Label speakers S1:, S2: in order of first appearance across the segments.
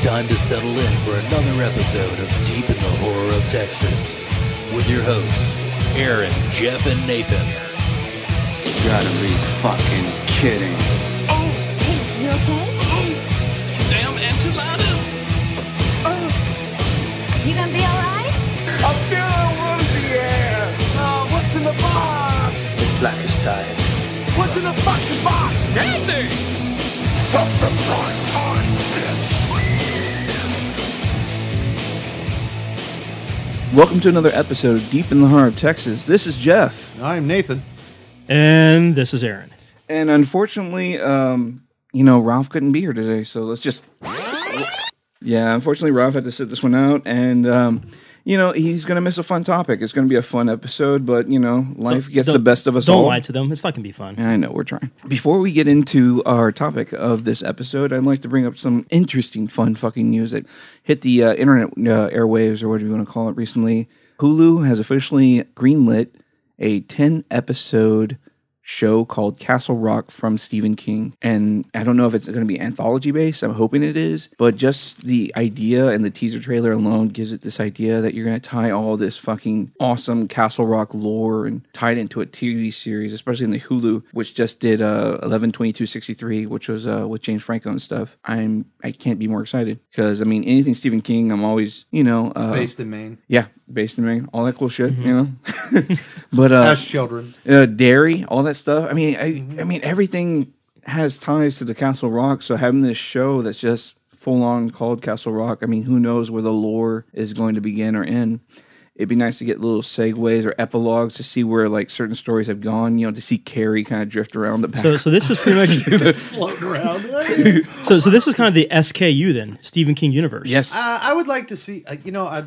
S1: time to settle in for another episode of Deep in the Horror of Texas with your hosts, Aaron, Jeff, and Nathan.
S2: You gotta be fucking kidding.
S3: Hey, hey, you okay? Hey,
S4: Damn enchilada!
S3: Oh. you gonna be alright?
S2: It's black as time.
S5: Welcome to another episode of Deep in the Heart of Texas. This is Jeff,
S6: I'm Nathan.
S7: And this is Aaron.
S5: and unfortunately, um, you know Ralph couldn't be here today, so let's just yeah. Unfortunately, Ralph had to sit this one out, and um, you know he's gonna miss a fun topic. It's gonna be a fun episode, but you know life gets
S7: Don't-
S5: the best of us
S7: Don't
S5: all.
S7: lie to them. It's not going to be fun.
S5: I know we're trying. Before we get into our topic of this episode, I'd like to bring up some interesting, fun fucking news that hit the uh, internet uh, airwaves or whatever you want to call it recently. Hulu has officially greenlit a ten episode show called Castle Rock from Stephen King, and I don't know if it's going to be anthology based. I'm hoping it is, but just the idea and the teaser trailer alone gives it this idea that you're going to tie all this fucking awesome Castle Rock lore and tie it into a TV series, especially in the Hulu, which just did uh 11 63 which was uh with James Franco and stuff. I'm I can't be more excited because I mean anything Stephen King, I'm always you know uh,
S6: Based in Maine.
S5: yeah based in Maine, all that cool shit, you know. but uh,
S6: As children.
S5: uh, dairy, all that stuff. I mean, I, I mean, everything has ties to the Castle Rock. So having this show that's just full on called Castle Rock. I mean, who knows where the lore is going to begin or end? It'd be nice to get little segues or epilogues to see where like certain stories have gone. You know, to see Carrie kind of drift around the back.
S7: So, so this is pretty much
S6: Floating around.
S7: so. So this is kind of the SKU then Stephen King universe.
S5: yes,
S6: Uh, I would like to see, uh, you know, I'd,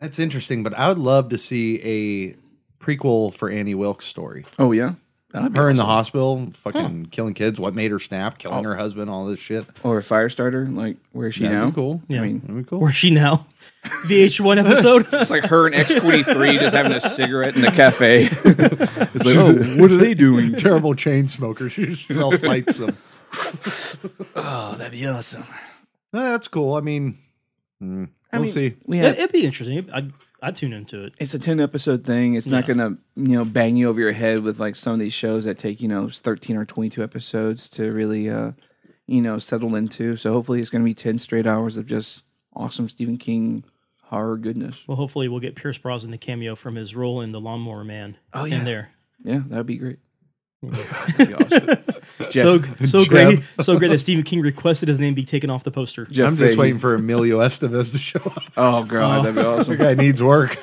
S6: that's interesting, but I would love to see a prequel for Annie Wilkes' story.
S5: oh yeah, That'd be
S6: Her in
S5: awesome. Oh.
S6: the hospital, fucking killing kids, what made her snap, killing her husband, all this shit.
S5: or a Firestarter. Like where is she
S6: That'd
S5: now?
S6: be cool.
S7: Yeah.
S5: I mean,
S6: That'd be cool.
S7: Where's she now? VH1 episode.
S5: it's like her and X twenty three just having a cigarette in the cafe. it's like,
S6: what are they doing? Terrible chain smoker. She self lights them.
S5: oh, that'd be awesome.
S6: No, that's cool. I mean, mm, we'll
S5: mean,
S6: see.
S5: We
S7: it,
S5: have
S7: it'd be interesting. I'd, I'd tune into it.
S5: it's a 10 episode thing it's not gonna you know bang you over your head with like some of these shows that take you know 13 or 22 episodes to really uh you know settle into so hopefully it's gonna be 10 straight hours of just awesome stephen king horror goodness
S7: Well, hopefully we'll get Pierce Brosnan the cameo from his role in The Lawnmower Man.
S5: Oh,
S7: in
S5: yeah.
S7: there.
S5: yeah that'd be great That'd be awesome. Jeff,
S7: So so
S6: Jeff.
S7: great, so great that Stephen King requested his name be taken off the poster.
S5: Jeff
S6: I'm just
S5: Fahey.
S6: waiting for Emilio Estevez to show up.
S5: oh god that'd be
S6: The
S5: awesome
S6: guy needs work.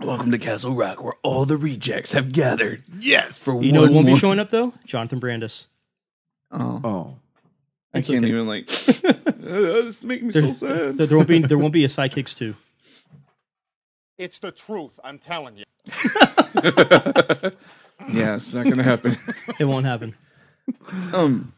S1: Welcome to Castle Rock, where all the rejects have gathered.
S6: yes. For
S7: You know who won't be
S5: more-
S7: showing up though? Jonathan Brandis.
S5: oh
S6: Oh.
S5: i
S7: It's
S5: can't
S7: okay.
S5: even like this makes me so sad
S7: There, there won't be there won't be a sidekicks too.
S8: It's the truth, I'm telling you.
S5: yeah it's not gonna happen
S7: It won't happen.
S5: Um,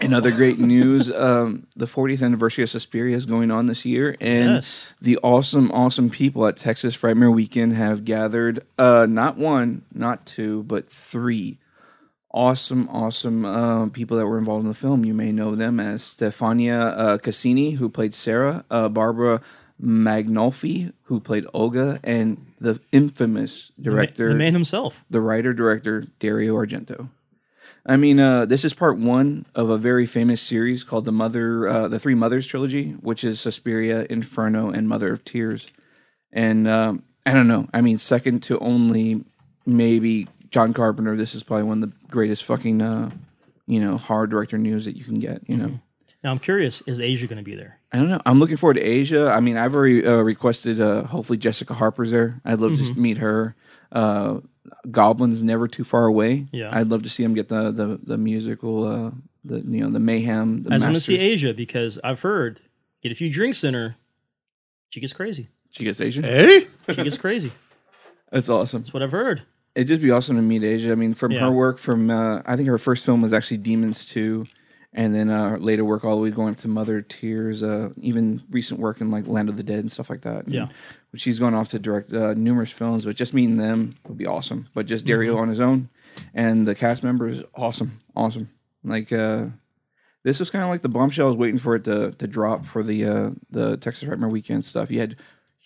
S5: in other great news, um, the 40th anniversary of Suspiria is going on this year, and
S7: Yes.
S5: the awesome, awesome people at Texas Frightmare Weekend have gathered uh, not one, not two, but three awesome, awesome uh, people that were involved in the film. You may know them as Stefania uh, Cassini, who played Sarah, uh, Barbara Magnolfi, who played Olga, and the infamous
S7: Ma-
S5: director
S7: the man himself.
S5: the writer director Dario Argento. I mean, uh, this is part one of a very famous series called the Mother, uh, the Three Mothers trilogy, which is Suspiria, Inferno, and Mother of Tears. And um, I don't know. I mean, second to only maybe John Carpenter. This is probably one of the greatest fucking, uh, you know, hard director news that you can get. You know.
S7: Now I'm curious, is Asia going to be there?
S5: I don't know. I'm looking forward to Asia. I mean, I've already uh, requested. Uh, hopefully, Jessica Harper's there. I'd love
S7: Mm-hmm.
S5: to meet her. Uh, Goblin's never too far away.
S7: Yeah.
S5: I'd love to see him get the the, the musical, uh, the you know the mayhem. The
S7: I just want to
S5: Masters.
S7: see Asia because I've heard get a few drinks in her, she gets crazy.
S5: She gets Asian.
S6: Hey?
S7: She gets crazy.
S5: That's awesome.
S7: That's what I've heard.
S5: It'd just be awesome to meet Asia. I mean, from
S7: Yeah.
S5: her work, from uh, I think her first film was actually Demons Two, and then uh, her later work all the way going up to Mother Tears, uh, even recent work in like Land of the Dead and stuff like that. And
S7: Yeah.
S5: she's gone off to direct uh, numerous films, but just meeting them would be awesome. But just
S7: Mm-hmm.
S5: Dario on his own and the cast members, awesome, awesome. Like uh, This was kind of like the bombshell. I was waiting for it to to drop for the uh, the Texas Nightmare Weekend stuff. You had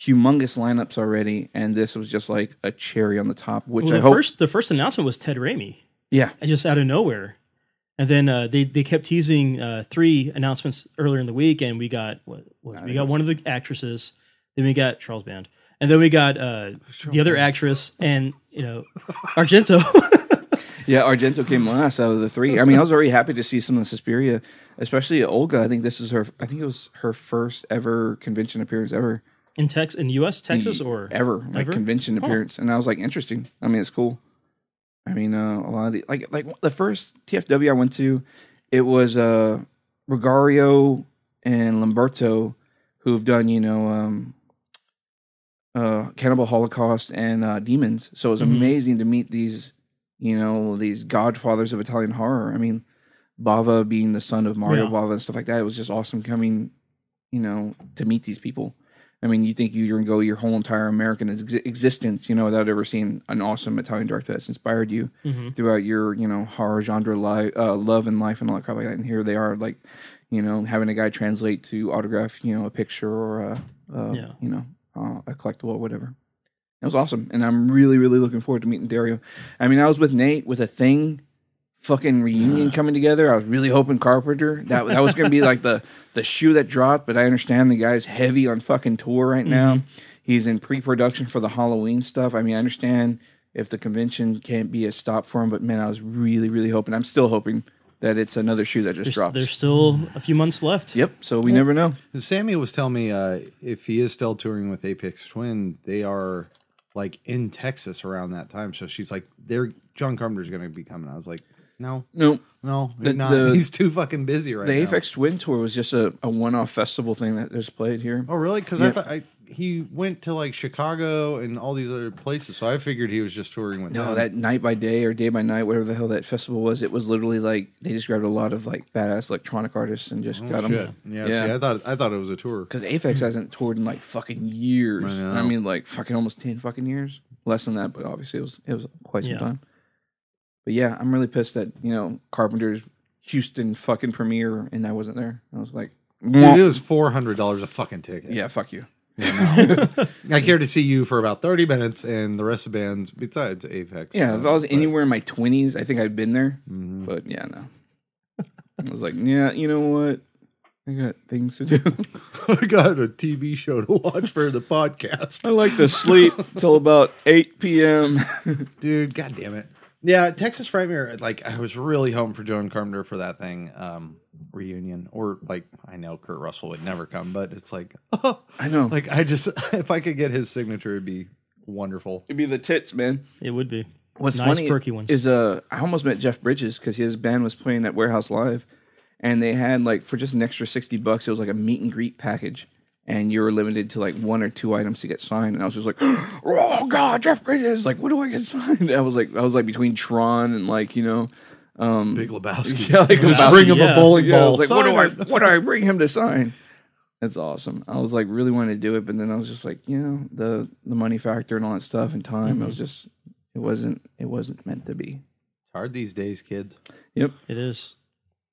S5: humongous lineups already, and this was just like a cherry on the top. Which
S7: well,
S5: I
S7: the
S5: hope,
S7: first the first announcement was Ted Raimi,
S5: yeah,
S7: and just out of nowhere, and then uh, they they kept teasing uh, three announcements earlier in the week, and we got what, what we got one of the actresses, then we got Charles Band, and then we got uh, the other actress, and you know Argento.
S5: Yeah, Argento came last out of the three. I mean, I was already happy to see some of the Suspiria, especially Olga. I think this is her. I think it was her first ever convention appearance ever,
S7: in Texas, in U.S., Texas, or
S5: E ever like
S7: Ever?
S5: convention
S7: Oh.
S5: appearance. And I was like, interesting. I mean, it's cool. I mean, uh, a lot of the like like the first TFW I went to, it was uh Regario and Lamberto who've done you know um uh Cannibal Holocaust and uh Demons. So it was
S7: Mhm.
S5: amazing to meet these you know these godfathers of Italian horror. I mean, Bava being the son of Mario
S7: Yeah.
S5: Bava and stuff like that. It was just awesome coming you know to meet these people. I mean, you think you can go your whole entire American ex- existence, you know, without ever seeing an awesome Italian director that's inspired you
S7: Mhm.
S5: throughout your you know horror genre li- uh, love and life and all that crap like that and here they are like you know having a guy translate to autograph you know a picture or a, a
S7: Yeah.
S5: you know uh, a collectible or whatever it was awesome and i'm really really looking forward to meeting dario i mean i was with nate with a thing fucking reunion coming together i was really hoping carpenter that that was gonna be like the the shoe that dropped but i understand the guy's heavy on fucking tour right now
S7: Mm-hmm.
S5: he's in pre-production for the halloween stuff i mean i understand if the convention can't be a stop for him. But man, I was really, really hoping. I'm still hoping that it's another shoe that just
S7: There's,
S5: drops.
S7: there's still a few months left.
S5: yep. So we never know.
S6: Sammy was telling me uh, if he is still touring with Apex Twin, they are like in Texas around that time. So she's like, "They're John Carpenter's going to be coming." I was like, "No,
S5: No,
S6: no,
S5: The-
S6: he's not.
S5: the-
S6: he's too fucking busy right
S5: the
S6: now."
S5: Apex Twin Tour was just a, a one-off festival thing that was played here.
S6: Oh, really? Because
S5: Yeah.
S6: I thought I, he went to like Chicago and all these other places. So I figured he was just touring with.
S5: No,
S6: them.
S5: that night by day or day by night, whatever the hell that festival was, it was literally like they just grabbed a lot of like badass electronic artists and just
S6: Oh,
S5: got
S6: shit. Hmm.
S5: them.
S6: Yeah,
S5: Yeah.
S6: See, I thought I thought it was a tour.
S5: Because Apex hasn't toured in like fucking years.
S6: I know.
S5: I, mean, like fucking almost ten fucking years, less than that. But obviously, it was it was quite some
S7: Yeah.
S5: time. But yeah, I'm really pissed that you know Carpenter's Houston fucking premiere and I wasn't there. I was like,
S6: Dude, it
S5: "Mwah."
S6: was four hundred dollars a fucking ticket.
S5: yeah, fuck you.
S6: I care to see you for about thirty minutes, and the rest of the bands besides Apex.
S5: Yeah,
S6: uh,
S5: if I was
S6: but- Mm-hmm.
S5: anywhere in my 20s, I think I'd been there. But yeah, no. I was like, yeah, you know what? I got things to do.
S6: I got a TV show to watch for the podcast,
S5: I like to sleep till about 8 p.m.
S6: dude. God damn it. Yeah, Texas Frightmare. Like, I was really hoping for Joan Carpenter for that thing um, reunion, or like, I know Kurt Russell would never come, but it's like,
S5: I know.
S6: like I just if I could get his signature, it'd be wonderful.
S5: It'd be the tits, man.
S7: it would be.
S5: What's
S7: nice
S5: funny
S7: perky ones?
S5: is uh, I almost met Jeff Bridges because his band was playing at Warehouse Live, and they had like for just an extra sixty bucks, it was like a meet and greet package, and you were limited to like one or two items to get signed. And I was just like, oh god, Jeff Bridges! Like, what do I get signed? I was like, I was like between Tron and like you know, um,
S6: Big Lebowski.
S5: yeah, like
S7: Lebowski.
S5: bring
S6: Bring him
S7: Yeah.
S6: a bowling
S5: yeah, I
S6: ball.
S5: was like, what do I
S6: Sign it.
S5: what do I bring him to sign? That's awesome. I was like really wanting to do it, but then I was just like, you know, the the money factor and all that stuff and time. I was
S6: Mm-hmm.
S5: just it wasn't it wasn't meant to be.
S6: Hard these days, kids.
S5: Yep.
S7: it is.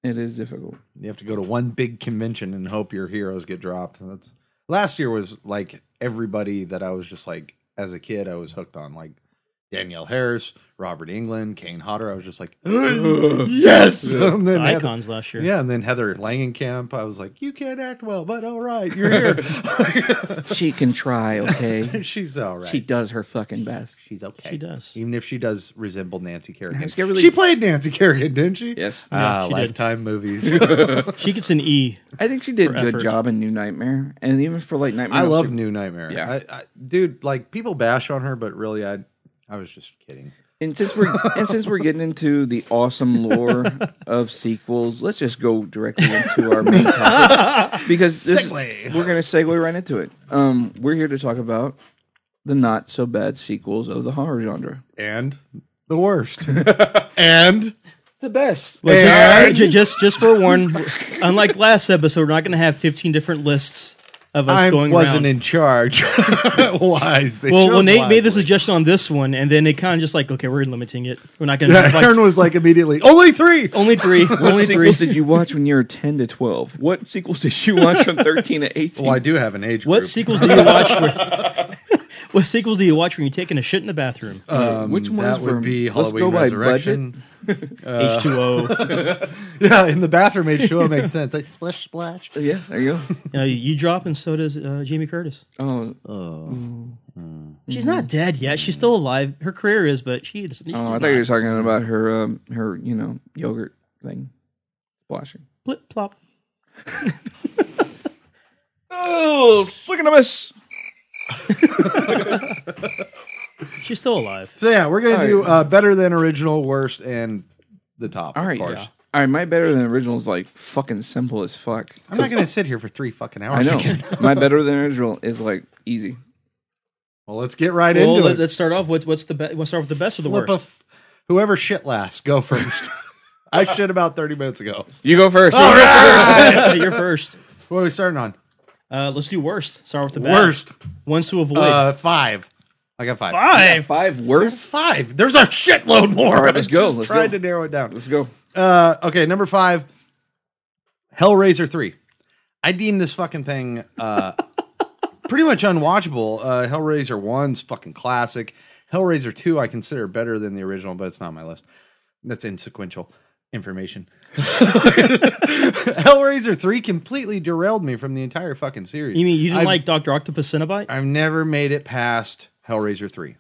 S5: It is difficult.
S6: You have to go to one big convention and hope your heroes get dropped. And that's last year was like everybody that I was just like as a kid I was hooked on like Danielle Harris, Robert England, Kane Hodder. I was just like yes, and then Heather-
S7: Icons last year.
S6: yeah, and then Heather Langenkamp. I was like, you can't act well, but all right, you're here.
S5: she can try, okay?
S6: She's all right.
S5: She does her fucking best.
S6: She's okay.
S7: She does.
S6: even if she does resemble Nancy Kerrigan.
S5: Let's get really-
S6: She played Nancy Kerrigan, didn't she?
S5: Yes.
S6: Ah,
S7: she did.
S6: lifetime movies.
S7: She gets an E.
S5: I think she did a
S7: For
S5: good
S7: effort.
S5: job in New Nightmare. And even for like Nightmare.
S6: I
S5: on
S6: love
S5: Street-
S6: New Nightmare.
S5: Yeah.
S6: I, I, dude. Like people bash on her, but really, I, I was just kidding.
S5: and since we're and since we're getting into the awesome lore of sequels, let's just go directly into our main topic. Because this,
S6: Segue.
S5: we're gonna segue right into it. Um, we're here to talk about the not so bad sequels of the horror genre.
S6: And the worst. and
S5: The best.
S7: But just, ju- just, just for one, unlike last episode, we're not going to have 15 different lists of us
S6: I
S7: going
S6: wasn't
S7: around.
S6: in charge. Wise. They
S7: well,
S6: chose
S7: well, Nate made the
S6: wisely.
S7: suggestion on this one, and then it kind of just like, okay, we're limiting it. We're not going to
S6: Yeah,
S7: like
S6: Aaron was like immediately, only three.
S7: only three,
S5: What
S7: only three.
S5: sequels did you watch when you were 10 to 12? What sequels did you watch from 13 to 18?
S6: Well, I do have an age group.
S7: What sequels do you watch? when- what sequels do you watch when you're taking a shit in the bathroom?
S6: Um,
S5: Which ones
S6: that
S5: were-
S6: would be
S5: let's
S6: Halloween
S5: go by
S6: Resurrection?
S7: H two O.
S6: Yeah, in the bathroom, age show makes sense. Like splish splash.
S5: yeah, there you go.
S7: You, know, you drop, and so does uh, Jamie Curtis.
S5: Oh,
S7: She's not dead yet. She's still alive. Her career is, but she is. She's
S5: oh, I
S7: not.
S5: thought you were talking about her, um, her, you know, yogurt thing, splashing.
S7: Blip, plop.
S5: Oh, swing and a miss.
S7: She's still alive.
S6: So yeah, we're gonna
S5: All
S6: do
S5: right.
S6: uh, better than original, worst, and the top.
S5: All right,
S6: of course.
S5: yeah. All right, my better than original is like fucking simple as fuck.
S6: I'm not gonna sit here for three fucking
S5: I
S6: hours
S5: know.
S6: again.
S5: my better than original is like easy.
S6: Well, let's get right
S7: well,
S6: into
S7: let,
S6: it.
S7: us start off. What's what's the be- Let's start with the best or the
S6: Flip a
S7: worst.
S6: f- whoever shit last, go first. I shit about 30 minutes ago.
S5: You go first.
S7: you're first.
S6: What are we starting on?
S7: Uh, let's do worst. Start with the bad.
S6: Worst.
S7: ones to avoid.
S6: Uh, five. I got five.
S7: Five.
S5: Five worth.
S6: Five. There's a shitload more.
S5: All right, let's
S6: I
S5: go,
S6: just
S5: let's
S6: tried
S5: go.
S6: to narrow it down.
S5: Let's go.
S6: Uh, okay, number five, Hellraiser three. I deem this fucking thing uh, pretty much unwatchable. Uh, Hellraiser one's fucking classic. Hellraiser two I consider better than the original, but it's not on my list. That's insequential information. Hellraiser three completely derailed me from the entire fucking series.
S7: You mean you didn't
S6: I've-
S7: like Doctor Octopus Cinnabite?
S6: I've never made it past Hellraiser three.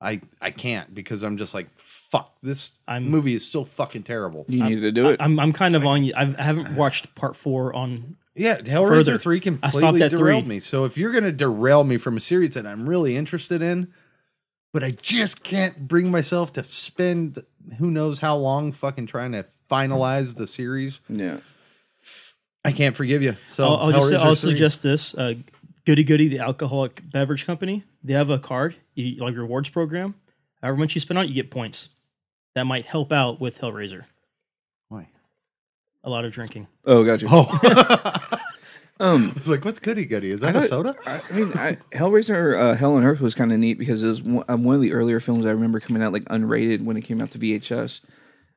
S6: I I can't because I'm just like fuck. This
S7: I'm-
S6: movie is so fucking terrible.
S5: You need to do it.
S7: I'm I'm kind of on you. I've, I haven't watched part four on.
S6: Yeah, Hellraiser
S7: Further.
S6: three
S7: I stopped
S6: completely
S7: at
S6: derailed
S7: three.
S6: me. So if you're gonna derail me from a series that I'm really interested in, but I just can't bring myself to spend who knows how long fucking trying to finalize the series,
S5: yeah.
S6: I can't forgive you. So
S7: I'll, I'll just
S6: Oh, Hellraiser
S7: I'll
S6: 3.
S7: suggest this. Uh, Goody Goody, the alcoholic beverage company, they have a card, you, like rewards program. However much you spend on, it, you get points. That might help out with Hellraiser.
S6: Why?
S7: A lot of drinking.
S5: Oh, gotcha.
S6: Oh,
S5: Um,
S6: it's like what's goody goody? Is that
S5: I
S6: a
S5: thought-
S6: soda?
S5: I I mean, I, Hellraiser, uh, Hell on Earth was kind of neat because it was one, um, one of the earlier films I remember coming out like unrated when it came out to VHS,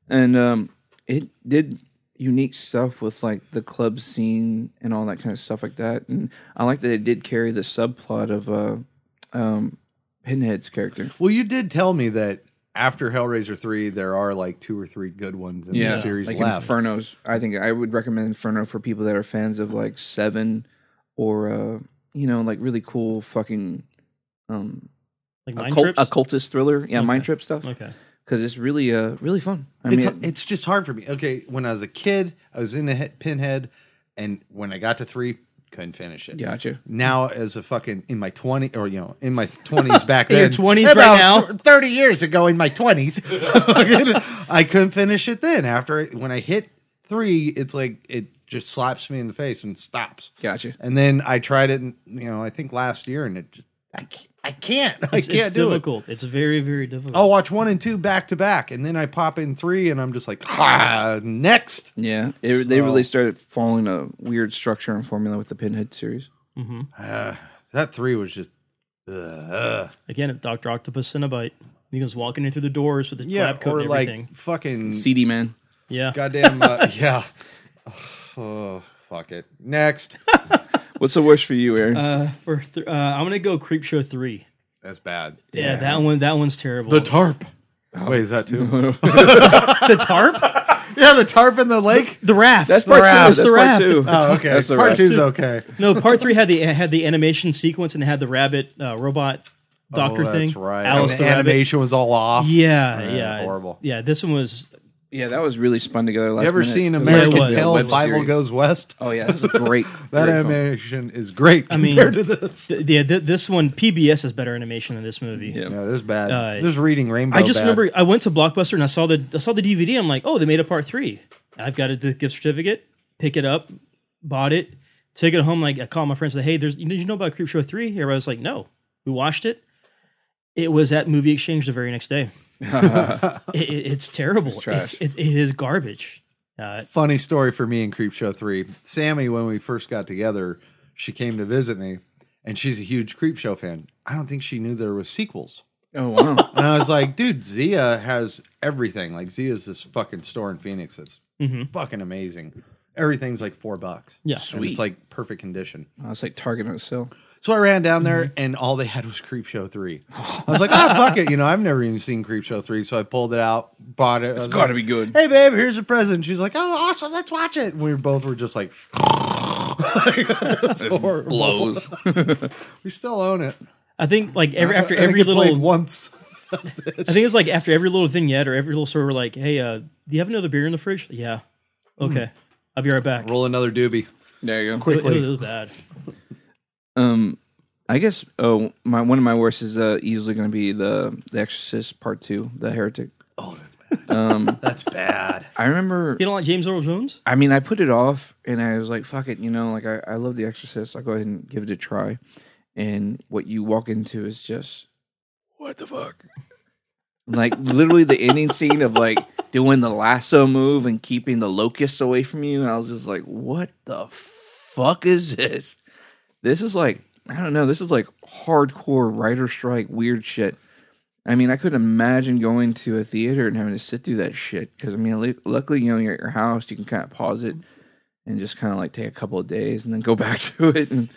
S5: and um, it did unique stuff with like the club scene and all that kind of stuff like that. And I like that it did carry the subplot of uh, um, Pinhead's character.
S6: Well, you did tell me that after Hellraiser three, there are like two or three good ones in the series
S5: like
S6: left.
S5: Inferno's. I think I would recommend Inferno for people that are fans of like Seven or uh, you know like really cool fucking. Um,
S7: Like
S5: a
S7: mind
S5: cult,
S7: trips.
S5: occultist thriller. Yeah,
S7: Okay.
S5: mind trip stuff.
S7: Okay.
S5: Because it's really, uh, really fun. I
S6: it's,
S5: mean,
S6: it's just hard for me. Okay, when I was a kid, I was in the he- pinhead, and when I got to three, couldn't finish it.
S5: gotcha.
S6: Now, as a fucking in my twenty or you know in my twenties back
S7: In
S6: then,
S7: your 20s right
S6: about
S7: now?
S6: th- thirty years ago in my twenties, I couldn't finish it. Then after it- when I hit three, it's like it just slaps me in the face and stops.
S5: Gotcha.
S6: And then I tried it, in, you know, I think last year, and it just I can't, I can't, I
S7: It's,
S6: can't
S7: it's
S6: do it. Oh.
S7: difficult. It's very very difficult.
S6: I'll watch one and two back to back, and then I pop in three, and I'm just like, ah, next.
S5: Yeah, it, they
S6: So-
S5: really started following a weird structure and formula with the Pinhead series.
S7: hmm
S6: Uh, that three was just. Uh,
S7: Again, Doctor Octopus Cinnabite. He goes walking in through the doors with the
S6: yeah,
S7: lab coat
S6: or
S7: and
S6: like
S7: everything.
S6: fucking
S5: CD Man.
S7: yeah.
S6: goddamn. Uh, yeah. Oh, fuck it. Next.
S5: What's the worst for you, Aaron?
S7: Uh, for th- uh, I'm gonna go Creep Show three.
S6: That's bad.
S7: Yeah, that one. That one's terrible.
S6: tarp. Wait, is that two?
S7: the tarp,
S6: yeah, the tarp in the lake.
S7: the raft.
S5: that's part two.
S6: raft,
S5: That's
S7: the
S5: part
S7: raft.
S5: two.
S6: Oh, okay.
S5: That's the
S6: Part
S5: raft.
S6: two's okay.
S7: no, part three had the had the animation sequence and it had the rabbit uh, robot doctor
S6: oh,
S7: thing.
S6: that's right.
S7: Alice
S6: And
S7: the
S6: the
S7: rabbit.
S6: animation was all off.
S7: Yeah,
S6: Yeah,
S7: yeah,
S6: horrible.
S7: Yeah, this one was.
S5: Yeah, that was really spun together. Last
S6: You ever
S5: minute.
S6: seen
S5: It was
S6: American
S5: like a
S7: was.
S6: Tale
S5: web
S6: Bible
S5: series.
S6: Goes West?
S5: Oh yeah, that's a great. great
S6: That
S5: film.
S6: animation is great
S7: I mean,
S6: compared to this.
S7: th- yeah, th- this one PBS has better animation than this movie.
S5: Yeah.
S6: Yeah, this is bad.
S7: Uh,
S6: this is reading Rainbow.
S7: I just
S6: bad.
S7: remember I went to Blockbuster and I saw the I saw the DVD. I'm like, oh, they made a part three. I've got a the gift certificate. Pick it up, bought it, took it home. Like I called my friends, said, hey, there's did you know about Creep Show three? Everybody was like, no, we watched it. It was at Movie Exchange the very next day. it, it- it's terrible. It's
S5: trash.
S7: it, it is garbage. Uh,
S6: Funny story for me in Creepshow 3. Sammy, when we first got together, she came to visit me, and she's a huge creep show fan. I don't think she knew there was sequels.
S5: Oh wow.
S6: And I was like, dude, Zia has everything. Like Zia's this fucking store in Phoenix that's
S7: Mhm.
S6: fucking amazing. Everything's like four bucks.
S7: Yeah.
S6: And
S5: Sweet.
S6: it's like perfect condition.
S5: I was like targeting a sale.
S6: So I ran down there and all they had was Creep Show 3. I was like, ah, fuck it. You know, I've never even seen Creep Show 3. So I pulled it out, bought it. It's
S5: gotta be good.
S6: Hey, babe, here's a present. She's like, oh, awesome. Let's watch it. And we both were just like, It's horrible.
S1: Blows.
S6: We still own it.
S7: I think like every, after
S6: I think
S7: every
S6: it played
S7: little
S6: once.
S7: I think it's like after every little vignette or every little story, we're like, hey, uh, do you have another beer in the fridge? Yeah. Okay. I'll be right back.
S6: Roll another doobie.
S5: There you go.
S7: It-
S6: Hmm. Quickly.
S7: It, was bad.
S5: Um, I guess. Oh, my one of my worst is uh, easily going to be the The Exorcist Part Two, The Heretic.
S6: That's bad.
S5: I remember.
S7: You don't like James Earl Jones?
S5: I mean, I put it off, and I was like, "Fuck it," you know. Like, I, I love The Exorcist. I'll go ahead and give it a try. And what you walk into is just what the fuck. Like literally the ending scene of like doing the lasso move and keeping the locusts away from you, and I was just like, "What the fuck is this?" This is like I don't know. This is like hardcore writer strike weird shit. I mean, I couldn't imagine going to a theater and having to sit through that shit. Because I mean, lu- luckily, you know, you're at your house, you can kind of pause it and just kind of like take a couple of days and then go back to it. And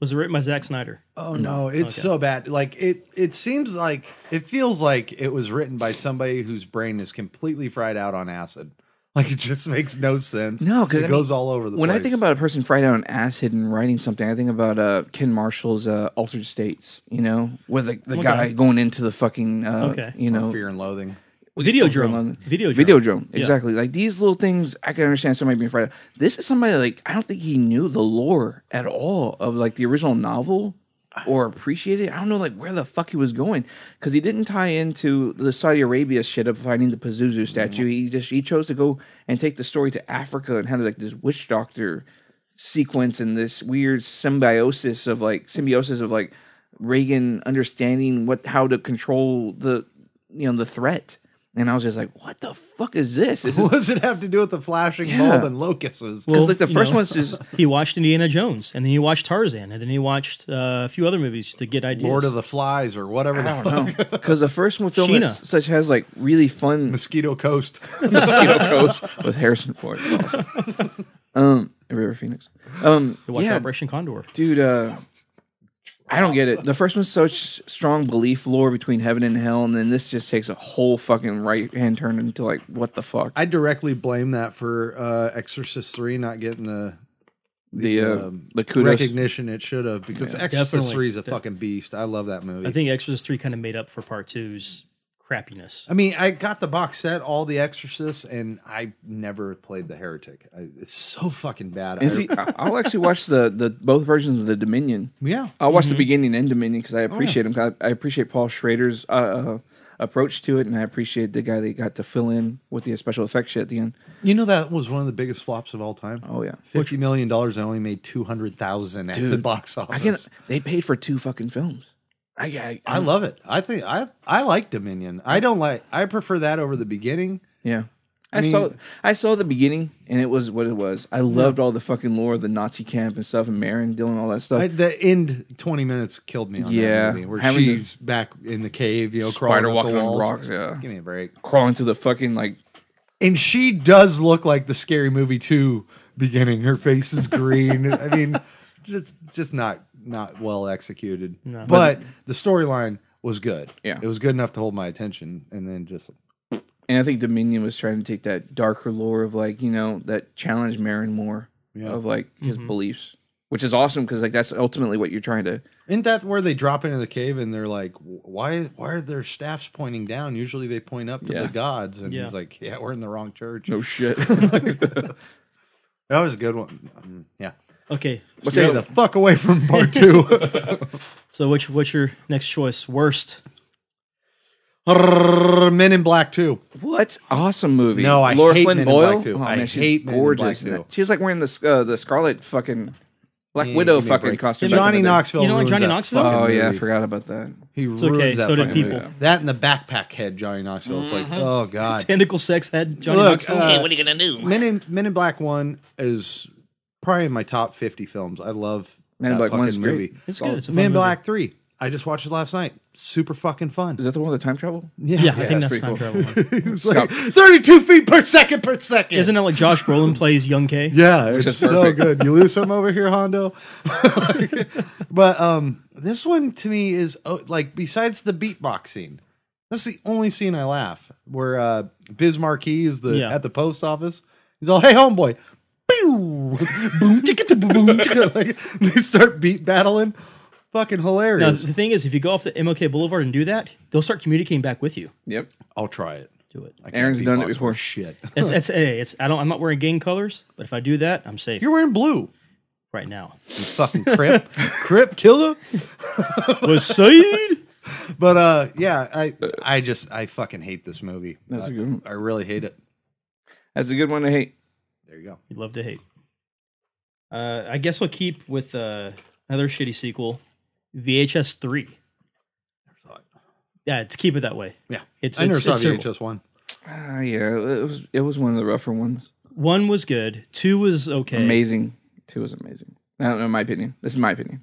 S7: Was it written by Zack Snyder?
S6: Oh no, it's
S7: Okay.
S6: so bad. Like it it seems like it feels like it was written by somebody whose brain is completely fried out on acid. Like it just makes no sense.
S5: No, 'cause
S6: it
S5: I
S6: goes
S5: mean,
S6: all over the
S5: when
S6: place.
S5: I think about a person fried out on acid and writing something, I think about uh, Ken Marshall's uh, Altered States. You know, with like, the
S7: Okay.
S5: guy going into the fucking uh,
S7: Okay.
S5: you
S6: Or
S5: know
S6: fear and loathing.
S7: Video drone.
S5: London.
S7: Video drone.
S5: Video drone.
S7: Yeah.
S5: Exactly. Like these little things, I can understand somebody being fried. out. This is somebody like I don't think he knew the lore at all of like the original novel or appreciated. it. I don't know like where the fuck he was going because he didn't tie into the Saudi Arabia shit of finding the Pazuzu
S7: Mm.
S5: statue. He just he chose to go and take the story to Africa and have like this witch doctor sequence and this weird symbiosis of like symbiosis of like Reagan understanding what how to control the you know the threat. And I was just like, what the fuck is this? This is
S6: What does it have to do with the flashing
S5: Yeah.
S6: bulb and locusts?
S5: because
S7: Well,
S5: like the
S7: you
S5: first
S7: know,
S5: one's just
S7: He watched Indiana Jones, and then he watched Tarzan, and then he watched uh, a few other movies to get ideas.
S6: Lord of the Flies or whatever the fuck.
S5: because the first one film is,
S7: Sheena.
S5: such has like really fun
S6: Mosquito Coast.
S5: mosquito coats with Harrison Ford. Also. um, River Phoenix. Um,
S7: He watched
S5: yeah,
S7: Operation Condor.
S5: dude. Uh, I don't get it. The first one's such strong belief lore between heaven and hell, and then this just takes a whole fucking right hand turn into like what the fuck.
S6: I directly blame that for uh Exorcist 3 not getting the
S5: the uh,
S6: um,
S5: the kudos.
S6: recognition it should have because Exorcist
S7: Definitely.
S6: 3 is a fucking beast. I love that movie.
S7: I think Exorcist 3 kind of made up for Part Two's crappiness.
S6: I mean, I got the box set, all the Exorcists, and I never played the Heretic. I, it's so fucking bad. I,
S5: And see, I- I'll actually watch the the both versions of the Dominion.
S6: yeah,
S5: I'll watch the beginning and Dominion
S6: Oh,
S5: because I appreciate him. 'cause I, I appreciate Paul Schrader's uh, uh, approach to it, and I appreciate the guy that got to fill in with the special effects shit at the end.
S6: you know that was one of the biggest flops of all time.
S5: Oh yeah,
S6: Fifty million dollars and only made two hundred thousand at the
S5: Dude,
S6: box office.
S5: I
S6: I,
S5: can. They paid for two fucking films. I I,
S6: love it. I think I I like Dominion. I don't like. I prefer that over the beginning.
S5: yeah. I,
S6: mean-
S5: saw I saw the beginning and it was what it was. I loved all the fucking lore of the Nazi camp and stuff and Marin doing all that stuff.
S6: I, the end twenty minutes killed me. on
S5: Yeah,
S6: that movie, where
S5: having the-
S6: she's back in the cave, you know,
S5: Spider
S6: crawling up the
S5: walking on
S6: walls.
S5: rocks, yeah.
S6: Give me a break.
S5: Crawling through the fucking like
S6: And she does look like the scary movie two beginning. Her face is green. I mean, just just not not well executed.
S7: No.
S6: But the storyline was good.
S5: Yeah.
S6: It was good enough to hold my attention and then just
S5: and I think Dominion was trying to take that darker lore of like you know that challenge Marin more of like his
S7: Mm-hmm.
S5: beliefs, which is awesome because like that's ultimately what you're trying to.
S6: Isn't that where they drop into the cave and they're like, "Why? Why are their staffs pointing down? Usually they point up to
S5: Yeah.
S6: the gods." And
S7: Yeah.
S6: he's like, "Yeah, we're in the wrong church."
S5: No shit.
S6: That was a good one. Mm, Yeah,
S7: Okay.
S6: stay the fuck away from part two.
S7: So what's, what's your next choice? Worst.
S6: Men in Black Two.
S5: what awesome movie?
S6: No, I
S5: Laura
S6: hate
S5: Flynn
S6: Men in
S5: Boyle.
S6: Black too.
S5: Oh,
S6: I
S5: man, she's
S6: hate Men in Black
S5: gorgeous. in
S6: too.
S5: that. She's like wearing the uh, the scarlet fucking Black
S6: Yeah,
S5: Widow
S6: give me a
S5: fucking
S6: break.
S5: costume. back
S6: Johnny
S5: in the day.
S6: Knoxville.
S7: You don't like
S6: ruins
S7: Johnny
S6: that
S7: Knoxville?
S6: fucking
S5: Oh yeah, I
S6: movie.
S5: forgot about that.
S6: He
S7: It's
S6: ruins
S7: okay.
S6: that
S7: So did
S6: fucking
S7: people.
S6: movie. That and the backpack head, Johnny Knoxville. It's like, oh god.
S7: Tentacle sex head. Johnny
S6: Look,
S7: Knoxville.
S6: uh,
S4: What are you gonna do?
S6: Men in Men in Black One is probably in my top fifty films. I love
S5: Man in
S6: that
S5: Black
S6: fucking
S5: One's great.
S6: movie. Oh.
S7: It's good. It's a fun
S6: Man in
S7: movie.
S6: Black Three. I just watched it last night. Super fucking fun.
S5: Is that the one with the time travel?
S7: Yeah, I think
S5: that's pretty
S7: that's,
S5: cool.
S7: time travel. One.
S6: It's like 32 feet per second per second.
S7: Isn't it like Josh Brolin plays young K?
S6: Yeah, it's
S5: is
S6: so good. You lose some over here, Hondo. but um, this one to me is oh, like besides the beatbox scene, that's the only scene I laugh where uh, Biz Marquee is the
S7: Yeah.
S6: at the post office. He's all, "Hey, homeboy." Pew! boom, chicka, boom, chicka. Like, they start beat battling. Fucking
S7: Now
S6: hilarious.
S7: the thing is, if you go off the MLK Boulevard and do that, they'll start communicating back with you.
S5: Yep.
S6: I'll try it.
S7: Do it.
S6: can't
S5: Aaron's done it
S6: beatbox
S5: before.
S6: for Shit.
S7: It's it's a it's I don't I'm not wearing gang colors, but if I do that, I'm safe
S6: You're wearing blue.
S7: right now.
S6: You fucking crip. crip killer.
S7: Was Said?
S6: But uh, yeah, I I just I fucking hate this movie.
S5: That's
S6: I,
S5: a good one.
S6: I really hate it.
S5: That's a good one to hate.
S6: There you go.
S7: You'd love to hate. Uh, I guess we'll keep with uh, another shitty sequel, VHS three. Yeah, let's keep it that way.
S6: Yeah,
S7: It's-
S6: I never
S7: it's-
S6: saw
S7: it's
S6: VHS
S7: terrible.
S6: one.
S5: Ah, yeah, it was it was one of the rougher ones.
S7: One was good, two was okay.
S5: Amazing. Two was amazing. I don't know. In my opinion, this is my opinion.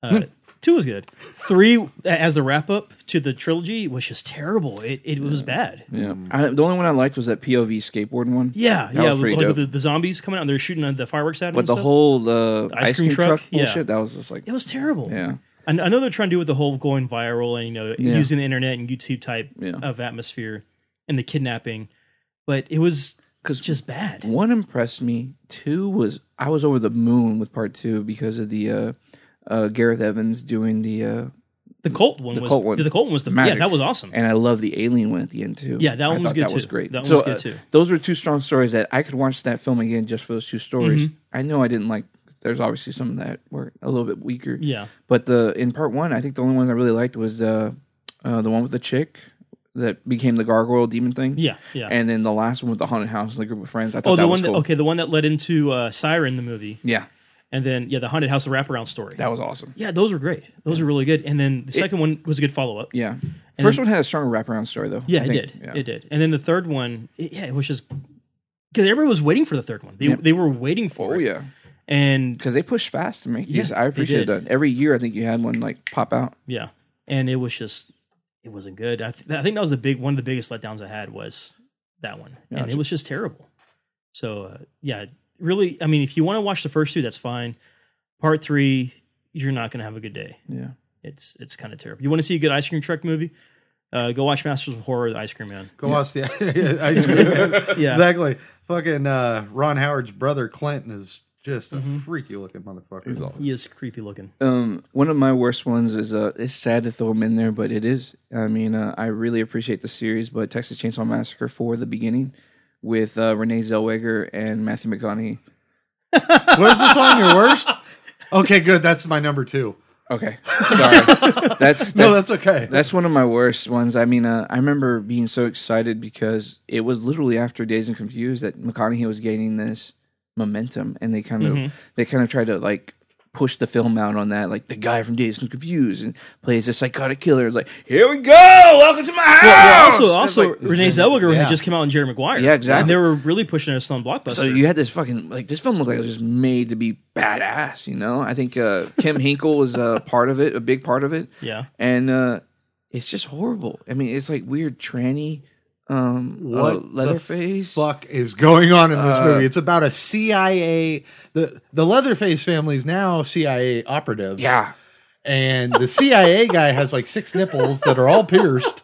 S7: Uh, two was good. Three, as the wrap up to the trilogy, was just terrible. It it was bad.
S5: Yeah. I, the only one I liked was that POV skateboard one.
S7: Yeah,
S5: That
S7: yeah.
S5: was pretty
S7: like
S5: dope.
S7: The, the zombies coming out and they're shooting at the fireworks at him.
S5: But
S7: and
S5: the
S7: stuff.
S5: whole uh, ice, cream, truck,
S7: yeah.
S5: bullshit, that was just like,
S7: it was terrible.
S5: yeah.
S7: I, I know they're trying to do with the whole going viral and you know
S5: Yeah.
S7: using the internet and YouTube type
S5: Yeah.
S7: of atmosphere and the kidnapping, but it was
S5: Because
S7: just bad.
S5: one impressed me. Two was I was over the moon with part two because of the uh, uh, Gareth Evans doing the, uh,
S7: The cult one
S5: The
S7: was
S5: cult one.
S7: the cult one was the
S5: Magic.
S7: yeah that was awesome.
S5: and I love the alien one at the end too.
S7: Yeah, that
S5: I
S7: one was
S5: thought
S7: good
S5: That was
S7: too.
S5: great.
S7: That one
S5: so
S7: was good
S5: uh,
S7: too.
S5: those were two strong stories that I could watch that film again just for those two stories.
S7: Mm-hmm.
S5: I know I didn't like. There's obviously some that were a little bit weaker.
S7: yeah,
S5: But the in part one, I think the only ones I really liked was uh, uh, the one with the chick that became the gargoyle demon thing.
S7: yeah, yeah.
S5: And then the last one with the haunted house and the group of friends. I thought
S7: oh,
S5: that
S7: the
S5: was
S7: one that
S5: cool.
S7: okay, the one that led into uh, Siren the movie,
S5: Yeah,
S7: and then yeah, the haunted house wraparound story.
S5: that was awesome.
S7: yeah, those were great. Those were really good. And then the second one was a good follow up.
S5: Yeah. First one had a stronger wraparound story though.
S7: Yeah,
S5: I
S7: it
S5: think.
S7: did.
S5: Yeah.
S7: It did. And then the third one, it, yeah, it was just because everybody was waiting for the third one. They,
S5: Yeah.
S7: they were waiting for
S5: Oh
S7: it.
S5: yeah,
S7: And
S5: because they pushed fast to make
S7: Yeah,
S5: these. I
S7: they
S5: appreciate
S7: did.
S5: that. Every year, I think you had one like pop out.
S7: yeah, and it was just it wasn't good. I, th- I think that was the big one of the biggest letdowns I had was that one, and
S5: Gotcha.
S7: it was just terrible. So uh, yeah, really, I mean, if you want to watch the first two, that's fine. Part three, you're not going to have a good day.
S5: Yeah.
S7: It's it's kind of terrible. You want to see a good ice cream truck movie? Uh, go watch Masters of Horror, The Ice Cream Man.
S6: Go watch the ice cream.
S7: Yeah.
S6: exactly. Fucking uh, Ron Howard's brother Clinton is just a
S5: Mm-hmm.
S6: freaky looking motherfucker. He's all
S7: He is creepy looking.
S5: Um, one of my worst ones is uh, it's sad to throw them in there, but it is. I mean, uh, I really appreciate the series, but Texas Chainsaw Massacre for the beginning with uh, Renee Zellweger and Matthew McConaughey.
S6: What is this on your worst? Okay, good. That's my number two.
S5: Okay, sorry, that's, that's
S6: No, that's okay.
S5: That's one of my worst ones. I mean, uh, I remember being so excited because it was literally after Days and Confused that McConaughey was gaining this momentum, and they kind of
S7: Mm-hmm.
S5: they kind of tried to like push the film out on that, like the guy from Days and Confused and plays a psychotic killer. It's like, here we go, welcome to my house.
S7: Well, also, also
S5: It's like-
S7: Renee Zellweger
S6: yeah.
S7: had just come out in Jerry Maguire.
S5: Yeah, exactly.
S7: And they were really pushing us on blockbuster.
S5: so you had this fucking like this film looked like it was just made to be badass, you know. I think uh, Kim Hinkle was a part of it, a big part of it.
S7: yeah,
S5: and uh it's just horrible. I mean, it's like weird tranny, um,
S6: What
S5: uh,
S6: the
S5: Leatherface.
S6: fuck is going on in this movie? It's about a CIA. The the Leatherface family is now CIA operatives.
S5: Yeah,
S6: and the CIA guy has like six nipples that are all pierced.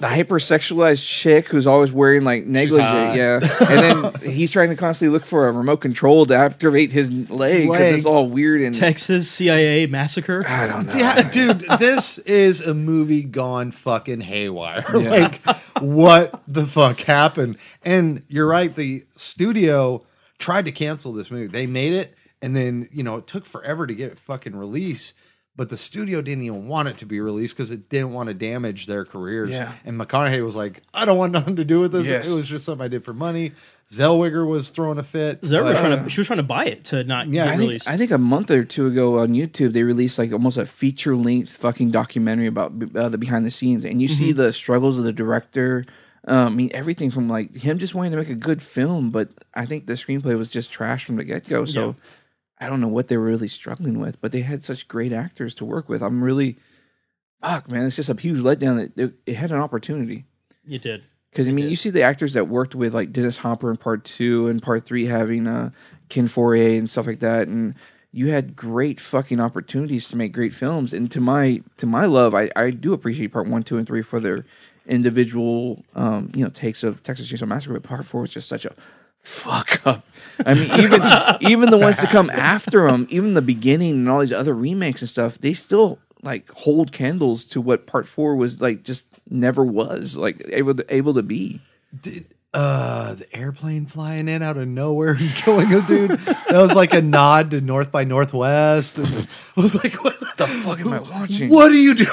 S5: the hypersexualized chick who's always wearing like negligee.
S6: hot.
S5: Yeah, and then he's trying to constantly look for a remote control to activate his leg because
S6: Leg.
S5: it's all weird and
S7: Texas CIA massacre.
S5: I don't know.
S6: Yeah, dude, this is a movie gone fucking haywire. like, what the fuck happened? And you're right, the studio tried to cancel this movie. They made it, and then, you know, it took forever to get it fucking release. But the studio didn't even want it to be released because it didn't want to damage their careers.
S5: Yeah.
S6: And McConaughey was like, I don't want nothing to do with this.
S5: Yes.
S6: It was just something I did for money. Zellweger was throwing a fit.
S7: Zellweger was
S6: But-
S7: trying to, she was trying to buy it to not
S6: Yeah,
S7: get
S5: uh, I
S7: released.
S5: think, I think a month or two ago on YouTube they released like almost a feature length fucking documentary about uh, the behind the scenes, and you see the struggles of the director. Um, I mean everything from like him just wanting to make a good film, but I think the screenplay was just trash from the get go. So I don't know what they were really struggling with, but they had such great actors to work with. I'm really, fuck, man, it's just a huge letdown that it, it had an opportunity.
S7: You did.
S5: Because I mean, you see the actors that worked with like Dennis Hopper in part two and part three having uh, Ken Fourier and stuff like that, and you had great fucking opportunities to make great films. And to my to my love, I, I do appreciate part one, two, and three for their individual um, you know takes of Texas Chainsaw Massacre, but part four was just such a fuck up. I mean, even even the ones to come after them, even the beginning and all these other remakes and stuff, they still like hold candles to what part four was like just never was like able to, able to be.
S6: Did uh the airplane flying in out of nowhere and killing a dude? that was like a nod to North by Northwest. And I was like, what the fuck
S5: am I watching?
S6: What are you doing?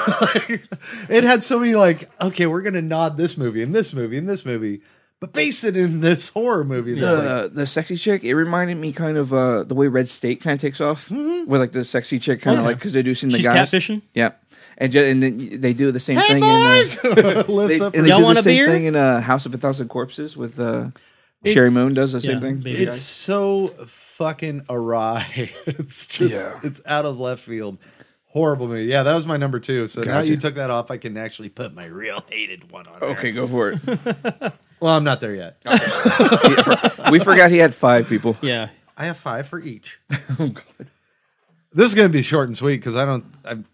S6: it had so many like, okay, we're gonna nod this movie and this movie and this movie, but base it in this horror movie. And it's like,
S5: The the sexy chick, it reminded me kind of uh the way Red State kind of takes off,
S6: Mm-hmm.
S5: where like the sexy chick kind of like because they're doing the
S7: She's
S5: guys
S7: catfishing?
S5: Yeah, and ju- and then they do the same thing. In, uh,
S6: lifts
S5: they,
S6: up
S5: and they
S7: Y'all
S5: do
S7: want
S5: the
S7: a
S5: same
S7: beer?
S5: thing in uh, House of a Thousand Corpses with uh, Sherry Moon does the
S7: yeah,
S5: same thing.
S7: baby.
S6: It's so fucking awry. it's just
S5: Yeah.
S6: it's out of left field. Horrible movie. Yeah, that was my number two. So now
S5: Gotcha.
S6: you took that off, I can actually put my real hated one on.
S5: Okay, go for it.
S6: Well, I'm not there yet.
S5: we forgot he had five people.
S7: Yeah.
S6: I have five for each. This is gonna be short and sweet because I don't I've,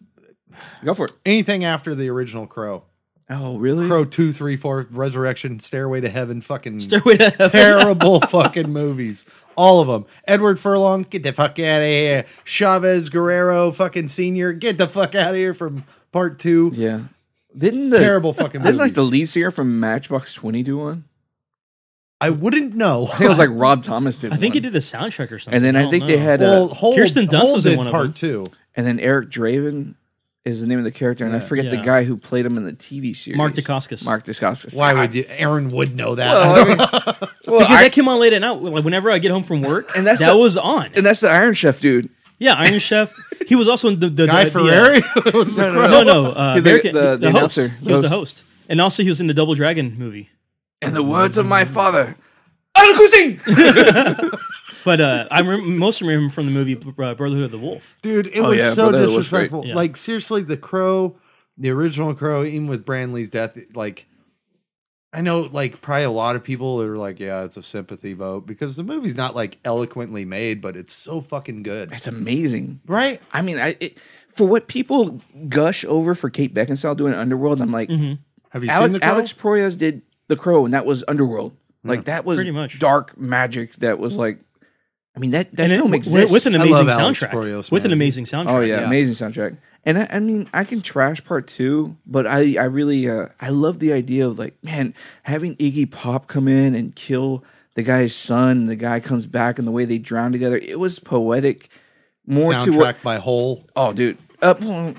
S5: Go for it.
S6: anything after the original Crow.
S5: Oh, really?
S6: Crow two, three, four, Resurrection, Stairway to Heaven, fucking
S7: Stairway to Heaven.
S6: terrible fucking movies. All of them. Edward Furlong, get the fuck out of here. Chavez Guerrero, fucking senior, get the fuck out of here from part two.
S5: Yeah. Didn't the
S6: Terrible fucking
S5: Didn't like
S6: movies.
S5: the lead singer from Matchbox Twenty do one?
S6: I wouldn't know.
S5: I think it was like Rob Thomas did.
S7: I think
S5: one.
S7: he did the soundtrack or something.
S5: And then I
S7: don't
S5: think
S7: know.
S5: they had uh,
S6: well, Hole-
S7: Kirsten Dunst
S6: Hole
S7: was in
S6: did
S7: one of
S6: part
S7: them.
S6: two.
S5: and then Eric Draven is the name of the character, and I forget the
S7: Yeah.
S5: guy who played him in the TV series.
S7: Mark Dacascos.
S5: Mark Dacascos.
S6: Why would you? Aaron would know that.
S5: Well, I mean- Well,
S7: because
S5: I-
S7: that came on late at night. Like whenever I get home from work,
S5: And
S7: and
S5: that's
S7: that
S5: the-
S7: was on.
S5: and that's the Iron Chef dude.
S7: yeah, Iron Chef. He was also in the, the
S6: Guy
S7: the,
S6: Ferrari was the
S7: The,
S6: Crow.
S7: uh, no, no, uh,
S5: The-
S7: American,
S5: the-
S7: the,
S5: the
S7: host.
S5: announcer.
S7: He was the
S5: Host.
S7: host, and also he was in the Double Dragon movie.
S5: In the words of my father, Alakuzing!
S7: But uh, I rem- most remember him from the movie uh, Brotherhood of the Wolf.
S6: Dude, it
S5: Oh,
S6: was
S5: yeah,
S6: so
S5: Brotherhood was great.
S6: disrespectful.
S7: Yeah.
S6: Like seriously, the Crow, the original Crow, even with Branley's death, like I know, like probably a lot of people are like, yeah, it's a sympathy vote because the movie's not like eloquently made, but it's so fucking good,
S5: That's amazing.
S6: right?
S5: I mean, I it, for what people gush over for Kate Beckinsale doing Underworld, I'm like,
S7: Mm-hmm.
S6: Have you seen
S5: Alex,
S6: the Crow?
S5: Alex Proyas did The Crow, and that was Underworld. Like that was
S7: Pretty much.
S5: dark magic. That was like, I mean that that
S7: And it,
S5: film
S7: w-
S5: exists
S7: with, an
S6: I
S7: amazing
S6: love Alex
S7: soundtrack.
S6: Proyas,
S7: with an
S6: man.
S7: amazing soundtrack.
S5: Oh yeah,
S6: Yeah.
S5: amazing soundtrack. And I, I mean, I can trash part two, but I, I really, uh, I love the idea of like, man, having Iggy Pop come in and kill the guy's son. The guy comes back, and the way they drown together, it was poetic. More to what?
S6: Soundtrack by Hole.
S5: Oh, dude. Uh, well,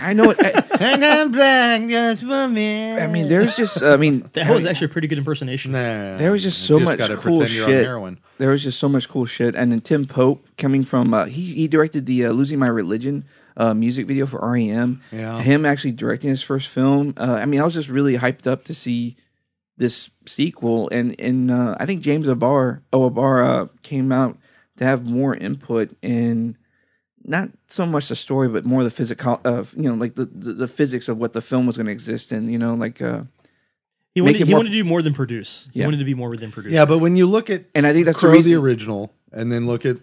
S5: I know it. I,
S6: and I'm black just for me.
S5: I mean, there's just. I mean,
S7: That
S5: I
S7: was
S5: mean,
S7: actually a pretty good impersonation.
S6: Nah,
S5: There was just so
S6: you
S5: much
S6: gotta
S5: cool
S6: pretend
S5: shit.
S6: You're on heroin.
S5: There was just so much cool shit. And then Tim Pope coming from uh, he he directed the uh, Losing My Religion uh, music video for REM.
S6: Yeah.
S5: Him actually directing his first film. Uh, I mean, I was just really hyped up to see this sequel. And and uh, I think James Abar Oabara came out to have more input in not so much the story, but more the physical of you know like the, the, the physics of what the film was going to exist in. You know, like. Uh,
S7: He
S5: Make
S7: wanted,
S5: it
S7: he
S5: more-
S7: wanted to do more than produce. He
S5: Yeah.
S7: wanted to be more than produce.
S6: Yeah, but when you look at
S5: and I think that's
S6: Crow
S5: the reason.
S6: the original, and then look at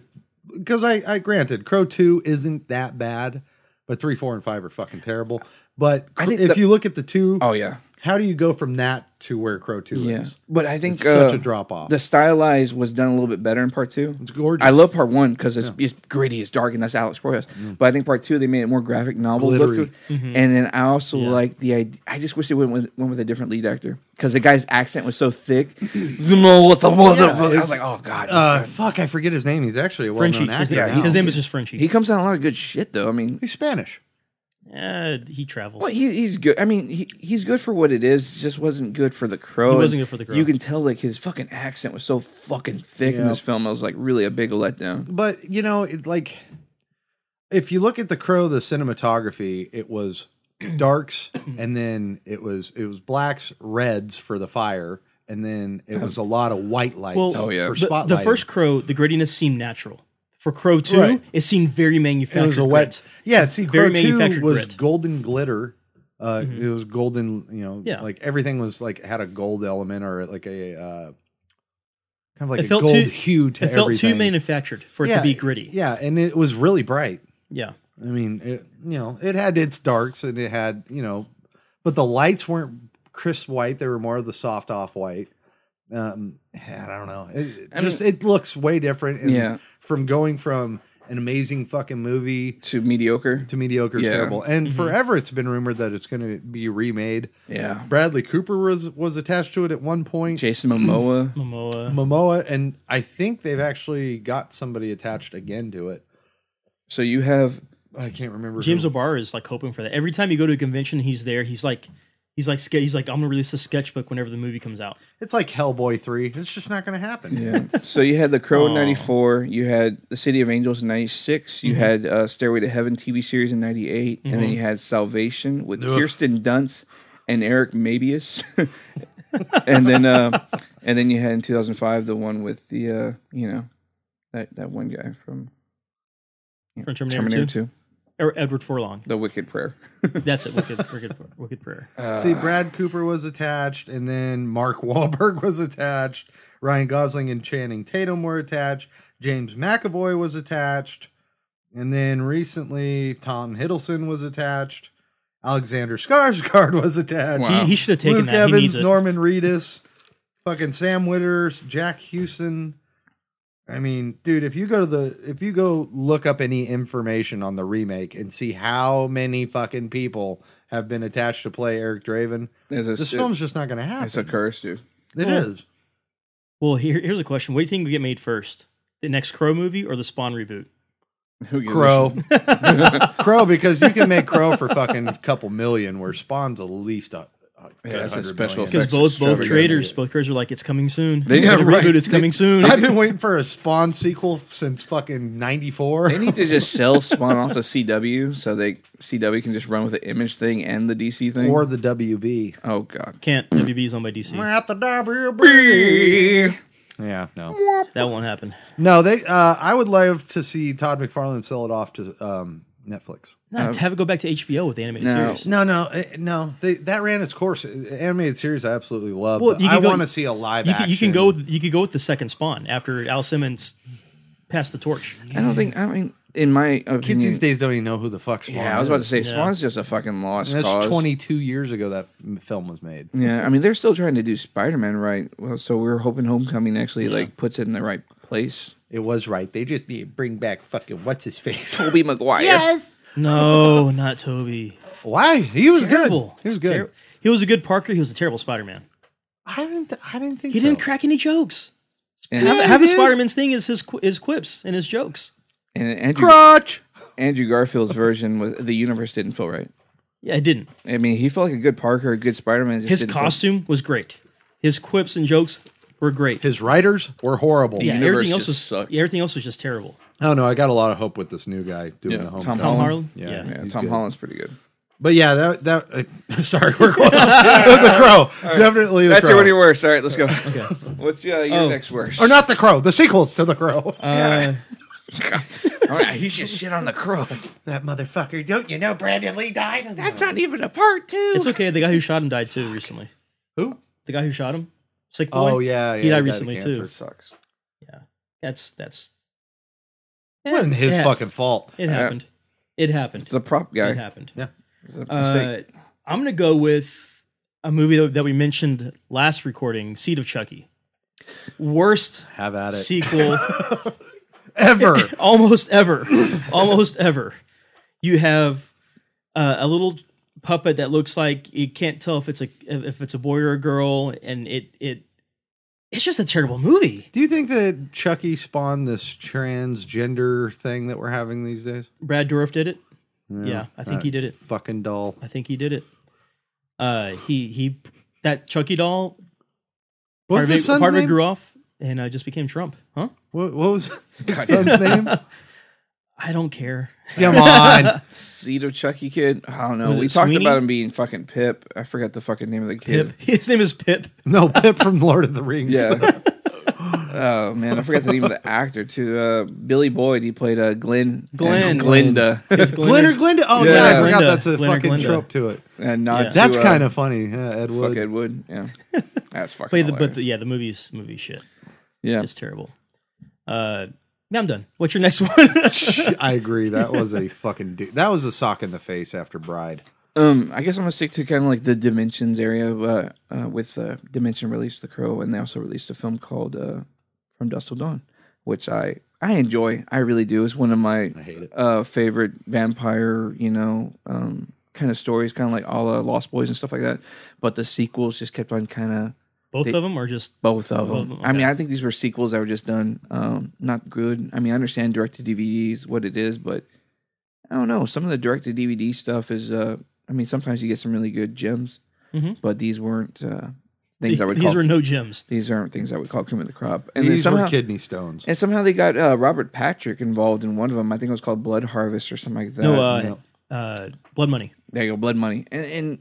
S6: because I, I granted Crow two isn't that bad, but three, four, and five are fucking terrible. But
S5: I think
S6: if
S5: the-
S6: you look at the two,
S5: oh yeah.
S6: how do you go from that to where Crow two
S5: Yeah,
S6: is?
S5: but I think
S6: It's such
S5: uh,
S6: a drop off.
S5: The stylized was done a little bit better in part two.
S6: It's gorgeous.
S5: I love part one because it's, it's gritty, it's dark, and that's Alex Proyas. But I think part two they made it more graphic novel look
S6: Glittery.
S5: to it.
S7: Mm-hmm.
S5: And then I also like the idea. I just wish they went with, went with a different lead actor because the guy's accent was so thick. you know what the motherfucker? I was like, oh god.
S6: uh,
S5: this guy.
S6: fuck, I forget his name. He's actually a well
S7: Frenchie.
S6: known
S7: His,
S6: actor.
S7: name-
S6: now.
S7: his name is just Frenchie.
S5: he
S7: He,
S5: comes out in a lot of good shit though. I mean,
S6: He's Spanish.
S7: uh, he travels.
S5: Well, he, he's good. I mean, he, he's good for what it is. Just wasn't good for the crow.
S7: He wasn't
S5: And
S7: good for The Crow.
S5: You can tell like his fucking accent was so fucking thick in
S6: Yeah.
S5: this film. It was like really a big letdown.
S6: But you know, it, like if you look at the Crow, the cinematography, it was darks,
S7: Mm-hmm.
S6: and then it was it was blacks, reds for the fire, and then it was a lot of white lights
S7: Well,
S5: Oh, yeah.
S6: for
S7: The,
S6: spotlight.
S7: the first crow, the grittiness seemed natural. The For Crow Two,
S6: Right.
S7: it seemed very manufactured.
S6: it was a
S7: grit.
S6: wet. Yeah, see,
S7: Very
S6: Crow Two
S7: manufactured
S6: was
S7: grit.
S6: golden glitter. Uh, It was golden. You know,
S7: Yeah.
S6: like everything was like had a gold element or like a uh, kind of like
S7: It
S6: a
S7: felt
S6: gold
S7: too-
S6: hue to
S7: It felt
S6: everything.
S7: too manufactured for it
S6: Yeah,
S7: to be gritty.
S6: Yeah, and it was really bright.
S7: Yeah.
S6: I mean, it, you know, it had its darks and it had, you know, but the lights weren't crisp white. They were more of the soft off white. Um, I don't know. It, it
S5: I
S6: just it looks way different. And
S5: Yeah.
S6: From going from an amazing fucking movie
S5: to mediocre.
S6: to mediocre is
S5: Yeah. Mm-hmm.
S6: terrible. And forever it's been rumored that it's going to be remade.
S5: Yeah.
S6: Bradley Cooper was was attached to it at one point.
S5: Jason Momoa.
S7: Momoa.
S6: Momoa and I think they've actually got somebody attached again to it.
S5: So you have
S6: I can't remember.
S7: James
S6: who.
S7: O'Barr is like hoping for that. Every time you go to a convention, he's there. He's like, he's like, sca- he's like, I'm gonna release a sketchbook whenever the movie comes out.
S6: It's like Hellboy 3. It's just not going to happen.
S5: yeah. so you had the Crow in
S7: Aw.
S5: '94. You had the City of Angels in '96.
S6: Mm-hmm.
S5: You had uh, Stairway to Heaven TV series in '98, and then you had Salvation with Kirsten Dunst and Eric Mabius. and then uh, and then you had in 2005 the one with the uh, you know that that one guy from
S7: From Terminator,
S5: Terminator
S7: 2.
S5: 2,
S7: Or Edward Forlong.
S5: The Wicked Prayer.
S7: That's it. Wicked, wicked, wicked prayer.
S6: See, Brad Cooper was attached, and then Mark Wahlberg was attached. Ryan Gosling and Channing Tatum were attached. James McAvoy was attached. And then recently, Tom Hiddleston was attached. Alexander Skarsgård was attached.
S5: Wow.
S7: He, he should have taken
S6: Luke
S7: that. he needs
S6: Evans,
S7: it.
S6: Norman Reedus, fucking Sam Witters, Jack Hewson. I mean, dude, if you go to the if you go look up any information on the remake and see how many fucking people have been attached to play Eric Draven,
S5: There's a,
S6: this film's just not going to happen.
S5: it's a curse, dude.
S6: It
S7: Well,
S6: is.
S7: well, here, here's a question. What do you think would get made first? The next Crow movie or the Spawn reboot?
S5: Who gives a
S6: Crow, Crow, because you can make Crow for fucking a couple million, where Spawn's at least a, a
S5: Yeah, that's a
S6: 100
S5: special
S6: million.
S7: Because
S5: Effects
S7: both both
S5: extravaganza.
S7: creators, both creators are like, it's coming soon.
S5: They- yeah,
S7: The
S5: right.
S7: reboot, it's coming soon.
S6: I've been waiting for a Spawn sequel since fucking '94.
S5: They need to just sell Spawn off to CW so they CW can just run with the image thing and the DC thing.
S6: or the WB.
S5: oh god.
S7: Can't. WB's owned by DC.
S6: at the WB. Yeah, no,
S7: That won't happen.
S6: no. They, uh, I would love to see Todd McFarlane sell it off to um, Netflix.
S7: No, to have it go back to HBO with the animated
S5: No.
S7: series.
S6: Uh, No, no, eh, no. They, that ran its course. Uh, Animated series, I absolutely love.
S7: Well,
S6: but
S7: you can
S6: I
S7: go-
S6: want to see a live
S7: You
S6: action.
S7: can, you can go. With, you could go with the second Spawn after Al Simmons passed the torch.
S5: I don't think I mean in my opinion
S6: Kids these days don't even know who the fuck Spawn.
S5: Yeah, I was about to
S6: is.
S5: say Spawn's just a fucking lost
S6: And
S5: cause.
S6: That's 22 years ago that m- film was made.
S5: Yeah, I mean they're still trying to do Spider-Man right. Well, so we are hoping Homecoming actually like puts it in the right place.
S6: It was right. They just need to bring back fucking what's his face.
S5: Toby Maguire.
S7: No, not Toby.
S6: Why? He was
S7: Terrible.
S6: good. He was good.
S7: Ter- he was a good Parker. He was a terrible Spider Man.
S6: I didn't. th- I didn't think
S7: He
S6: so.
S7: didn't crack any jokes.
S5: And,
S7: Half, half of
S6: dude.
S7: Spider Man's thing is his qu- his quips and his jokes.
S5: and Andrew,
S6: Crotch.
S5: Andrew Garfield's version was the universe didn't feel right.
S7: Yeah, it didn't.
S5: I mean, he felt like a good Parker, a good Spider-Man. Just
S7: His
S5: didn't feel-
S7: costume was great. His quips and jokes were great.
S6: His writers were horrible.
S7: yeah,
S5: universe
S7: everything else
S5: just
S7: was
S5: sucked.
S7: yeah, everything else was just terrible.
S6: I don't know. I got a lot of hope with this new guy doing
S5: Yeah,
S6: the home.
S5: Tom
S7: Tom
S5: Holland?
S7: Harlan.
S6: Yeah.
S7: Yeah.
S5: Yeah,
S6: He's
S5: Tom
S6: good.
S5: Holland's pretty good.
S6: But yeah, that that uh, sorry, we're going the crow. Definitely the
S5: That's
S6: crow.
S5: already worse. All right, let's go. okay. What's uh, your
S7: Oh.
S5: next worst?
S6: or not the crow. The sequels to the crow.
S7: Uh,
S5: All right, he's just shit on the crow.
S6: that motherfucker. Don't you know Brandon Lee died?
S5: That's not even a part two.
S7: it's okay. The guy who shot him died too recently.
S6: Who?
S7: The guy who shot him, sick boy.
S6: Oh yeah, yeah
S7: he died
S6: of
S7: recently too.
S6: cancer.
S5: sucks.
S7: That's that's.
S6: It wasn't his
S7: Yeah.
S6: fucking fault.
S7: It happened. It happened.
S5: It's the prop
S7: It
S5: guy.
S7: happened.
S5: It's a
S7: Uh,
S5: mistake.
S7: I'm gonna go with a movie that, that we mentioned last recording, Seed of Chucky. Worst
S6: Have at it.
S7: sequel
S6: Ever.
S7: almost ever, almost ever. You have uh, a little puppet that looks like you can't tell if it's a if it's a boy or a girl, and it it it's just a terrible movie.
S6: Do you think that Chucky spawned this transgender thing that we're having these days?
S7: Brad Dourif did it. Yeah, I think he did it.
S6: Fucking doll.
S7: I think he did it. Uh, he he that Chucky doll
S6: What
S7: part
S6: was
S7: of, it,
S6: his son's
S7: part of it
S6: name?
S7: grew off and uh, just became Trump. Huh?
S6: What, what was his son's name?
S7: I don't care.
S6: Come on.
S5: Seed of Chucky Kid. I don't know.
S7: Was
S5: We
S7: it
S5: talked
S7: Sweeney?
S5: about him being fucking Pip. I forgot the fucking name of the kid.
S7: Pip. His name is Pip.
S6: No, Pip from Lord of the Rings.
S5: Yeah. Oh man, I forgot the name of the actor too. Uh, Billy Boyd. He played uh, Glenn.
S7: Glenn.
S5: And Glinda.
S7: It's
S6: Glenn or
S7: Glinda.
S6: Glinda? Oh yeah,
S5: Yeah.
S6: I forgot
S7: Glinda.
S6: that's a
S7: Glenn or
S6: fucking
S7: Glinda.
S6: trope to it.
S5: and not
S7: Yeah.
S5: to,
S6: That's
S5: uh,
S6: kind of funny. Yeah, Ed
S5: fuck
S6: Wood.
S5: Ed Wood. Yeah, that's fucking.
S7: Play the but the,
S5: hilarious.
S7: yeah the movies movie shit.
S5: yeah.
S7: It's terrible. Uh, yeah, I'm done. What's your next one?
S6: I agree. That was a fucking. Du- that was a sock in the face after Bride.
S5: Um, I guess I'm gonna stick to kind of like the Dimensions area. Uh, uh, with uh, Dimension released The Crow, and they also released a film called uh, From Dusk Till Dawn, which I I enjoy. I really do. It's one of my
S6: hate it.
S5: uh, favorite vampire, you know, um, kind of stories, kind of like all the Lost Boys and stuff like that. But the sequels just kept on kind of
S7: Both
S5: They-
S7: of them are just
S5: both of
S7: Both
S5: them.
S7: of them,
S5: I mean,
S7: okay.
S5: I think these were sequels that were just done um, not good. I mean, I understand direct to DVD is what it is, but I don't know. Some of the direct to DVD stuff is. Uh, I mean, sometimes you get some really good gems,
S7: Mhm.
S5: but these weren't uh, things I would
S7: these
S5: call
S7: were no gems.
S5: these aren't things I would call cream of the crop. And
S6: And
S5: then
S6: These
S5: somehow
S6: were kidney stones.
S5: and somehow they got uh, Robert Patrick involved in one of them. I think it was called Blood Harvest or something like that.
S7: No, uh, uh, blood money.
S5: There you go, Blood Money, and and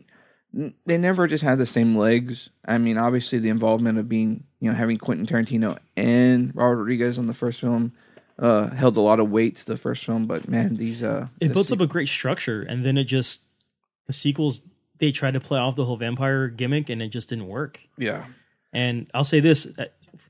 S5: n- they never just had the same legs. I mean, obviously the involvement of being you know having Quentin Tarantino and Robert Rodriguez on the first film uh, held a lot of weight to the first film, but man, these uh,
S7: It
S5: the
S7: built up
S5: se-
S7: a great structure, and then it just the sequels they tried to play off the whole vampire gimmick, and it just didn't work.
S5: yeah,
S7: And I'll say this uh,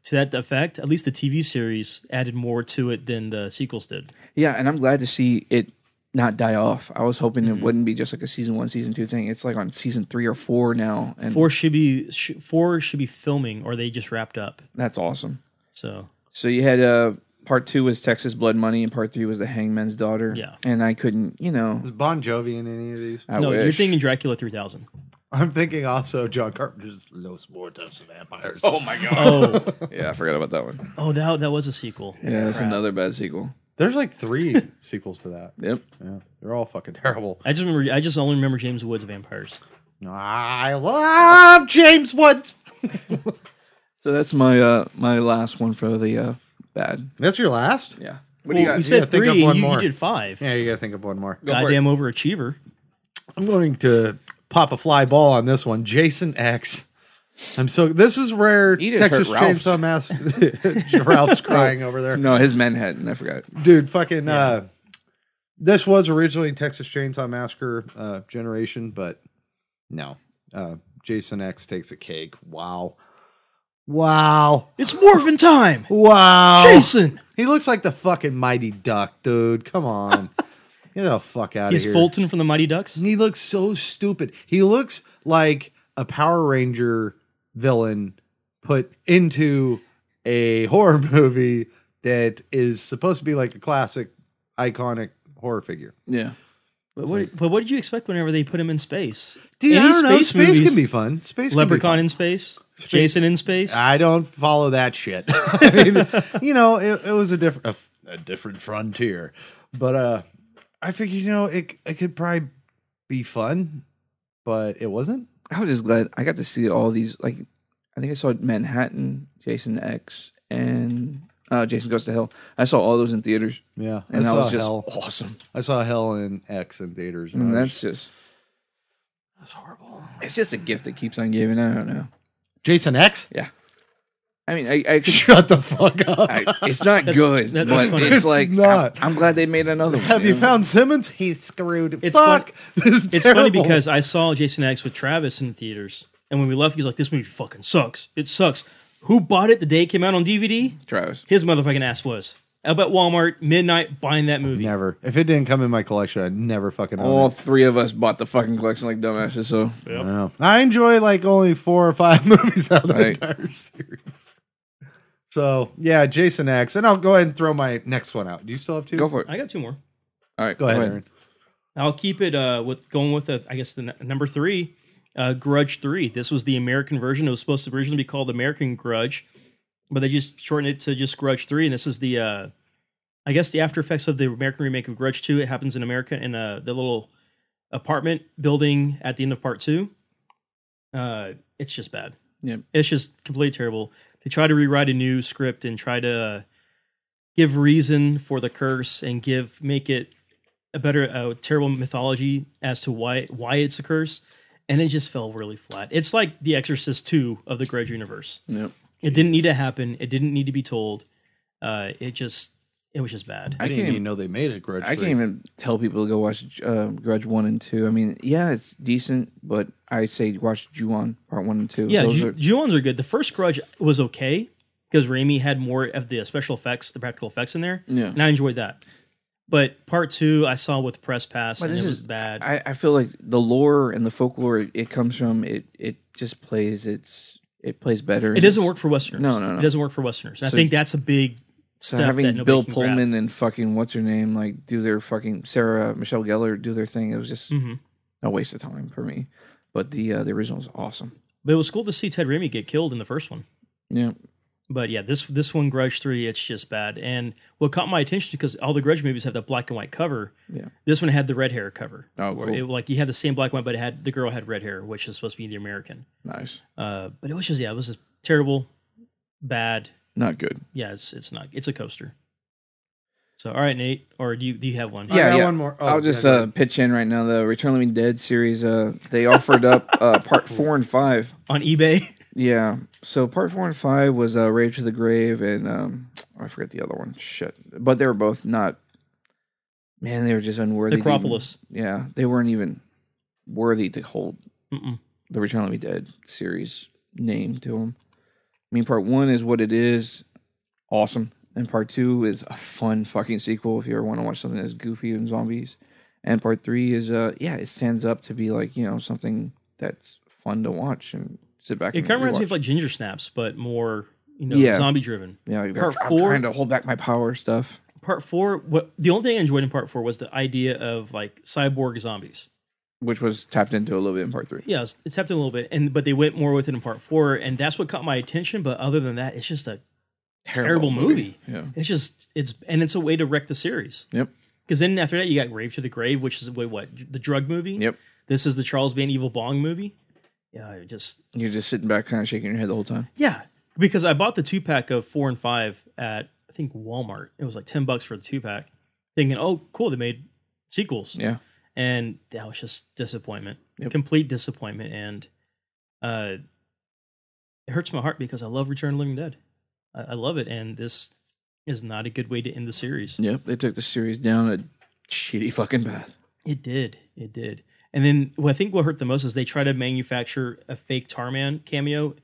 S7: to that effect: at least the TV series added more to it than the sequels did.
S5: yeah, and I'm glad to see it not die off. I was hoping it wouldn't be just like a season one, season two thing. It's like on season three or four now, and
S7: Four should be sh- four should be filming, or they just wrapped up.
S5: that's awesome.
S7: So
S5: So you had uh, part two was Texas Blood Money, and part three was The Hangman's Daughter.
S7: Yeah.
S5: and I couldn't, you know.
S6: Was Bon Jovi in any of these?
S5: I
S7: no, you're
S5: wish.
S7: thinking Dracula 3000.
S6: I'm thinking also John Carpenter's Los Muertos and Vampires.
S7: Oh,
S5: Yeah, I forgot about that one.
S7: oh, that that was a sequel.
S5: Yeah, that's another bad sequel.
S6: There's like three sequels to that.
S5: Yep.
S6: Yeah, they're all fucking terrible.
S7: I just remember. I just only remember James Woods vampires.
S6: I love James Woods.
S5: So that's my uh my last one for the uh bad.
S6: That's your last.
S5: Yeah.
S7: Well, we said
S6: Yeah, think
S7: three.
S6: of
S7: and
S6: one
S7: you, you
S6: more.
S7: did five.
S6: Yeah, you gotta think of one more.
S7: Goddamn overachiever.
S6: I'm going to pop a fly ball on this one. Jason X. I'm so. This is rare.
S5: He just
S6: Texas
S5: hurt Ralph.
S6: Chainsaw Mass. Ralph's crying over there.
S5: No, his Manhattan. I forgot.
S6: dude fucking uh this was originally texas chainsaw massacre uh generation but no uh jason x takes a cake wow wow
S7: It's morphin time.
S6: wow
S7: Jason.
S6: he looks like the fucking mighty duck dude come on get the fuck out of
S7: He's
S6: here
S7: Fulton from the Mighty Ducks.
S6: he looks so stupid he looks like a power ranger villain put into a horror movie that is supposed to be like a classic iconic horror figure
S5: Yeah.
S7: But what, but what did you expect whenever they put him in space?
S6: Dude,
S7: Any
S6: I don't know. Space
S7: movies,
S6: can be fun. Ah, Space
S7: Leprechaun
S6: Can
S7: in space. Jason in space.
S6: be fun. I don't follow that shit. I mean, you know, it, it was a different a, f- a different frontier, but uh, I figured you know it it could probably be fun, but it wasn't.
S5: I was just glad I got to see all these like I think I saw Manhattan, Jason X, and uh Jason Goes to Hell. I saw all those in theaters.
S6: Yeah, I
S5: And that
S6: saw
S5: was just
S6: Hell.
S5: awesome.
S6: I saw Hell in X in theaters.
S5: And
S6: I was-
S5: that's just that's horrible. It's just a gift that keeps on giving. I don't know.
S6: Jason X.
S5: Yeah. I mean, I, I could
S6: Shut the fuck up.
S5: I, it's not good,
S7: that- that's
S5: but
S7: funny.
S5: it's
S6: It's
S5: like
S6: not.
S5: I'm, I'm glad they made another one.
S6: Have you
S5: know?
S6: found Simmons? He's screwed.
S7: It's
S6: fuck. This is
S7: it's funny
S6: terrible.
S7: because I saw Jason X with Travis in the theaters, and when we left, he was like, "This movie fucking sucks. It sucks." Who bought it the day it came out on DVD?
S5: Travis?
S7: His motherfucking ass was. I bet Walmart midnight buying that movie.
S6: never. If it didn't come in my collection, I'd never
S7: Oh,
S6: fucking. own
S5: All
S6: it.
S5: three of us bought the fucking collection like dumbasses. So
S6: No. I enjoy like only four or five movies out of the
S5: Right.
S6: entire series. So yeah, Jason X, and I'll go ahead and throw my next one out. Do you still have two?
S5: go for it.
S7: I got two more.
S5: All right,
S6: Go ahead, Aaron.
S7: I'll keep it uh, with going with uh, I guess the n- number three, uh, Grudge Three. This was the American version. It was supposed to originally be called American Grudge, but they just shortened it to just Grudge Three. And this is the, uh, I guess, the after effects of the American remake of Grudge Two. It happens in America in uh, the little apartment building at the end of Part Two. Uh, it's just bad.
S5: Yep.
S7: It's just completely terrible. They try to rewrite a new script and try to uh, give reason for the curse and give make it a better a terrible mythology as to why why it's a curse and it just fell really flat it's like the exorcist 2 of the grudge universe
S5: Yep.
S7: It didn't need to happen. It didn't need to be told. Uh, it just it was just bad.
S6: I,
S5: I
S6: didn't
S5: can't-
S6: even know they made it. Grudge.
S5: I
S6: Three.
S5: can't even tell people to go watch uh, Grudge one and two. I mean, yeah, it's decent, but I say watch Ju-on Part one and two.
S7: Yeah,
S5: Those
S7: Ju-
S5: are-
S7: Ju-ons are good. The first Grudge was okay because Raimi had more of the special effects, the practical effects in there,
S5: Yeah.
S7: and I enjoyed that. But part two, I saw with the press pass,
S5: But
S7: and it
S5: this
S7: was
S5: is-
S7: bad.
S5: I, I feel like the lore and the folklore it, it comes from it. It just plays its it plays better.
S7: it doesn't work for Westerners.
S5: No, no, no.
S7: It doesn't work for Westerners. And
S5: So-
S7: I think that's a big
S5: So
S7: stuff that
S5: having
S7: nobody
S5: Bill
S7: can grab.
S5: Pullman and fucking what's her name like do their fucking Sarah Michelle Gellar do their thing. It was just
S7: Mhm.
S5: a waste of time for me. But the uh, the original is awesome.
S7: But it was cool to see Ted Raimi get killed in the first one.
S5: Yeah,
S7: But yeah, this this one Grudge three, it's just bad. And what caught my attention because all the Grudge movies have that black and white cover.
S5: Yeah.
S7: This one had the red hair cover.
S5: Oh,
S7: Where
S5: cool.
S7: It, like you had the same black and white, but it had the girl had red hair, which is supposed to be the American.
S5: nice,
S7: Uh, but it was just yeah, it was just terrible, bad.
S5: not good.
S7: Yeah, it's it's not it's a coaster. So all right, Nate, or do you do you have one?
S6: I
S5: Yeah,
S6: got
S5: yeah.
S6: one more. Oh,
S5: I'll just
S6: yeah, go
S5: uh,
S6: ahead.
S5: pitch in right now. The Return of the Living Dead series. Uh, they offered up uh, part four and five.
S7: On eBay.
S5: Yeah. So part four and five was uh, Rage to the Grave, and um, I forget the other one. Shit. But they were both not. Man, they were just unworthy. to even-
S7: Necropolis.
S5: yeah, they weren't even worthy to hold
S7: Mm-mm.
S5: the Return of the Living Dead series name to them. I mean, part one is what it is, awesome, and part two is a fun fucking sequel if you ever want to watch something that's goofy and zombies. And part three is, uh, yeah, it stands up to be like you know something that's fun to watch and sit back.
S7: It
S5: and
S7: kind of reminds me
S5: rewatch.
S7: of like Ginger Snaps, but more you know
S5: Yeah.
S7: zombie driven.
S5: Yeah, like
S7: Part
S5: part i
S7: four-
S5: I'm trying to hold back my power stuff.
S7: Part four. What the only thing I enjoyed in part four was the idea of like cyborg zombies.
S5: Which was tapped into a little bit in part three.
S7: Yeah, it's, it's tapped in a little bit, and but they went more with it in part four, and that's what caught my attention. But other than that, it's just a terrible, movie.
S5: Yeah.
S7: It's just it's and it's a way to wreck the series.
S5: Yep.
S7: Because then after that, you got Grave to the Grave, which is wait, what the drug movie.
S5: Yep.
S7: This is the Charles Band Evil Bong movie. Yeah, I just
S5: You're just sitting back, kind of shaking your head the whole time.
S7: yeah, because I bought the two pack of four and five at I think Walmart. It was like ten bucks for the two pack, thinking, oh, cool, they made sequels.
S5: Yeah.
S7: and that was just disappointment,
S5: Yep.
S7: complete disappointment, and uh, it hurts my heart because I love Return of the Living Dead. I, I love it, and this is not a good way to end the series.
S5: Yep. They took the series down a shitty fucking path.
S7: It did, it did, and then what I think what hurt the most is they try to manufacture a fake Tarman cameo, I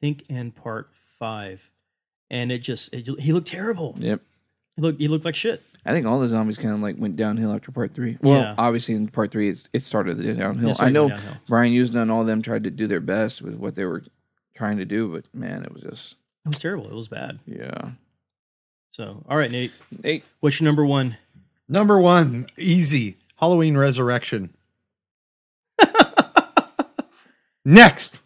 S7: think in part five, and it just it, he looked terrible.
S5: Yep.
S7: He looked he looked like shit.
S5: I think all the zombies kind of like went downhill after part three. Well,
S7: Yeah.
S5: obviously in part three, it's, it started the downhill.
S7: It started
S5: I know
S7: downhill.
S5: Brian Usna and all them tried to do their best with what they were trying to do, but man, it was just
S7: It was terrible. It was bad.
S5: yeah.
S7: So all right, Nate,
S5: Hey,
S7: what's your number one?
S6: number one, easy Halloween Resurrection. Next,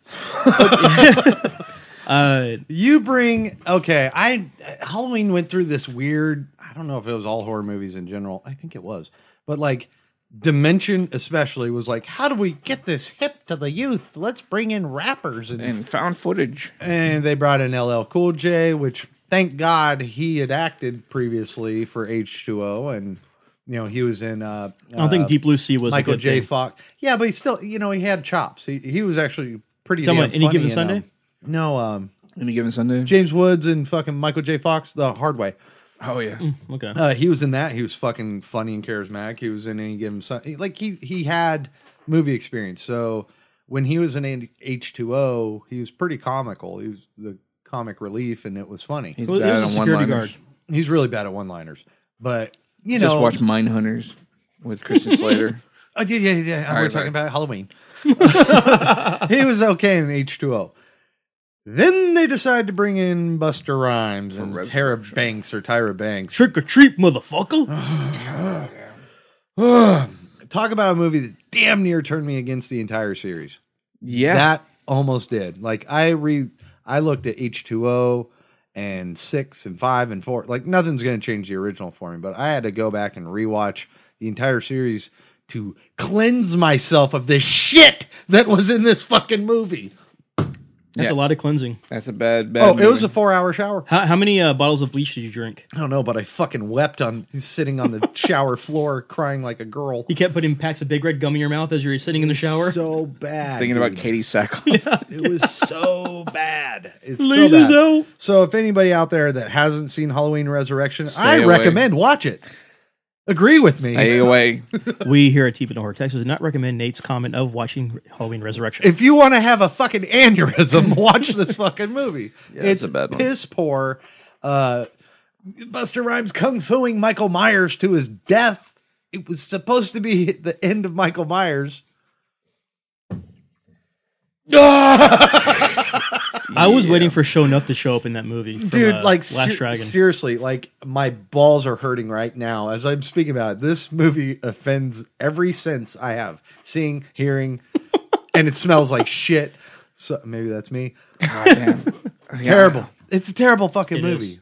S7: Uh,
S6: you bring okay. I Halloween went through this weird. I don't know if it was all horror movies in general. I think it was, but like Dimension especially was like, how do we get this hip to the youth? Let's bring in rappers and
S5: and found footage.
S6: and they brought in LL Cool J, which thank God he had acted previously for H2O, and you know he was in. Uh,
S7: I don't think Deep Blue Sea was a
S6: Michael
S7: good
S6: J.
S7: thing.
S6: Fox. Yeah, but he still, you know, he had chops. He he was actually pretty.
S7: Talking
S6: damn
S7: about Any
S6: funny
S7: Given
S6: in,
S7: Sunday?
S6: um, no, um,
S5: Any given Sunday?
S6: James Woods and fucking Michael J. Fox, The Hard Way.
S5: oh yeah.
S7: Mm. Hmm, Okay.
S6: Uh, he was in that. He was fucking funny and charismatic. He was in any given Sun. he- Like he he had movie experience. So when he was in H two O, he was pretty comical. He was the comic relief, and it was funny.
S5: He's
S7: Well, he was a security
S5: one-liners.
S7: guard.
S6: He's really bad at one liners, but you
S5: Just
S6: know,
S5: watch Mine Hunters with Christian Slater.
S6: Oh, yeah, yeah, yeah.
S5: All
S6: We're
S5: right,
S6: talking
S5: sorry.
S6: about Halloween. he was okay in H2O. Then they decide to bring in Buster Rhymes and Tara Banks or Tyra Banks.
S7: Trick or treat, motherfucker.
S6: Talk about a movie that damn near turned me against the entire series.
S5: Yeah.
S6: That almost did. Like I re I looked at H2O and 6 and 5 and 4. Like nothing's going to change the original for me, but I had to go back and rewatch the entire series to cleanse myself of the shit that was in this fucking movie.
S7: That's
S5: Yeah.
S7: a lot of cleansing.
S5: That's a bad, bad.
S6: Oh, it was a
S5: movie.
S6: four hour shower.
S7: How, how many uh, bottles of bleach did you drink?
S6: I don't know, but I fucking wept on sitting on the shower floor crying like a girl.
S7: He kept putting packs of big red gum in your mouth as you were sitting in the shower.
S6: So bad.
S5: thinking about
S6: dude.
S5: Katie Sackhoff.
S6: It was so bad. It's
S7: Lasers
S6: so
S7: out.
S6: bad. So if anybody out there that hasn't seen Halloween Resurrection, I
S5: away.
S6: recommend watch it. Agree with me.
S5: Stay away.
S7: we here at Deep in the Horror Texas do not recommend Nate's comment of watching Halloween Resurrection.
S6: if you want to have a fucking aneurysm, watch this fucking movie.
S5: that's
S6: it's
S5: a bad one.
S6: piss poor. Uh, Buster Rhymes kung fuing Michael Myers to his death. It was supposed to be the end of Michael Myers.
S7: I was waiting for Show Enough to show up in that movie, from,
S6: dude
S7: uh,
S6: like
S7: Last
S6: ser-
S7: Dragon.
S6: seriously like my balls are hurting right now as i'm speaking about it this movie offends every sense i have seeing hearing and it smells like shit so maybe that's me terrible it's a terrible fucking
S7: It
S6: movie
S7: is.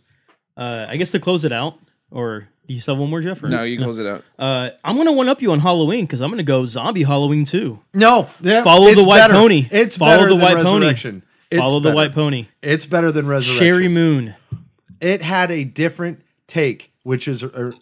S7: uh, I guess to close it out, or do you still have one more, Jeff? or-
S5: No, you close it out.
S7: Uh, I'm gonna one up you on Halloween because I'm gonna go Zombie Halloween too.
S6: no yeah,
S7: Follow the
S6: it's
S7: white
S6: better.
S7: pony.
S6: it's
S7: Follow
S6: better
S7: the
S6: than
S7: white pony.
S6: resurrection It's
S7: Follow the
S6: better.
S7: White Pony,
S6: it's better than resurrection
S7: Sherry Moon.
S6: it had a different take which is or-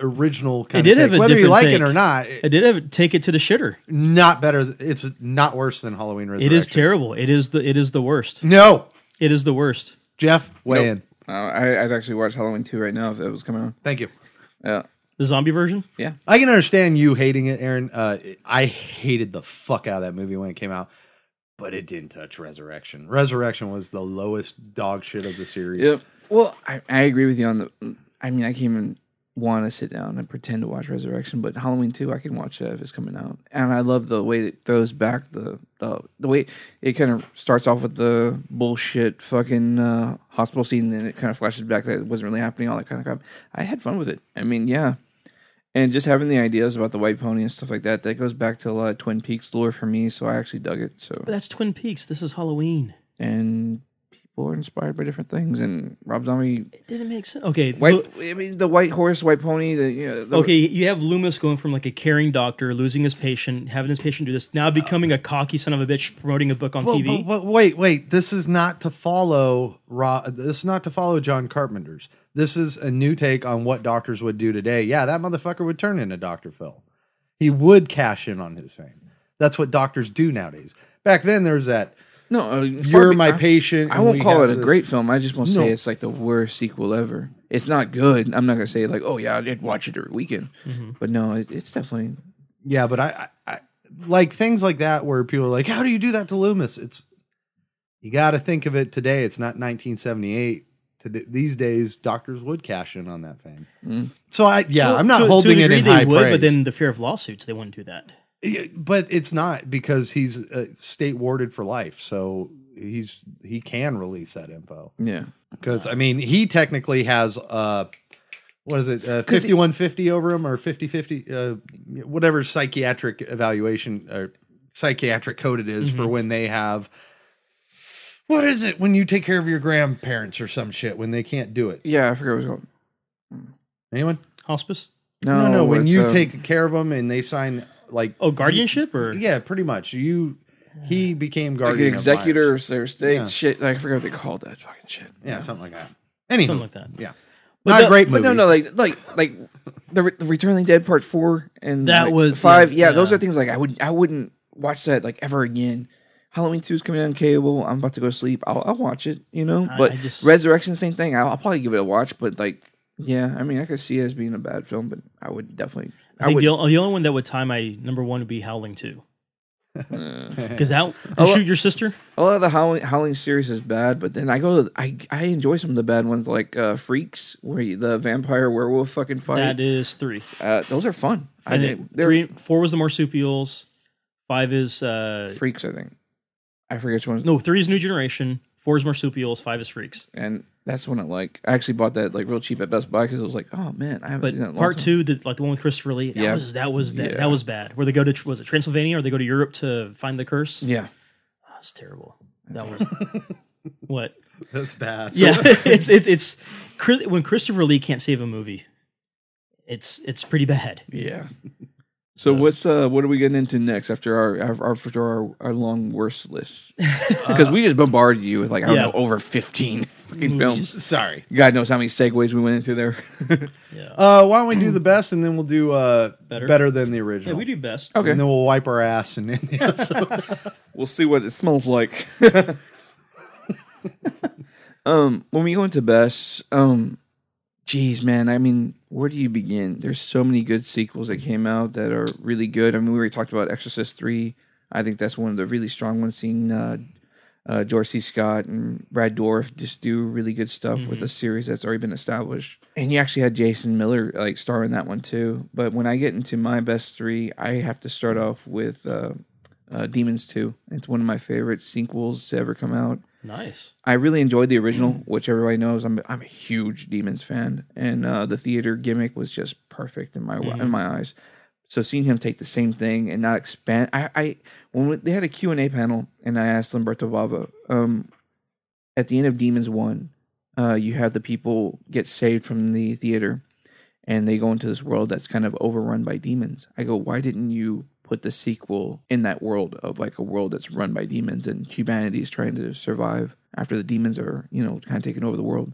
S6: original kind
S7: It did
S6: of take.
S7: have a
S6: whether you
S7: different
S6: like
S7: take.
S6: it or not it-
S7: I did have take it to the shitter.
S6: not better th- it's not worse than halloween
S7: It
S6: resurrection
S7: is terrible. It is the it is the worst.
S6: no
S7: It is the worst.
S6: Jeff, weigh in.
S5: Uh, I, I'd actually watch Halloween 2 right now if it was coming on.
S6: Thank you.
S5: Yeah.
S7: The zombie version.
S5: Yeah.
S6: I can understand you hating it, Aaron. Uh, I hated the fuck out of that movie when it came out, but it didn't touch Resurrection. Resurrection was the lowest dog shit of the series.
S5: Yep. Well, I, I agree with you on the. I mean, I can't even want to sit down and pretend to watch Resurrection, but Halloween 2, I can watch that if it's coming out. And I love the way it throws back the. the the way it kind of starts off with the bullshit fucking uh, hospital scene, and then it kind of flashes back that it wasn't really happening, all that kind of crap. I had fun with it. I mean, yeah. And just having the ideas about the white pony and stuff like that, that goes back to a lot of Twin Peaks lore for me, so I actually dug it. So
S7: But that's Twin Peaks. This is Halloween.
S5: and people are inspired by different things. And Rob Zombie,
S7: It didn't make sense. Okay.
S5: white,
S7: Lu-
S5: I mean, the white horse, white pony. The, you know, the,
S7: Okay, you have Loomis going from like a caring doctor, losing his patient, having his patient do this, now becoming a cocky son of a bitch, promoting a book on
S6: Well,
S7: TV.
S6: but- but wait, wait. This is not to follow Ra- This is not to follow John Carpenter's. This is a new take on what doctors would do today. Yeah, that motherfucker would turn into Doctor Phil. He would cash in on his fame. That's what doctors do nowadays. Back then, there was that
S5: no, uh,
S6: you're
S5: Barbie-
S6: my
S5: I-
S6: patient.
S5: I
S6: and
S5: won't
S6: we
S5: call
S6: have
S5: it a
S6: this-
S5: great film. I just won't say
S6: No.
S5: it's like the worst sequel ever. It's not good. I'm not gonna say like, oh yeah, I did watch it every weekend. But no, it, it's definitely
S6: Yeah, but I, I, I like things like that where people are like, "How do you do that to Loomis?" It's you got to think of it today. It's not 1978. Today, these days, doctors would cash in on that fame. So I,
S7: Mm.
S6: yeah,
S7: Well,
S6: I'm not
S7: to- to a
S6: holding it
S7: degree
S6: in
S7: they
S6: high
S7: would,
S6: praise.
S7: But then the fear of lawsuits, they wouldn't do that.
S6: Yeah, but it's not because he's uh, state warded for life, so he's he can release that info.
S5: yeah.
S6: Because I mean, he technically has uh, what is it, uh,
S5: 'Cause he-
S6: fifty-one fifty over him or fifty-fifty, uh, whatever psychiatric evaluation or psychiatric code it is
S5: Mm-hmm.
S6: for when they have. What is it when you take care of your grandparents or some shit when they can't do it?
S5: Yeah, I forget what it's called.
S6: Anyone?
S7: Hospice?
S5: No,
S6: No, no. when
S5: it's,
S6: you
S5: uh,
S6: take care of them and they sign like,
S7: Oh, guardianship or
S6: yeah, pretty much. You, he became
S5: like
S6: guardian,
S5: the
S6: of Myers.
S5: executors, their state
S6: Yeah.
S5: shit. Like, I forget what they called that fucking shit.
S6: yeah, something like that. Anywho,
S7: something like that.
S6: yeah,
S7: But
S6: not
S7: the-
S6: a great movie.
S5: But no, no, like like like the, Re- the Return of the Dead Part Four and
S7: That
S5: like,
S7: was-
S5: five.
S7: yeah,
S5: Yeah, those
S7: yeah.
S5: are things like I would I wouldn't watch that like ever again. Halloween two is coming out on cable. I'm about to go to sleep. I'll, I'll watch it, you know.
S7: I-
S5: But
S7: I just-
S5: Resurrection, same thing. I'll, I'll probably give it a watch. But like, yeah, I mean, I could see it as being a bad film, but I would definitely.
S7: I
S5: I,
S7: think
S5: would.
S7: the, only, the only one that would tie my number one would be Howling 2. Because that, you
S5: Oh, well-
S7: shoot your sister?
S5: A lot of the Howling, Howling series is bad, but then I go. To, I I enjoy some of the bad ones, like uh, Freaks, where you, the vampire werewolf fucking
S7: That
S5: fight.
S7: is three.
S5: Uh, those are fun. I
S7: And
S5: think
S7: then
S5: they're
S7: three, four was the marsupials. Five is, uh,
S5: Freaks. I think I forget which one.
S7: no, three is New Generation. Four is marsupials. Five is freaks.
S5: and that's when I like. I actually bought that like real cheap at Best Buy because it was like, oh man, I haven't
S7: But
S5: seen that. in a long
S7: part
S5: time.
S7: two, the, like the one with Christopher Lee, that
S5: Yeah.
S7: was that was that,
S5: Yeah.
S7: that was bad. Where they go to was it Transylvania or they go to Europe to find the curse?
S5: yeah,
S7: That's terrible. That was what?
S6: that's bad.
S7: yeah, it's it's it's Chris- when Christopher Lee can't save a movie, it's it's pretty bad.
S5: yeah. So what's uh what are we getting into next after our our, our after our, our long worst list? Because we just bombarded you with like I don't
S7: Uh, Yeah.
S5: know over fifteen fucking films.
S6: Sorry.
S5: God knows how many segues we went into there.
S7: Yeah.
S6: Uh, why don't we do the best and then we'll do uh,
S7: Better.
S6: better. than the
S7: yeah,
S6: original?
S7: we do best.
S5: Okay.
S6: And then we'll wipe our ass and end the episode.
S5: We'll see what it smells like. um, when we go into best, um, geez, man, I mean, where do you begin? There's so many good sequels that came out that are really good. I mean, we already talked about Exorcist three. I think that's one of the really strong ones. Seeing uh, uh, Dorsey Scott and Brad Dorff just do really good stuff with a series that's already been established. And you actually had Jason Miller like star in that one too. But when I get into my best three, I have to start off with. Uh, uh, Demons 2. It's one of my favorite sequels to ever come out.
S7: Nice.
S5: I really enjoyed the original, which everybody knows. I'm I'm a huge Demons fan, and uh, the theater gimmick was just perfect in my in my eyes. So seeing him take the same thing and not expand, I, I when we, they had a Q and A panel, and I asked Lamberto Bava, um, at the end of Demons One, uh, you have the people get saved from the theater, and they go into this world that's kind of overrun by demons. I go, why didn't you put the sequel in that world of like a world that's run by demons and humanity is trying to survive after the demons are, you know, kind of taking over the world?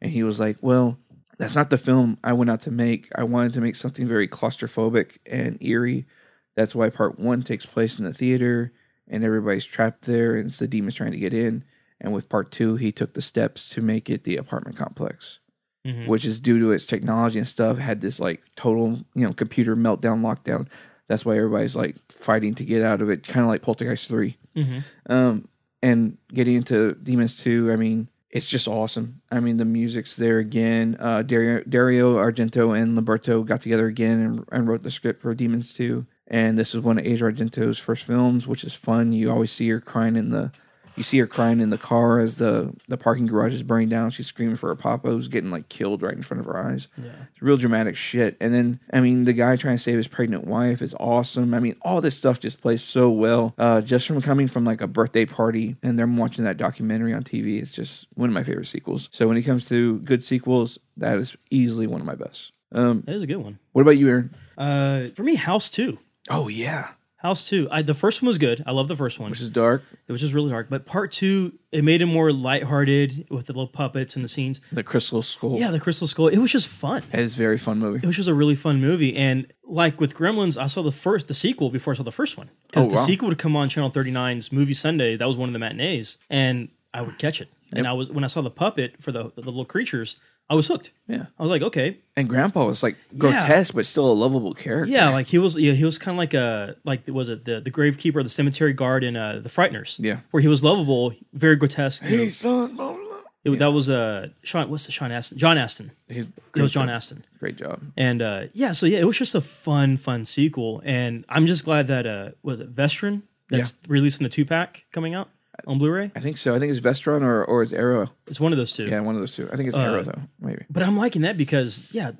S5: And he was like, well, that's not the film I went out to make. I wanted to make something very claustrophobic and eerie. That's why part one takes place in the theater and everybody's trapped there and it's the demons trying to get in. And with part two, he took the steps to make it the apartment complex
S7: Mm-hmm.
S5: which is due to its technology and stuff, had this like total, you know, computer meltdown lockdown. That's why everybody's like fighting to get out of it, kind of like Poltergeist 3.
S7: Mm-hmm.
S5: Um, and getting into Demons 2, I mean, it's just awesome. I mean, the music's there again. Uh, Dario, Dario Argento and Liberto got together again and, and wrote the script for Demons 2. And this is one of Asia Argento's first films, which is fun. You always see her crying in the you see her crying in the car as the, the parking garage is burning down. She's screaming for her papa, who's getting like killed right in front of her eyes. It's real dramatic shit. And then, I mean, the guy trying to save his pregnant wife is awesome. I mean, all this stuff just plays so well. Uh, just from coming from like a birthday party and them watching that documentary on TV, it's just one of my favorite sequels. So when it comes to good sequels, that is easily one of my best. Um,
S7: That is a good one.
S5: what about you, Aaron?
S7: Uh, for me, House Two.
S5: Oh yeah,
S7: House Two. I, the first one was good. I love the first one.
S5: which is dark.
S7: It was just really dark. But part two, it made it more lighthearted with the little puppets and the scenes.
S5: The Crystal Skull.
S7: Yeah, the Crystal Skull. It was just fun.
S5: it is a very fun movie.
S7: It was just a really fun movie. And like with Gremlins, I saw the first, the sequel before I saw the first one because
S5: Oh,
S7: the
S5: wow.
S7: sequel would come on Channel 39's Movie Sunday. That was one of the matinees, and I would catch it. And I was when I saw the puppet for the, the little creatures, I was hooked.
S5: Yeah.
S7: I was like, okay,
S5: And Grandpa was like grotesque, but still a lovable character.
S7: yeah, like he was, yeah, he was kind of like a like was it the the gravekeeper, the cemetery guard in uh, the Frighteners,
S5: Yeah.
S7: where he was lovable, very grotesque. you know.
S5: Hey, son, blah, blah, blah.
S7: It- That was uh Sean. What's the Sean Aston? John Aston.
S5: He-
S7: It was
S5: great
S7: John
S5: job.
S7: Aston.
S5: Great job.
S7: And uh, yeah, so yeah, it was just a fun, fun sequel, and I'm just glad that uh, was it Vestron that's releasing the two pack coming out on Blu-ray.
S5: I think so. I think it's Vestron or, or it's Arrow.
S7: It's one of those two.
S5: Yeah, one of those two. I
S7: Uh,
S5: think it's Arrow though. Maybe.
S7: But I'm liking that because yeah,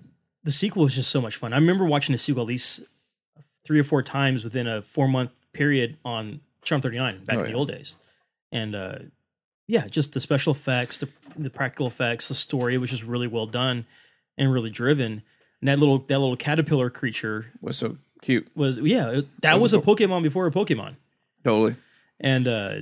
S7: the sequel is just so much fun. I remember watching the sequel at least three or four times within a four month period on Charm 39 back
S5: Oh,
S7: in
S5: yeah.
S7: the old days, and uh, yeah, just the special effects, the the practical effects, the story was just really well done and really driven. And that little that little caterpillar creature
S5: Was so cute.
S7: was yeah it- that was,
S5: Was
S7: a
S5: a
S7: Pokemon before a Pokemon,
S5: Totally.
S7: and uh,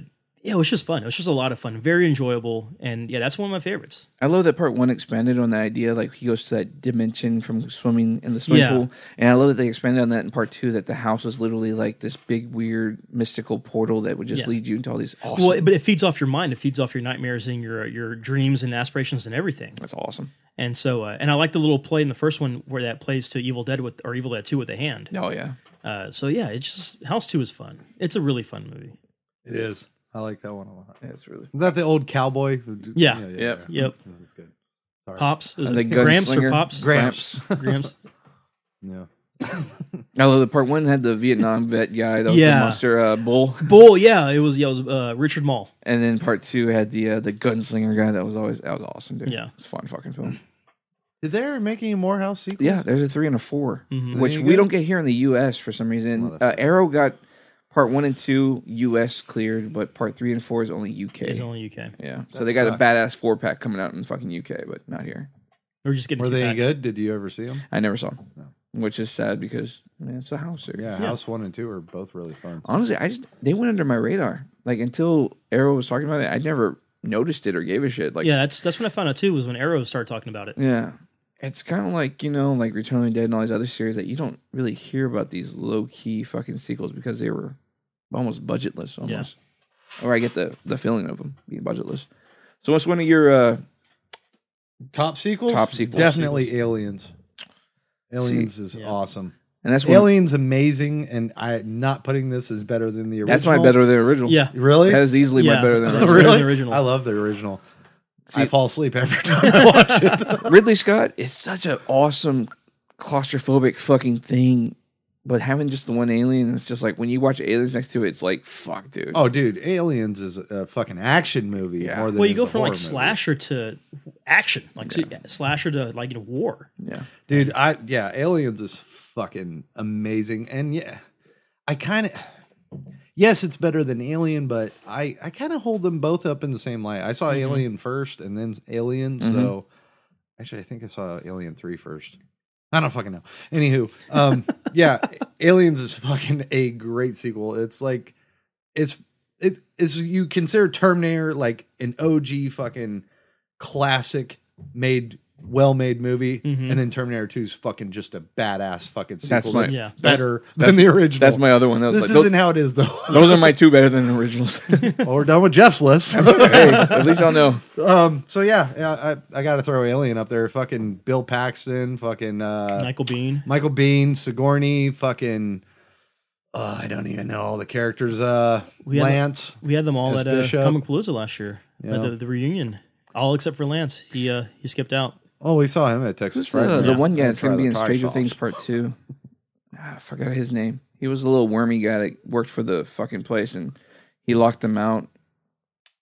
S7: yeah, it was just fun. It was just a lot of fun, very enjoyable, and yeah, that's one of my favorites.
S5: I love that part one expanded on the idea like he goes to that dimension from swimming in the swimming
S7: Yeah.
S5: pool, and I love that they expanded on that in part two that the house is literally like this big weird mystical portal that would just
S7: Yeah.
S5: lead you into all these awesome.
S7: Well, but it feeds off your mind, it feeds off your nightmares and your your dreams and aspirations and everything.
S5: that's awesome.
S7: And so, uh, and I like the little play in the first one where that plays to Evil Dead with or Evil Dead Two with the hand.
S5: Oh yeah.
S7: Uh, so yeah, it's just House Two is fun. It's a really fun movie.
S6: it is. I like that one a lot.
S5: That's really
S6: Is that the old cowboy? who d-
S7: Yeah.
S5: Yep.
S7: Yep,
S6: yeah. That's good. Sorry.
S7: Pops, is
S5: And the
S7: it Gramps or
S5: gunslinger.
S7: Pops?
S6: Gramps.
S7: Gramps.
S6: yeah.
S5: I love that part one had Oh, the Vietnam vet guy that was
S7: Yeah.
S5: the monster uh, bull,
S7: Bull. Yeah, it was. Yeah, it was uh, Richard Mall.
S5: and then part two had the uh, the gunslinger guy that was always that was awesome dude.
S7: Yeah.
S5: it's a fun fucking film.
S6: Did they ever make any more house sequels?
S5: Yeah, there's a three and a 4
S7: Mhm.
S5: which
S6: There you
S5: we
S6: go.
S5: don't get here in the U.S. for some reason. Uh, Arrow got part one and two U.S. cleared, but part three and four is only U.K.
S7: It's only UK.
S5: yeah, so
S6: That
S5: they got
S6: sucks.
S5: a badass four pack coming out in fucking U.K., but not here.
S7: We're just getting
S6: Were
S7: too
S6: they
S7: packed.
S6: good? Did you ever see them?
S5: I never saw. 'em. which is sad because man, it's a house. Here.
S6: Yeah, House One and Two are both really fun.
S5: Honestly, I just they went under my radar. Like until Arrow was talking about it, I never noticed it or gave a shit. Like
S7: yeah, that's that's when I found out too. Was when Arrow started talking about it.
S5: Yeah. It's kind of like, you know, like Return of the Dead and all these other series that you don't really hear about these low key fucking sequels because they were almost budgetless, almost. Or I get the, the feeling of them being budgetless. So, what's one of your. Uh,
S6: Top sequels,
S5: Top sequels.
S6: definitely Aliens. Aliens is
S7: Yeah.
S6: awesome.
S5: and that's one,
S6: Aliens amazing, and I not putting this is better than the original.
S5: That's my better than original.
S7: Yeah,
S6: Really?
S5: That is easily my
S7: Yeah.
S5: better than
S7: Oh,
S6: Oh,
S5: original.
S7: better
S6: really?
S7: than the original.
S6: I love the original. I
S5: See-
S6: fall asleep every time I watch it.
S5: Ridley Scott is such an awesome claustrophobic fucking thing. But having just the one alien, it's just like when you watch aliens next to it, it's like, fuck, dude.
S6: oh, dude, Aliens is a fucking action movie.
S5: Yeah.
S6: More than
S7: Well, you
S6: it's
S7: go
S6: a
S7: from like
S6: horror movie.
S7: slasher to action, like to- slasher to like you know war.
S5: Yeah.
S6: dude. I yeah, Aliens is fucking amazing, and yeah, I kind of yes, it's better than Alien, but I I kind of hold them both up in the same light. I saw Alien first, and then Alien. So actually, I think I saw Alien three first. I don't fucking know. Anywho, um, yeah, Aliens is fucking a great sequel. It's like it's it is you consider Terminator like an OG fucking classic made well made movie,
S7: Mhm.
S6: and then Terminator Two is fucking just a badass fucking sequel.
S5: That's
S6: That's,
S5: my-
S7: Yeah.
S6: better
S5: That's-
S6: than the original.
S5: That's my other one. That was
S6: This
S5: like,
S6: isn't
S5: those,
S6: how it is though.
S5: those are my two better than originals. hey,
S6: well, we're done with Jeff's list.
S5: at least I'll know.
S6: um, so yeah, yeah, I, I got to throw Alien up there. Fucking Bill Paxton, fucking uh,
S7: Michael Bean.
S6: Michael Bean, Sigourney, fucking. Uh, I don't even know all the characters. Uh,
S7: We had-
S6: Lance.
S7: We had them all
S6: As
S7: at uh,
S6: Bishop.
S7: Comic Palooza last year.
S6: Yeah.
S7: uh, the, the reunion, all except for Lance. He uh, he skipped out.
S6: Oh, we saw him at Texas
S5: Who's
S6: Fright.
S5: the, the
S7: Yeah.
S5: one guy that's going to
S6: Try the
S5: be in
S6: Thai
S5: Stranger
S6: sauce.
S5: Things Part Two? Ah, I forgot his name. He was a little wormy guy that worked for the fucking place, and he locked them out.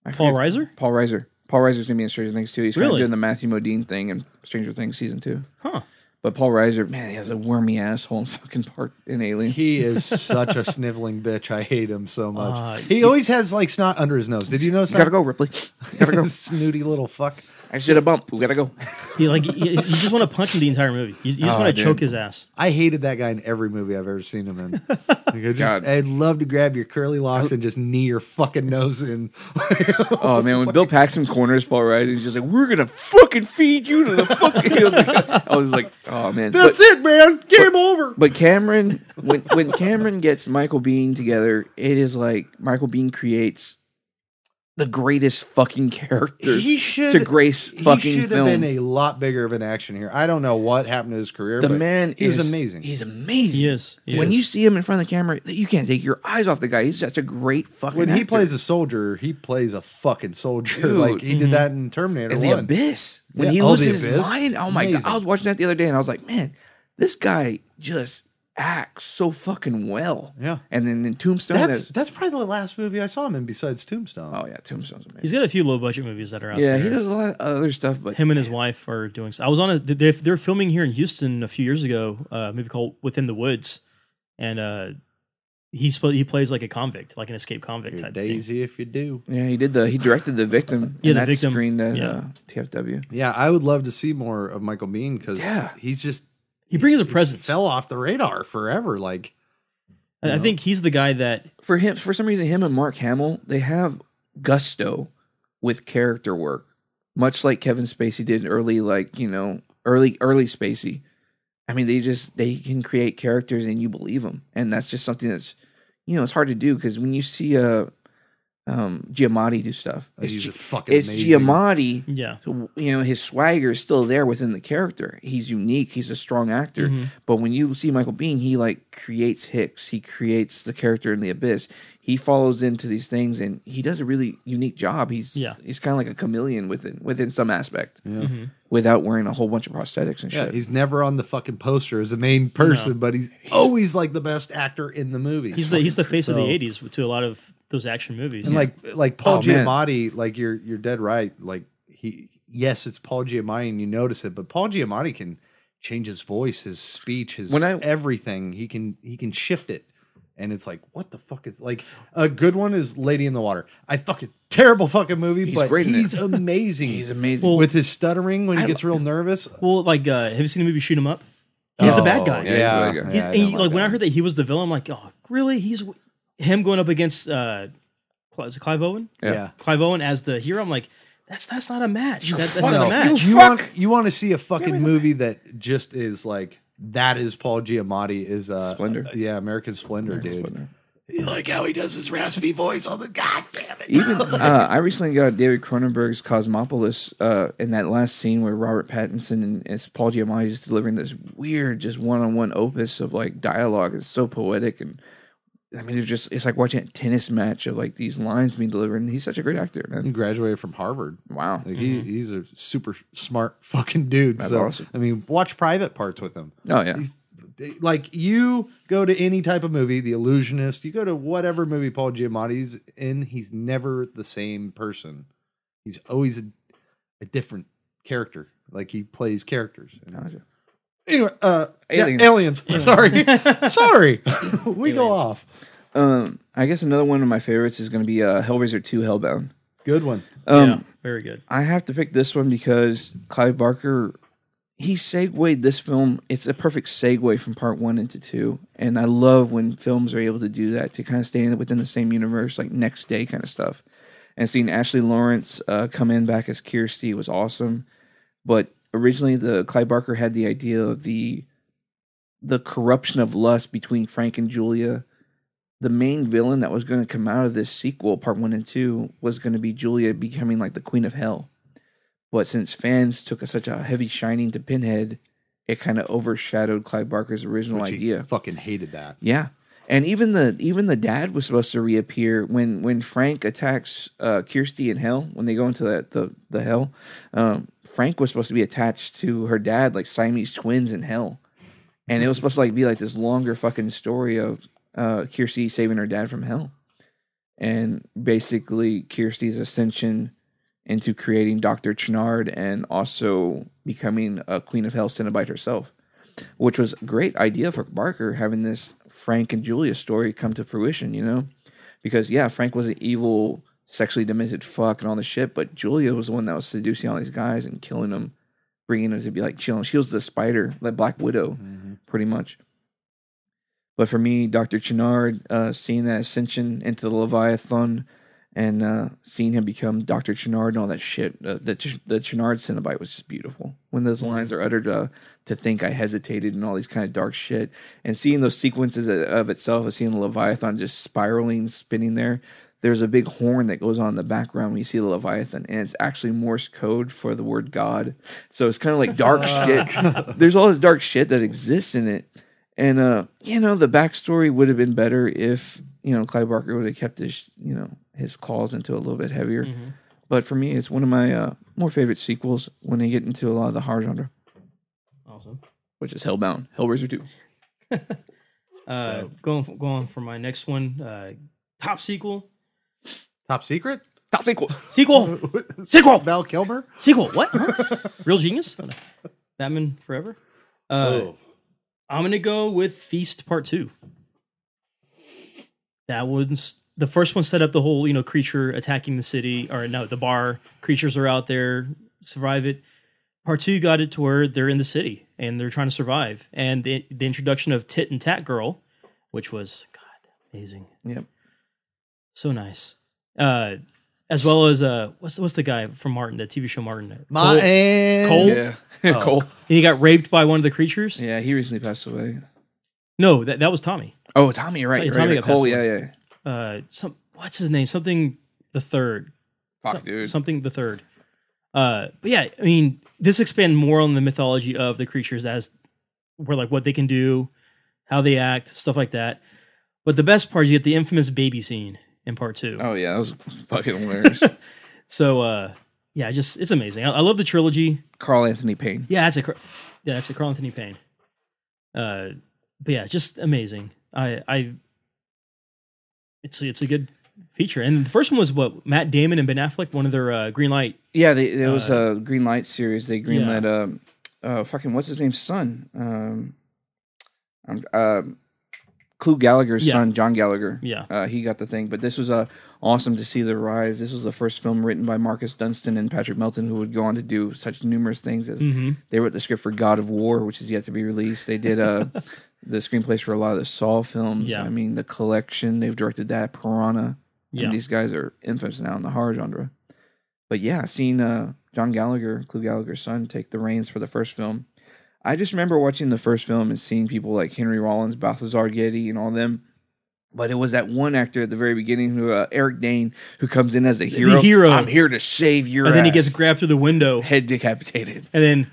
S5: I
S7: Paul
S5: forget-
S7: Reiser?
S5: Paul Reiser. Paul Reiser's going to be in Stranger Things too. He's kind of
S7: Really?
S5: doing the Matthew Modine thing in Stranger Things season two.
S7: Huh.
S5: But Paul Reiser, man, he has a wormy asshole in fucking part in Alien.
S6: He is such a sniveling bitch. I hate him so much.
S7: Uh,
S6: he always has like snot under his nose. Did you notice
S5: you gotta
S6: that?
S5: go, Ripley. You gotta go.
S6: Snooty little fuck.
S5: I should have bumped. We gotta go.
S7: He like you, you just want to punch him the entire movie. You, you just
S5: Oh,
S7: want to
S5: dude.
S7: choke his ass.
S6: I hated that guy in every movie I've ever seen him in. Like, I
S5: God.
S6: would love to grab your curly locks and just knee your fucking nose in.
S5: Oh man, when Bill Paxton corners Paul Reiser, he's just like, "We're gonna fucking feed you to the fucking." I was like, I was like, "Oh man,
S6: That's
S5: But-
S6: it, man. Game over.
S5: But Cameron, when when Cameron gets Michael Bean together, it is like Michael Bean creates the greatest fucking characters
S6: He should-
S5: to grace
S6: he
S5: fucking
S6: should have been
S5: film.
S6: a lot bigger of an action here. I don't know what happened to his career.
S5: the
S6: but
S5: man
S6: he
S5: is
S6: was amazing.
S5: He's amazing.
S7: He is. He
S5: when
S7: is.
S5: you see him in front of the camera, you can't take your eyes off the guy. He's such a great fucking.
S6: when he
S5: actor.
S6: plays a soldier, he plays a fucking soldier.
S5: Dude.
S6: like he
S7: Mm-hmm.
S6: did that in Terminator
S5: in
S6: 1.
S5: the abyss, when
S6: Yeah.
S5: he
S6: Oh,
S5: loses
S6: The
S5: his
S6: Abyss?
S5: mind, oh my god!
S6: Amazing.
S5: I was watching that the other day, and I was like, man, this guy just acts so fucking well.
S6: Yeah.
S5: And then in Tombstone,
S6: That's
S5: there's-
S6: that's probably the last movie I saw him in besides Tombstone.
S5: oh yeah, Tombstone's amazing.
S7: He's got a few low budget movies that are out
S5: Yeah,
S7: there.
S5: he does a lot of other stuff, but
S7: Him and his wife are doing. I was on a. They're, they're filming here in Houston a few years ago. uh, A movie called Within the Woods, and uh, he's sp- he plays like a convict, like an escaped convict
S6: You're
S7: type. Thing.
S6: Daisy, if you do.
S5: yeah, he did the he directed the victim.
S7: Yeah,
S5: and
S7: The
S5: that
S7: Victim.
S5: screened at
S7: Yeah.
S5: uh, TFW.
S6: Yeah, I would love to see more of Michael Bean because
S5: Yeah.
S6: he's just
S7: He brings a presence.
S6: fell off the radar forever. Like
S7: I I think he's the guy that
S5: For him, for some reason, him and Mark Hamill they have gusto with character work, much like Kevin Spacey did early, like you know, early early Spacey. I mean, they just they can create characters and you believe them, and that's just something that's you know it's hard to do because when you see uh, um, Giamatti do stuff, it's,
S6: Oh, he's a
S5: Gi-
S6: fucking
S5: it's
S6: amazing.
S5: Giamatti
S7: yeah.
S5: So, you know his swagger is still there within the character he's unique he's a strong actor but when you see michael bean he like creates hicks he creates the character in the abyss he follows into these things and he does a really unique job he's
S7: Yeah.
S5: he's kind of like a chameleon within within some aspect without wearing a whole bunch of prosthetics and
S6: Yeah,
S5: shit
S6: he's never on the fucking poster as the main person, but he's always like the best actor in the movie.
S7: He's the he's the face of the
S6: So-
S7: '80s to a lot of those action movies.
S6: And like like Paul
S5: Oh, man.
S6: Giamatti, like you're you're dead right. Like he yes, it's Paul Giamatti and you notice it, but Paul Giamatti can change his voice, his speech, his
S5: When I-
S6: everything. He can he can shift it. And it's like, what the fuck is like a good one is Lady in the Water. I fucking terrible fucking movie,
S5: He's
S6: but
S5: great in it.
S6: he's amazing.
S5: he's amazing
S7: Well-
S6: with his stuttering when he
S5: I
S6: gets real nervous.
S7: well, like uh, have you seen the movie Shoot 'Em Up? He's the
S6: Oh,
S7: bad guy.
S9: Yeah, he's the bad guy.
S7: He's- and you- like when I heard that he was the villain, I'm like, oh, really? He's him going up against uh, Cl- is it Clive Owen?
S6: yeah.
S7: Clive Owen as the hero. I'm like, that's that's not a match. That, that's
S6: Fuck
S7: not a
S6: no.
S7: match.
S6: You want you want to see a fucking movie that just is like that is Paul Giamatti is uh
S5: Splendor.
S6: yeah, American Splendor, dude. You like how he does his raspy voice all the god damn it.
S5: Even uh, I recently got David Cronenberg's Cosmopolis uh, in that last scene where Robert Pattinson and it's Paul Giamatti is delivering this weird, just one-on-one opus of like dialogue. It's so poetic, and I mean, it's just it's like watching a tennis match of like these lines being delivered. And he's such a great actor,
S6: He
S5: man.
S6: graduated from Harvard.
S5: Wow.
S6: Like he, he's a super smart fucking dude.
S5: Mm-hmm. That's
S6: so
S5: awesome.
S6: I mean, watch private parts with him.
S5: Oh yeah,
S6: They- Like you go to any type of movie, The Illusionist, you go to whatever movie Paul Giamatti's in, he's never the same person. He's always a, a different character. Like he plays characters.
S5: Gotcha.
S6: Anyway, uh,
S5: Aliens.
S6: aliens. aliens. Sorry, sorry, we go off.
S5: Um, I guess another one of my favorites is going to be uh, Hellraiser Two: Hellbound.
S6: Good one.
S5: Um,
S7: yeah, very good.
S5: I have to pick this one because Clive Barker, he segued this film. It's a perfect segue from part one into two, and I love when films are able to do that to kind of stay in- within the same universe, like next day kind of stuff. And seeing Ashley Lawrence uh, come in back as Kirsty was awesome. But originally, the Clive Barker had the idea of the the corruption of lust between Frank and Julia. The main villain that was going to come out of this sequel, part one and two, was going to be Julia becoming like the queen of hell. But since fans took a, such a heavy shining to Pinhead, it kind of overshadowed Clive Barker's original
S6: Which he
S5: idea.
S6: fucking hated that.
S5: Yeah. And even the even the dad was supposed to reappear when when Frank attacks uh, Kirsty in hell when they go into the the, the hell. Um, Frank was supposed to be attached to her dad like Siamese twins in hell, and it was supposed to like be like this longer fucking story of uh, Kirsty saving her dad from hell, and basically Kirsty's ascension into creating Doctor Chenard and also becoming a Queen of Hell Cenobite herself which was a great idea for Barker having this Frank and Julia story come to fruition, you know? Because yeah, Frank was an evil, sexually demented fuck and all this shit, but Julia was the one that was seducing all these guys and killing them, bringing them to be like chilling. She was the spider, the Black Widow, pretty much. But for me, Doctor Chenard, uh, seeing that ascension into the Leviathan, and uh, seeing him become Doctor Chenard and all that shit, uh, the Ch- the Chenard Cenobite was just beautiful. When those lines are uttered, uh, to think I hesitated and all these kind of dark shit, and seeing those sequences of- of itself, and seeing the Leviathan just spiraling, spinning there. There's a big horn that goes on in the background when you see the Leviathan, and it's actually Morse code for the word God. So it's kind of like dark shit. There's all this dark shit that exists in it. And uh, you know, the backstory would have been better if you know Clive Barker would have kept his you know his claws into a little bit heavier. But for me, it's one of my uh, more favorite sequels when they get into a lot of the horror genre,
S7: Awesome.
S5: which is Hellbound, Hellraiser Two.
S7: Uh, going for, going for my next one, uh, top sequel,
S6: Top Secret. Oh,
S5: Top sequel.
S7: sequel, sequel,
S6: Val Kilmer.
S7: sequel. What? Real genius. Batman Forever.
S6: Oh.
S7: Uh, I'm gonna go with Feast Part Two. That one's the first one set up the whole you know creature attacking the city or no the bar creatures are out there survive it. Part two got it to where they're in the city and they're trying to survive and the, the introduction of Tit and Tat Girl, which was God amazing,
S5: Yep.
S7: so nice. Uh, as well as uh, what's what's the guy from Martin the TV show Martin?
S6: My
S7: Cole-
S6: and
S7: Cole?
S5: Yeah. Oh. Cole.
S7: and he got raped by one of the creatures.
S5: Yeah, he recently passed away.
S7: No, that that was Tommy.
S5: Oh, Tommy, you're right.
S7: Tommy-
S5: You're right,
S7: Tommy
S5: right.
S7: got
S5: Cole.
S7: passed
S5: Yeah, yeah.
S7: uh some what's his name something the third
S5: Fuck,
S7: Some-
S5: dude.
S7: something the third uh but yeah i mean this expand more on the mythology of the creatures as where like what they can do how they act stuff like that but the best part is you get the infamous baby scene in part two.
S5: Oh yeah, that was fucking hilarious.
S7: so uh yeah just it's amazing i, I love the trilogy
S5: Carl Anthony Payne.
S7: yeah that's a cr- yeah that's a carl anthony payne uh but yeah just amazing i i it's it's a good feature and the first one was what matt damon and ben affleck one of their uh, green light
S5: Yeah, they, there was
S7: Uh,
S5: a green light series. They green
S7: yeah.
S5: lit um, uh, fucking what's his name's son. Um, I'm um, Clue Gallagher's
S7: Yeah.
S5: son, John Gallagher.
S7: Yeah.
S5: uh, he got the thing. But this was uh, awesome to see the rise. This was the first film written by Marcus Dunstan and Patrick Melton, who would go on to do such numerous things as
S7: Mm. Mm-hmm.
S5: they wrote the script for God of War, which is yet to be released. They did uh, the screenplays for a lot of the Saw films.
S7: Yeah.
S5: I mean, the collection they've directed that Piranha. I mean,
S7: Yeah.
S5: these guys are infants now in the horror genre. But yeah, seeing uh, John Gallagher, Clue Gallagher's son, take the reins for the first film. I just remember watching the first film and seeing people like Henry Rollins, Balthazar Getty, and all them. But it was that one actor at the very beginning, who uh, Eric Dane, who comes in as the hero.
S7: hero.
S5: I'm here to save your.
S7: and then he
S5: ass."
S7: gets grabbed through the window,
S5: head decapitated.
S7: and then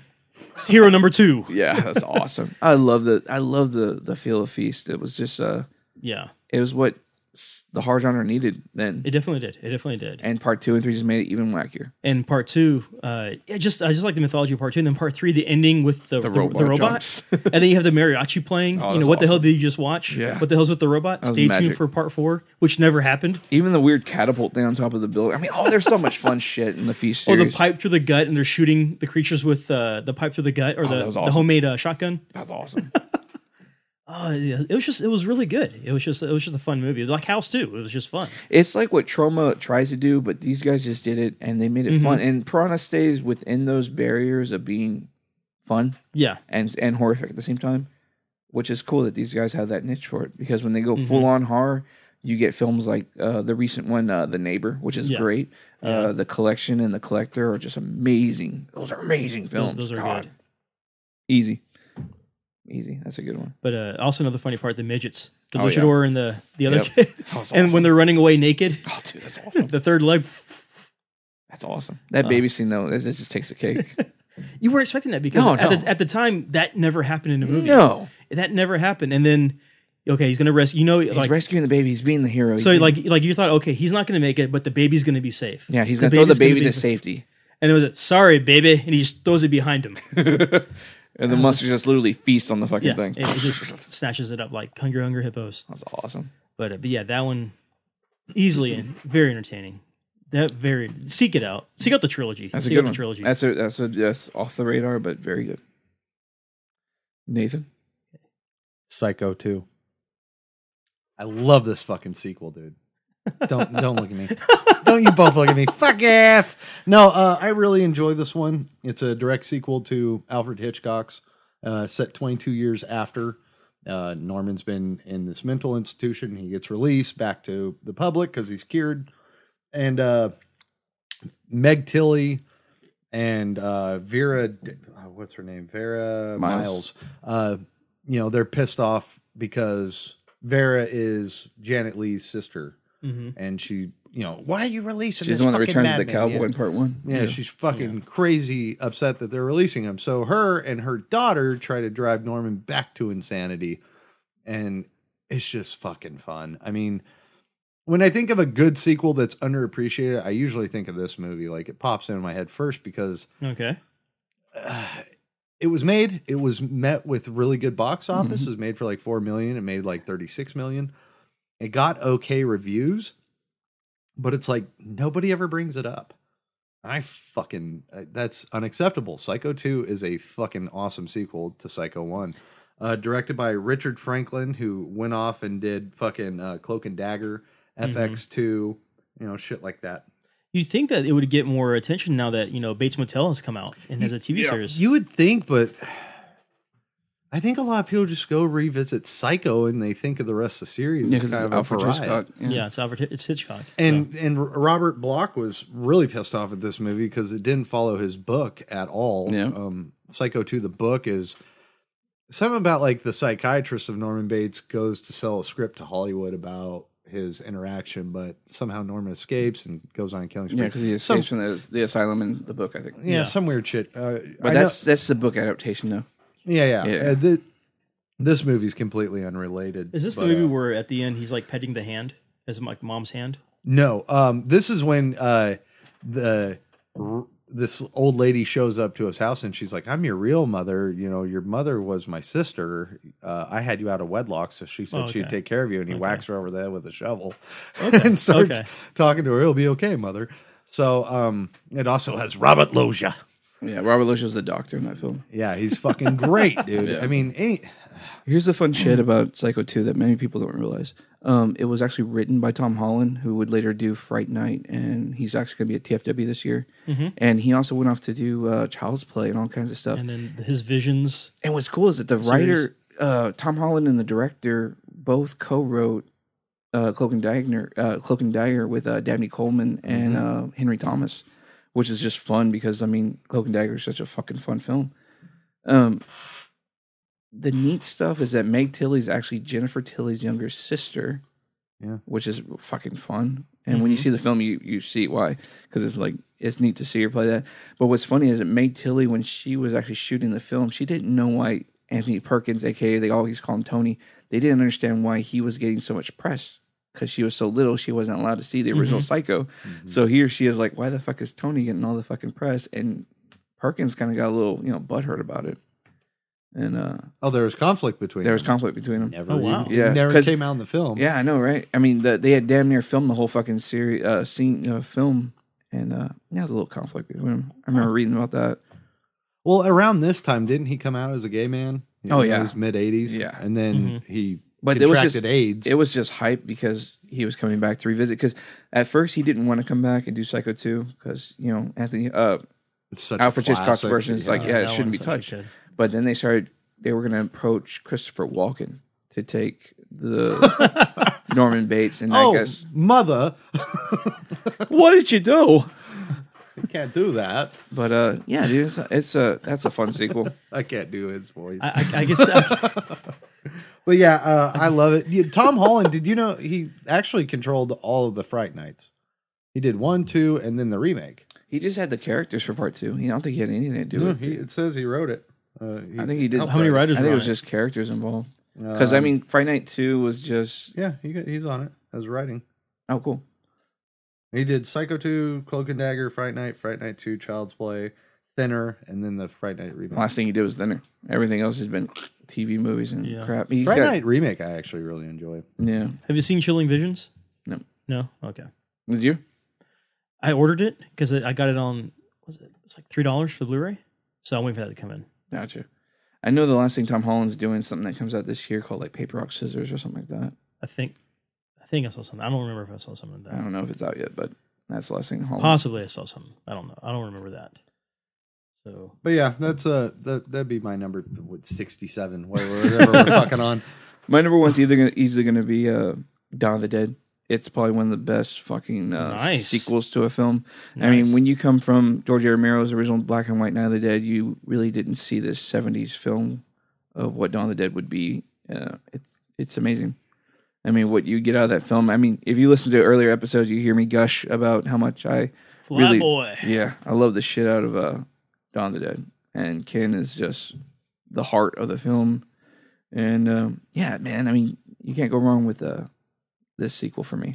S7: it's hero number two.
S5: Yeah, that's awesome. I love the I love the the feel of feast. It was just uh,
S7: Yeah,
S5: it was what s- the horror genre needed then.
S7: it definitely did. It definitely did.
S5: and part two and three just made it even wackier.
S7: and part two, uh, yeah, just I just like the mythology of part two, and then part three, the ending with the the, the
S5: robot
S7: robot,
S5: jumps. Oh,
S7: and then you have the mariachi playing. you know
S5: that's
S7: what the hell
S5: awesome.
S7: did you just watch?
S5: Yeah.
S7: what the hell's with the robot?
S5: was
S7: Stay
S5: magic.
S7: tuned for part four, which never happened.
S5: Even the weird catapult thing on top of the building. I mean, oh, there's so much fun shit in the feast
S7: Or
S5: series.
S7: Oh, the pipe through the gut, and they're shooting the creatures with uh, the pipe through the gut, or the,
S5: Oh, that was
S7: the
S5: awesome.
S7: homemade uh, shotgun.
S5: That's awesome.
S7: Oh, yeah, it was just it was really good. It was just it was just a fun movie. It was like House too. It was just fun.
S5: it's like what Trauma tries to do, but these guys just did it and they made it
S7: Mm-hmm.
S5: fun. And Piranha stays within those barriers of being fun.
S7: Yeah,
S5: and and horrific at the same time, which is cool that these guys have that niche for it. Because when they
S7: Mm-hmm.
S5: go full on horror, you get films like uh, the recent one, uh, The Neighbor, which is
S7: Yeah.
S5: great. Uh, the Collection and The Collector are just amazing. Those are amazing films.
S7: those, those are
S5: God.
S7: good.
S5: Easy, easy. That's a good one.
S7: But uh, also another funny part: the midgets, the
S5: Oh, yeah.
S7: luchador and the the other
S5: Yep.
S7: kid,
S5: That's
S7: and when they're running away naked,
S5: Oh, dude, that's awesome.
S7: the third leg.
S5: that's awesome. That baby scene though, it, it just takes a cake.
S7: You weren't expecting that because
S5: No,
S7: at,
S5: no.
S7: the, at the time that never happened in a movie.
S5: no,
S7: that never happened. And then okay, he's gonna rest. You know,
S5: he's
S7: like
S5: rescuing the baby. He's being the hero.
S7: so,
S5: He's
S7: like like you thought, okay, he's not gonna make it, but the baby's gonna be safe.
S5: yeah, he's gonna throw the
S7: baby's
S5: baby to
S7: be-
S5: safety,
S7: And it was a, sorry, baby, and he just throws it behind him.
S5: and the monster just literally feasts on the fucking
S7: Yeah,
S5: thing.
S7: and it just snatches it up like hungry, hungry hippos.
S5: That's awesome.
S7: But uh, but yeah, that one easily and very entertaining. That very seek it out. Seek out the trilogy.
S5: That's
S7: seek
S5: a good
S7: out
S5: one.
S7: the trilogy.
S5: That's a that's a that's off the radar, but very good. Nathan,
S6: Psycho 2. I love this fucking sequel, dude. Don't don't look at me. Don't you both look at me. Fuck off. No, uh, I really enjoy this one. It's a direct sequel to Alfred Hitchcock's, uh, set 22 years after. Uh, Norman's been in this mental institution. He gets released back to the public because he's cured. And uh, Meg Tilly and uh, Vera, D- uh, what's her name? Vera
S5: Miles.
S6: Miles. Uh, you know, they're pissed off because Vera is Janet Lee's sister.
S7: Mm-hmm.
S6: And she, you know, why are you releasing
S5: she's
S6: this
S5: the one that
S6: fucking
S5: returned to the
S6: madman?"
S5: cowboy in part one.
S6: Yeah, she's fucking crazy upset that they're releasing him. So her and her daughter try to drive Norman back to insanity. And it's just fucking fun. I mean, when I think of a good sequel that's underappreciated, I usually think of this movie. Like it pops into my head first because
S7: okay.
S6: it was made it was met with really good box office it was made for like 4 million it made like 36 million it got okay reviews but it's like nobody ever brings it up i fucking uh, that's unacceptable psycho 2 is a fucking awesome sequel to psycho 1 uh, directed by richard franklin who went off and did fucking uh, cloak and dagger fx2 you know shit like that
S7: You'd think that it would get more attention now that you know Bates Motel has come out and has a TV series.
S6: You would think, but I think a lot of people just go revisit Psycho and they think of the rest of the series.
S5: Yeah,
S6: as
S5: because
S6: kind
S5: it's
S6: of a
S5: Alfred
S6: pariah.
S5: Hitchcock. Yeah.
S7: yeah, it's Alfred. Hitch- It's Hitchcock.
S6: And and Robert Block was really pissed off at this movie because it didn't follow his book at all.
S5: Yeah.
S6: Um, Psycho 2, the book is something about like the psychiatrist of Norman Bates goes to sell a script to Hollywood about his interaction, but somehow Norman escapes and goes on a killing spree.
S5: Yeah, because he
S6: Some-
S5: escapes from the, the asylum in the book, I think.
S6: yeah,
S7: Yeah.
S6: some weird shit. Uh,
S5: But
S6: I know-
S5: that's that's the book adaptation, though.
S6: Yeah, yeah.
S5: Yeah.
S6: Uh, thi- this movie's completely unrelated.
S7: Is this
S6: but,
S7: the movie
S6: uh,
S7: where at the end he's like petting the hand as like mom's hand?
S6: no, um, this is when uh, the r- this old lady shows up to his house and she's like, "I'm your real mother. You know, your mother was my sister. Uh, I had you out of wedlock, so she said
S7: Oh,
S6: she'd
S7: okay.
S6: take care of you." And he
S7: Okay.
S6: whacks her over the head with a shovel and starts
S7: Okay.
S6: talking to her. It'll be okay, mother. So um, it also has Robert Loggia.
S5: Yeah, Robert Lush was the doctor in that film.
S6: Yeah, he's fucking great, dude.
S5: Yeah.
S6: I mean, any,
S5: Here's the fun shit about Psycho 2 that many people don't realize. Um, it was actually written by Tom Holland, who would later do Fright Night, and he's actually going to be at TFW this year. And he also went off to do uh, Child's Play and all kinds of stuff.
S7: and
S5: And,
S7: then his visions.
S5: what's cool is that the writer, uh, Tom Holland, and the director both co-wrote uh, Cloak and Dagger, uh, Cloak and Dagger with uh, Dabney Coleman and uh, Henry Thomas, which is just fun because I mean, Cloak and Dagger is such a fucking fun film. Um, the neat stuff is that Meg Tilly is actually Jennifer Tilly's younger sister,
S6: Yeah.
S5: which is fucking fun. And when you see the film, you you see why because it's like it's neat to see her play that. But what's funny is that Meg Tilly, when she was actually shooting the film, she didn't know why Anthony Perkins, aka they always call him Tony, they didn't understand why he was getting so much press because she was so little, she wasn't allowed to see the original Psycho. So here she is like, why the fuck is Tony getting all the fucking press? And Perkins kind of got a little you know butthurt about it. And uh,
S6: Oh, there was conflict between.
S5: there was
S6: them.
S5: conflict between them.
S6: Never,
S7: Oh, wow.
S5: Yeah,
S6: never
S5: 'cause-
S6: came out in the film.
S5: Yeah, I know, right? I mean, the, they had damn near filmed the whole fucking series, uh, scene, uh, film, and uh, yeah, it was a little conflict between them. I remember reading about that.
S6: Well, around this time, didn't he come out as a gay man? You
S5: Oh, yeah.
S6: his mid eighties.
S5: Yeah.
S6: and then
S7: Mm-hmm.
S6: he
S5: But it was
S6: contracted
S5: just-
S6: AIDS.
S5: It was just hype because he was coming back to revisit. Because at first he didn't want to come back and do Psycho two because you know Anthony uh,
S6: It's such a
S5: Alfred Hitchcock's
S6: classic.
S5: version is like yeah, it
S7: that
S5: shouldn't
S7: one's
S5: be
S7: such a
S5: touched.
S7: shit.
S5: But then they started they were going to approach Christopher Walken to take the Norman Bates and
S6: Oh,
S5: I guess
S6: mother!
S5: what did you do?
S6: I can't do that.
S5: But uh, yeah, dude, it's a, it's a that's a fun sequel.
S6: I can't do his voice.
S7: I, I, I guess I,
S6: but yeah, uh, I love it. Yeah, Tom Holland. did you know he actually controlled all of the Fright Nights? He did one, two, and then the remake.
S5: He just had the characters for part two. He I don't think he had anything to do
S6: No,
S5: with
S6: he,
S5: it.
S6: it says he wrote it. Uh, he
S5: I think he did.
S6: helped
S7: How many
S6: write
S5: I
S7: writers?
S5: think
S7: were
S5: it
S7: on
S5: was just characters involved.
S6: it.
S5: Because I
S6: Um,
S5: mean, Friday Night Two was just
S6: yeah, he, got- he's on it as writing.
S5: oh cool.
S6: He did Psycho 2, Cloak and Dagger, Fright Night, Fright Night 2, Child's Play, Thinner, and then the Fright Night remake.
S5: Last thing he did was Thinner. Everything else has been TV movies and
S7: Yeah.
S5: crap. He's
S6: Fright
S5: got-
S6: Night remake, I actually really enjoy.
S5: Yeah.
S7: Have you seen Chilling Visions?
S5: No.
S7: No. Okay.
S5: Did you?
S7: I ordered it because I got it on. Was it? It's like three dollars for the Blu-ray. So I'm waiting for that to come in.
S5: Gotcha. I know the last thing Tom Holland's doing is something that comes out this year called like Paper Rock Scissors or something like that.
S7: I think. I think I saw something. I don't remember if I saw something like
S5: I
S7: that.
S5: don't know if it's out yet, but that's the last thing Holland.
S7: Possibly I saw something. I don't know. I don't remember that. So
S6: But yeah, that's uh that that'd be my number what, 67, whatever whatever we're fucking on.
S5: My number one's either gonna, easily going to be uh, Dawn of the Dead. It's probably one of the best fucking uh,
S7: Nice.
S5: sequels to a film. I mean,
S7: Nice.
S5: when you come from George A. Romero's original Black and White Night of the Dead, you really didn't see this '70s film of what Dawn of the Dead would be. Uh, it's it's amazing. I mean, what you get out of that film. I mean, if you listen to earlier episodes, you hear me gush about how much I
S7: Fly
S5: really,
S7: Boy.
S5: yeah, I love the shit out of uh, Dawn of the Dead, and Ken is just the heart of the film. And um, yeah, man, I mean, you can't go wrong with uh, this sequel for me.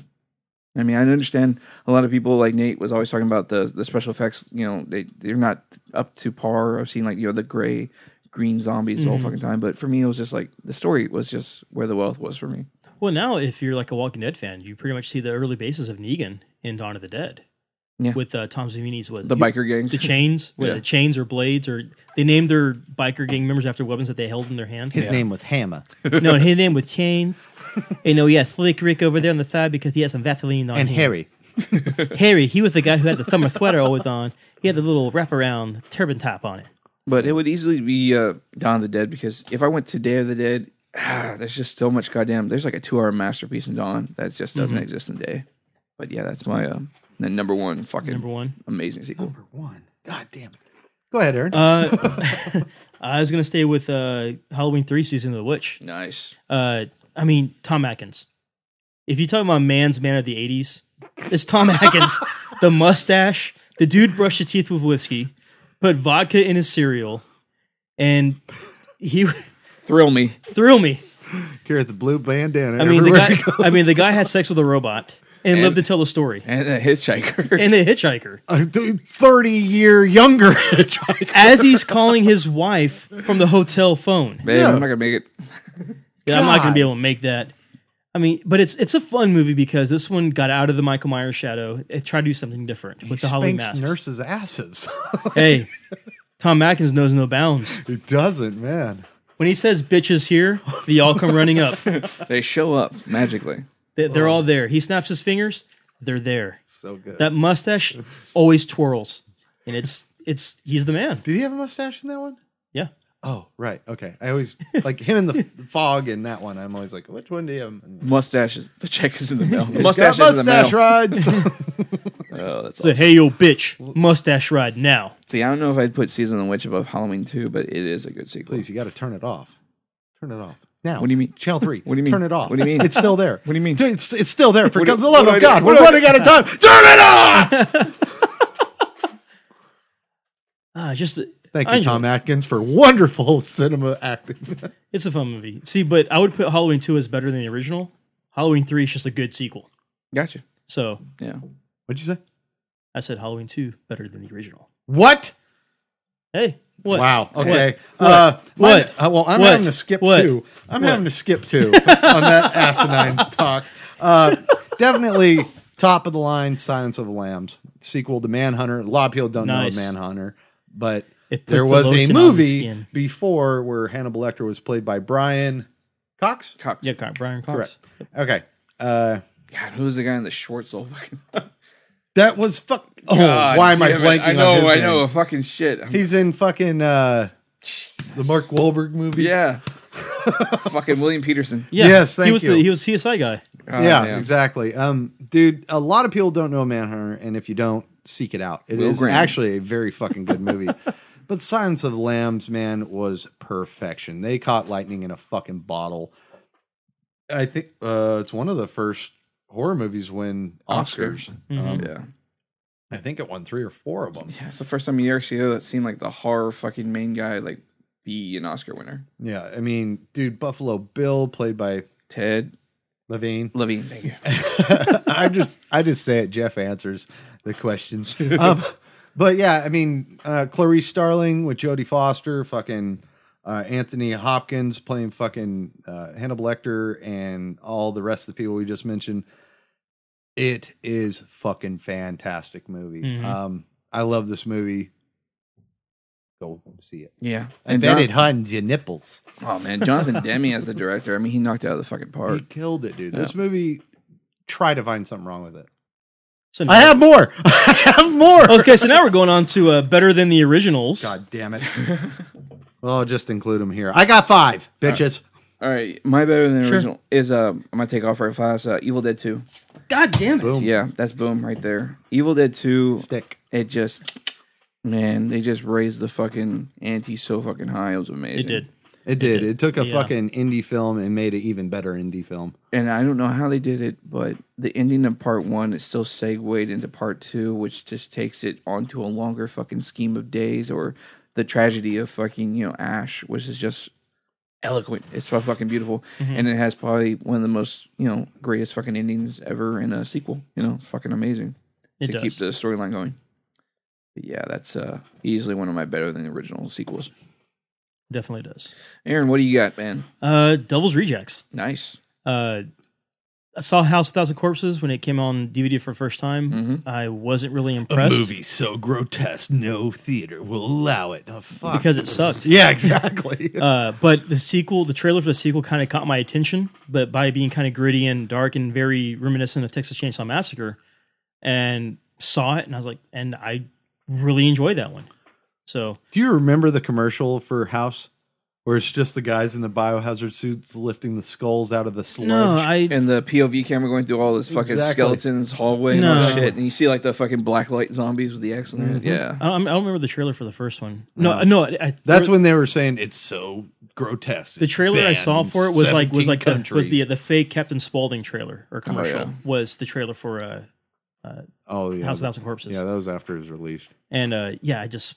S5: I mean, I understand a lot of people like Nate was always talking about the the special effects. You know, they they're not up to par. I've seen like you know the gray, green zombies the whole
S7: Mhm.
S5: fucking time. But for me, it was just like the story was just where the wealth was for me.
S7: Well, now if you're like a Walking Dead fan, you pretty much see the early basis of Negan in Dawn of the Dead.
S5: Yeah.
S7: With uh, Tom Savini's what
S5: The biker gang.
S7: the chains, what
S5: Yeah.
S7: the chains or blades or they named their biker gang members after weapons that they held in their hand.
S6: His name was Hammer.
S7: no, his name was Chain. You know, yeah, Slick Rick over there on the side because he had some Vaseline on
S6: and
S7: him.
S6: Harry.
S7: Harry, he was the guy who had the summer sweater always on. He had the little wraparound turban top on it.
S5: But it would easily be uh, Dawn of the Dead because if I went to Day of the Dead, ah, there's just so much goddamn. There's like a two hour masterpiece in Dawn that just doesn't exist in Day. But yeah, that's my um, the number one fucking
S7: Number one.
S5: amazing sequel.
S6: Number one. God damn it. Go ahead, Aaron.
S7: Uh, I was gonna stay with uh, Halloween three season of the witch.
S5: Nice.
S7: uh, I mean, Tom Atkins. If you talk about man's man of the 80s, it's Tom Atkins. the mustache, the dude brushed his teeth with whiskey, put vodka in his cereal, and he
S5: Thrill me.
S7: thrill me.
S6: Here at the blue bandana.
S7: I mean, the
S6: everywhere
S7: guy,
S6: he goes.
S7: I mean, the guy had sex with a robot and, lived to tell the story.
S5: And a hitchhiker.
S7: And a hitchhiker.
S6: A dude 30 year younger hitchhiker.
S7: As he's calling his wife from the hotel phone.
S5: Babe,
S6: Yeah.
S5: I'm not gonna make it.
S7: Yeah, I'm not going
S6: God.
S7: to be able to make that. I mean, but it's it's a fun movie because this one got out of the Michael Myers shadow. It tried to do something different with the Halloween
S6: Spanks
S7: mask.
S6: nurses' asses.
S7: Hey, Tom Atkins knows no bounds.
S6: it doesn't, man.
S7: When when he says bitches here, they all come running up.
S5: They show up magically.
S7: They, they're all there. He snaps his fingers. They're there.
S6: So good.
S7: That mustache always twirls, and it's it's he's the man.
S6: Did he have a mustache in that one?
S7: Yeah.
S6: Oh, right. Okay. I always like him in the the fog in that one. I'm always like, which one do you have? And-
S5: Mustache is the check is in the mail. The
S6: Got
S5: mustache is in the mail.
S6: mustache rides.
S5: Oh, that's
S7: So hey yo bitch, mustache ride now.
S5: See, I don't know if I'd put Season of the Witch above Halloween 2, but it is a good sequel.
S6: Please, you got to turn it off. Turn it off now.
S5: What do you mean?
S6: Channel three.
S5: What do you mean?
S6: Turn it off.
S5: What do you mean?
S6: It's still there.
S5: What do you mean?
S6: Dude, It's, it's still there. For
S5: What do
S6: God-
S5: you-
S6: the
S5: what
S6: love
S5: do I
S6: of
S5: do?
S6: God,
S5: What
S6: we're
S5: do I
S6: running out of time. Turn it off.
S7: Ah, just
S6: Thank
S7: I
S6: you,
S7: enjoy
S6: Tom
S7: it.
S6: Atkins, for wonderful cinema acting.
S7: It's a fun movie. See, but I would put Halloween two as better than the original. Halloween three is just a good sequel.
S5: Gotcha.
S7: So
S5: Yeah.
S6: What'd you say?
S7: I said Halloween two better than the original.
S6: What?
S7: Hey, what?
S6: Wow. Okay.
S7: What?
S6: Uh,
S7: What?
S6: my- uh, well, I'm
S7: What?
S6: having to skip
S7: What?
S6: two. I'm having to skip two on that asinine talk. Uh, definitely top of the line, Silence of the Lambs sequel to Manhunter. A lot of people don't
S7: Nice.
S6: know of Manhunter, but
S7: It puts
S6: there
S7: the
S6: was a
S7: lotion on the
S6: movie
S7: skin.
S6: before where Hannibal Lecter was played by Brian Cox.
S5: Cox.
S7: Yeah, Cox- Brian Cox.
S6: Correct. Okay. Uh,
S5: God, who was the guy in the shorts? all fucking.
S6: that was fuck. Oh,
S5: God
S6: why am I
S5: damn it.
S6: blanking
S5: I know,
S6: on his
S5: I
S6: name?
S5: know. Fucking shit. I'm-
S6: He's in fucking uh, the Mark Wahlberg movie.
S5: yeah. fucking William Peterson.
S7: Yeah,
S6: Yes,
S7: he
S6: thank
S7: was
S6: you.
S7: The, he was CSI guy.
S5: Oh,
S6: yeah,
S5: man.
S6: exactly. Um, dude, a lot of people don't know Manhunter, and if you don't, seek it out. It is
S5: Will Graham.
S6: actually a very fucking good movie. but Silence of the Lambs, man, was perfection. They caught lightning in a fucking bottle. I think uh, it's one of the first horror movies win Oscars. Um,
S5: Mm-hmm. Yeah.
S6: I think it won three or four of them.
S5: Yeah, it's the first time you ever see that seen like the horror fucking main guy like be an Oscar winner.
S6: Yeah, I mean, dude, Buffalo Bill, played by
S5: Ted
S6: Levine.
S5: Levine. Thank you.
S6: I just I just say it. Jeff answers the questions. Um, but yeah, I mean uh, Clarice Starling with Jodie Foster, fucking uh, Anthony Hopkins playing fucking uh, Hannibal Lecter, and all the rest of the people we just mentioned. It is fucking fantastic movie.
S7: Mhm.
S6: Um, I love this movie. Go see it.
S5: Yeah.
S6: I bet it hardens your nipples.
S5: Oh man, Jonathan Demi as the director. I mean, he knocked it out of the fucking
S6: He
S5: park.
S6: killed it, dude.
S5: Yeah.
S6: This movie. Try to find something wrong with it.
S7: So
S6: I have more. I have more.
S7: Okay, so now we're going on to uh, better than the originals.
S6: God damn it. well, I'll just include them here. I got five, bitches.
S5: All right, my better than the
S7: Sure.
S5: original is uh, I'm gonna take off right fast. Uh, Evil Dead Two.
S7: God damn it.
S6: Boom.
S5: Yeah, that's boom right there. Evil Dead Two.
S6: Stick.
S5: It just, man, they just raised the fucking ante so fucking high. It was amazing.
S7: It did.
S6: It did. It took a
S7: Yeah.
S6: fucking indie film and made an even better indie film.
S5: and I don't know how they did it, but the ending of part one is still segued into part two, which just takes it onto a longer fucking scheme of days or the tragedy of fucking, you know, Ash, which is just eloquent. It's so fucking beautiful.
S7: Mm-hmm.
S5: And it has probably one of the most, you know, greatest fucking endings ever in a sequel. You know, it's fucking amazing
S7: It
S5: to
S7: does.
S5: keep the storyline going. But yeah, that's uh, easily one of my better than the original sequels.
S7: Definitely does.
S5: Aaron, what do you got, man?
S7: Uh, Devil's Rejects.
S5: Nice.
S7: Uh, I saw House of Thousand Corpses when it came on DVD for the first time. I wasn't really impressed
S9: so grotesque, no theater will allow it. Oh,
S7: because it sucked.
S6: Yeah, exactly.
S7: Uh, but the sequel, the trailer for the sequel, kind of caught my attention. But by being kind of gritty and dark and very reminiscent of Texas Chainsaw Massacre, and saw it, and I was like, and I really enjoyed that one. So
S6: Do you remember the commercial for House? Where it's just the guys in the biohazard suits lifting the skulls out of the sludge.
S7: no, I
S5: and the POV camera going through all this fucking
S6: Exactly.
S5: skeletons hallway and all
S7: No.
S5: that shit, and you see like the fucking black light zombies with the X on their head. Yeah,
S7: I don't, I don't remember the trailer for the first one. No, no, I, I-
S6: That's when they were saying it's
S9: so grotesque.
S7: the trailer I saw for it was like was like the, was the
S9: countries.
S7: the fake Captain Spaulding trailer or commercial
S5: yeah.
S7: was the trailer for uh,
S6: oh yeah,
S7: House of
S6: that-
S7: Thousand Corpses.
S6: yeah, that was after it was released.
S7: and uh, yeah, I just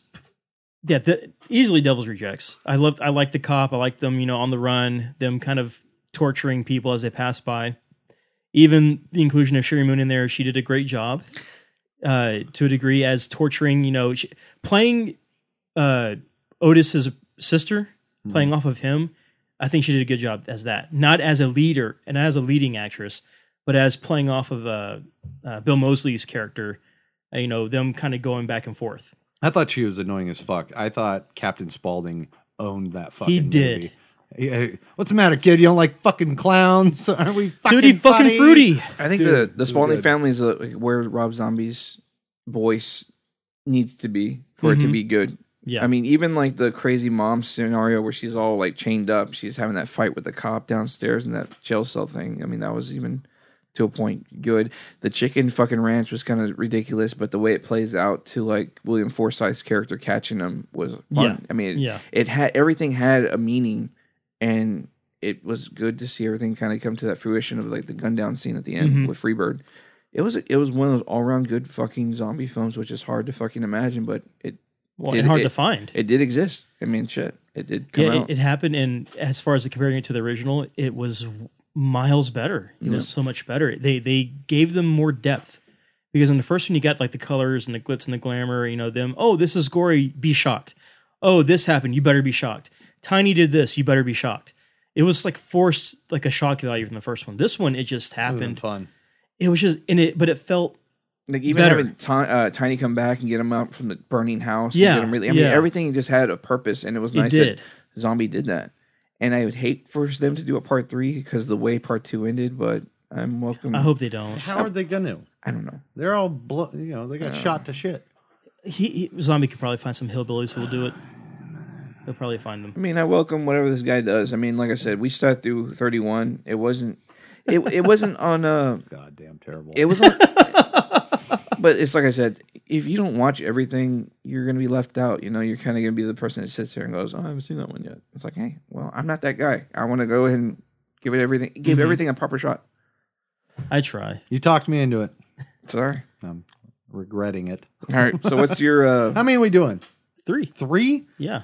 S7: yeah, the, easily Devil's Rejects. I loved, I like the cop. I like them, you know, on the run, them kind of torturing people as they pass by. Even the inclusion of Sherry Moon in there, she did a great job uh, to a degree as torturing, you know, she, playing uh, Otis's sister, playing off of him. I think she did a good job as that, not as a leader and as a leading actress, but as playing off of uh, uh, Bill Mosley's character. uh, You know, them kind of going back and forth.
S6: I thought she was annoying as fuck. I thought Captain Spaulding owned that fucking
S7: He did.
S6: movie. Hey, What's the matter, kid? You don't like fucking clowns? Aren't we fucking
S7: Tutti fucking
S6: funny?
S7: fruity.
S5: I think
S6: Dude,
S5: the the
S6: this is
S5: Spalding
S6: good.
S5: family is uh, like, where Rob Zombie's voice needs to be for it to
S7: Mhm.
S5: be good.
S7: Yeah.
S5: I mean, even like the crazy mom scenario where she's all like chained up, she's having that fight with the cop downstairs and that jail cell thing. I mean, that was even to a point good. The chicken fucking ranch was kind of ridiculous, but the way it plays out to like William Forsythe's character catching him was fun.
S7: Yeah.
S5: I mean, it,
S7: Yeah.
S5: it had everything had a meaning, and it was good to see everything kind of come to that fruition of like the gun down scene at the end
S7: Mhm.
S5: with Freebird. It was it was one of those all around good fucking zombie films, which is hard to fucking imagine, but it
S7: well,
S5: did
S7: and hard
S5: it-
S7: to find.
S5: it did exist. I mean, shit, it did come
S7: yeah,
S5: out.
S7: it, it happened, and as far as comparing it to the original, it was miles better. It was so much better. They they gave them more depth because in the first one you got like the colors and the glitz and the glamour. You know them. Oh, this is gory. Be shocked. Oh, this happened. You better be shocked. Tiny did this. You better be shocked. It was like forced, like a shock value from the first one. This one, it just
S6: This isn't
S7: happened.
S6: fun.
S7: It was just in it, but it felt
S5: like even
S7: better.
S5: having ti uh, Tiny come back and get him out from the burning house. and
S7: Yeah,
S5: get him really. I mean,
S7: yeah.
S5: everything just had a purpose, and it was
S7: It
S5: nice
S7: did.
S5: that Zombie did that. And I would hate for them to do a part three because the way part two ended. But I'm welcome.
S7: I hope they don't.
S6: How are they gonna?
S5: I don't know.
S6: They're all, blo- you know, they got shot to shit.
S7: He, he zombie could probably find some hillbillies who will do it. They'll probably find them.
S5: I mean, I welcome whatever this guy does. I mean, like I said, we sat through 31. It wasn't. It it wasn't on uh
S6: Goddamn terrible.
S5: It was, on, but it's like I said. If you don't watch everything, you're going to be left out. You know, you're kind of going to be the person that sits here and goes, "Oh, I haven't seen that one yet." It's like, hey, well, I'm not that guy. I want to go ahead and give it everything,
S7: Mm-hmm.
S5: give everything a proper shot.
S7: I try.
S6: you talked me into it.
S5: Sorry.
S6: I'm regretting it.
S5: All right. So, what's your uh,
S6: How many are we doing?
S7: Three.
S6: Three?
S7: Yeah.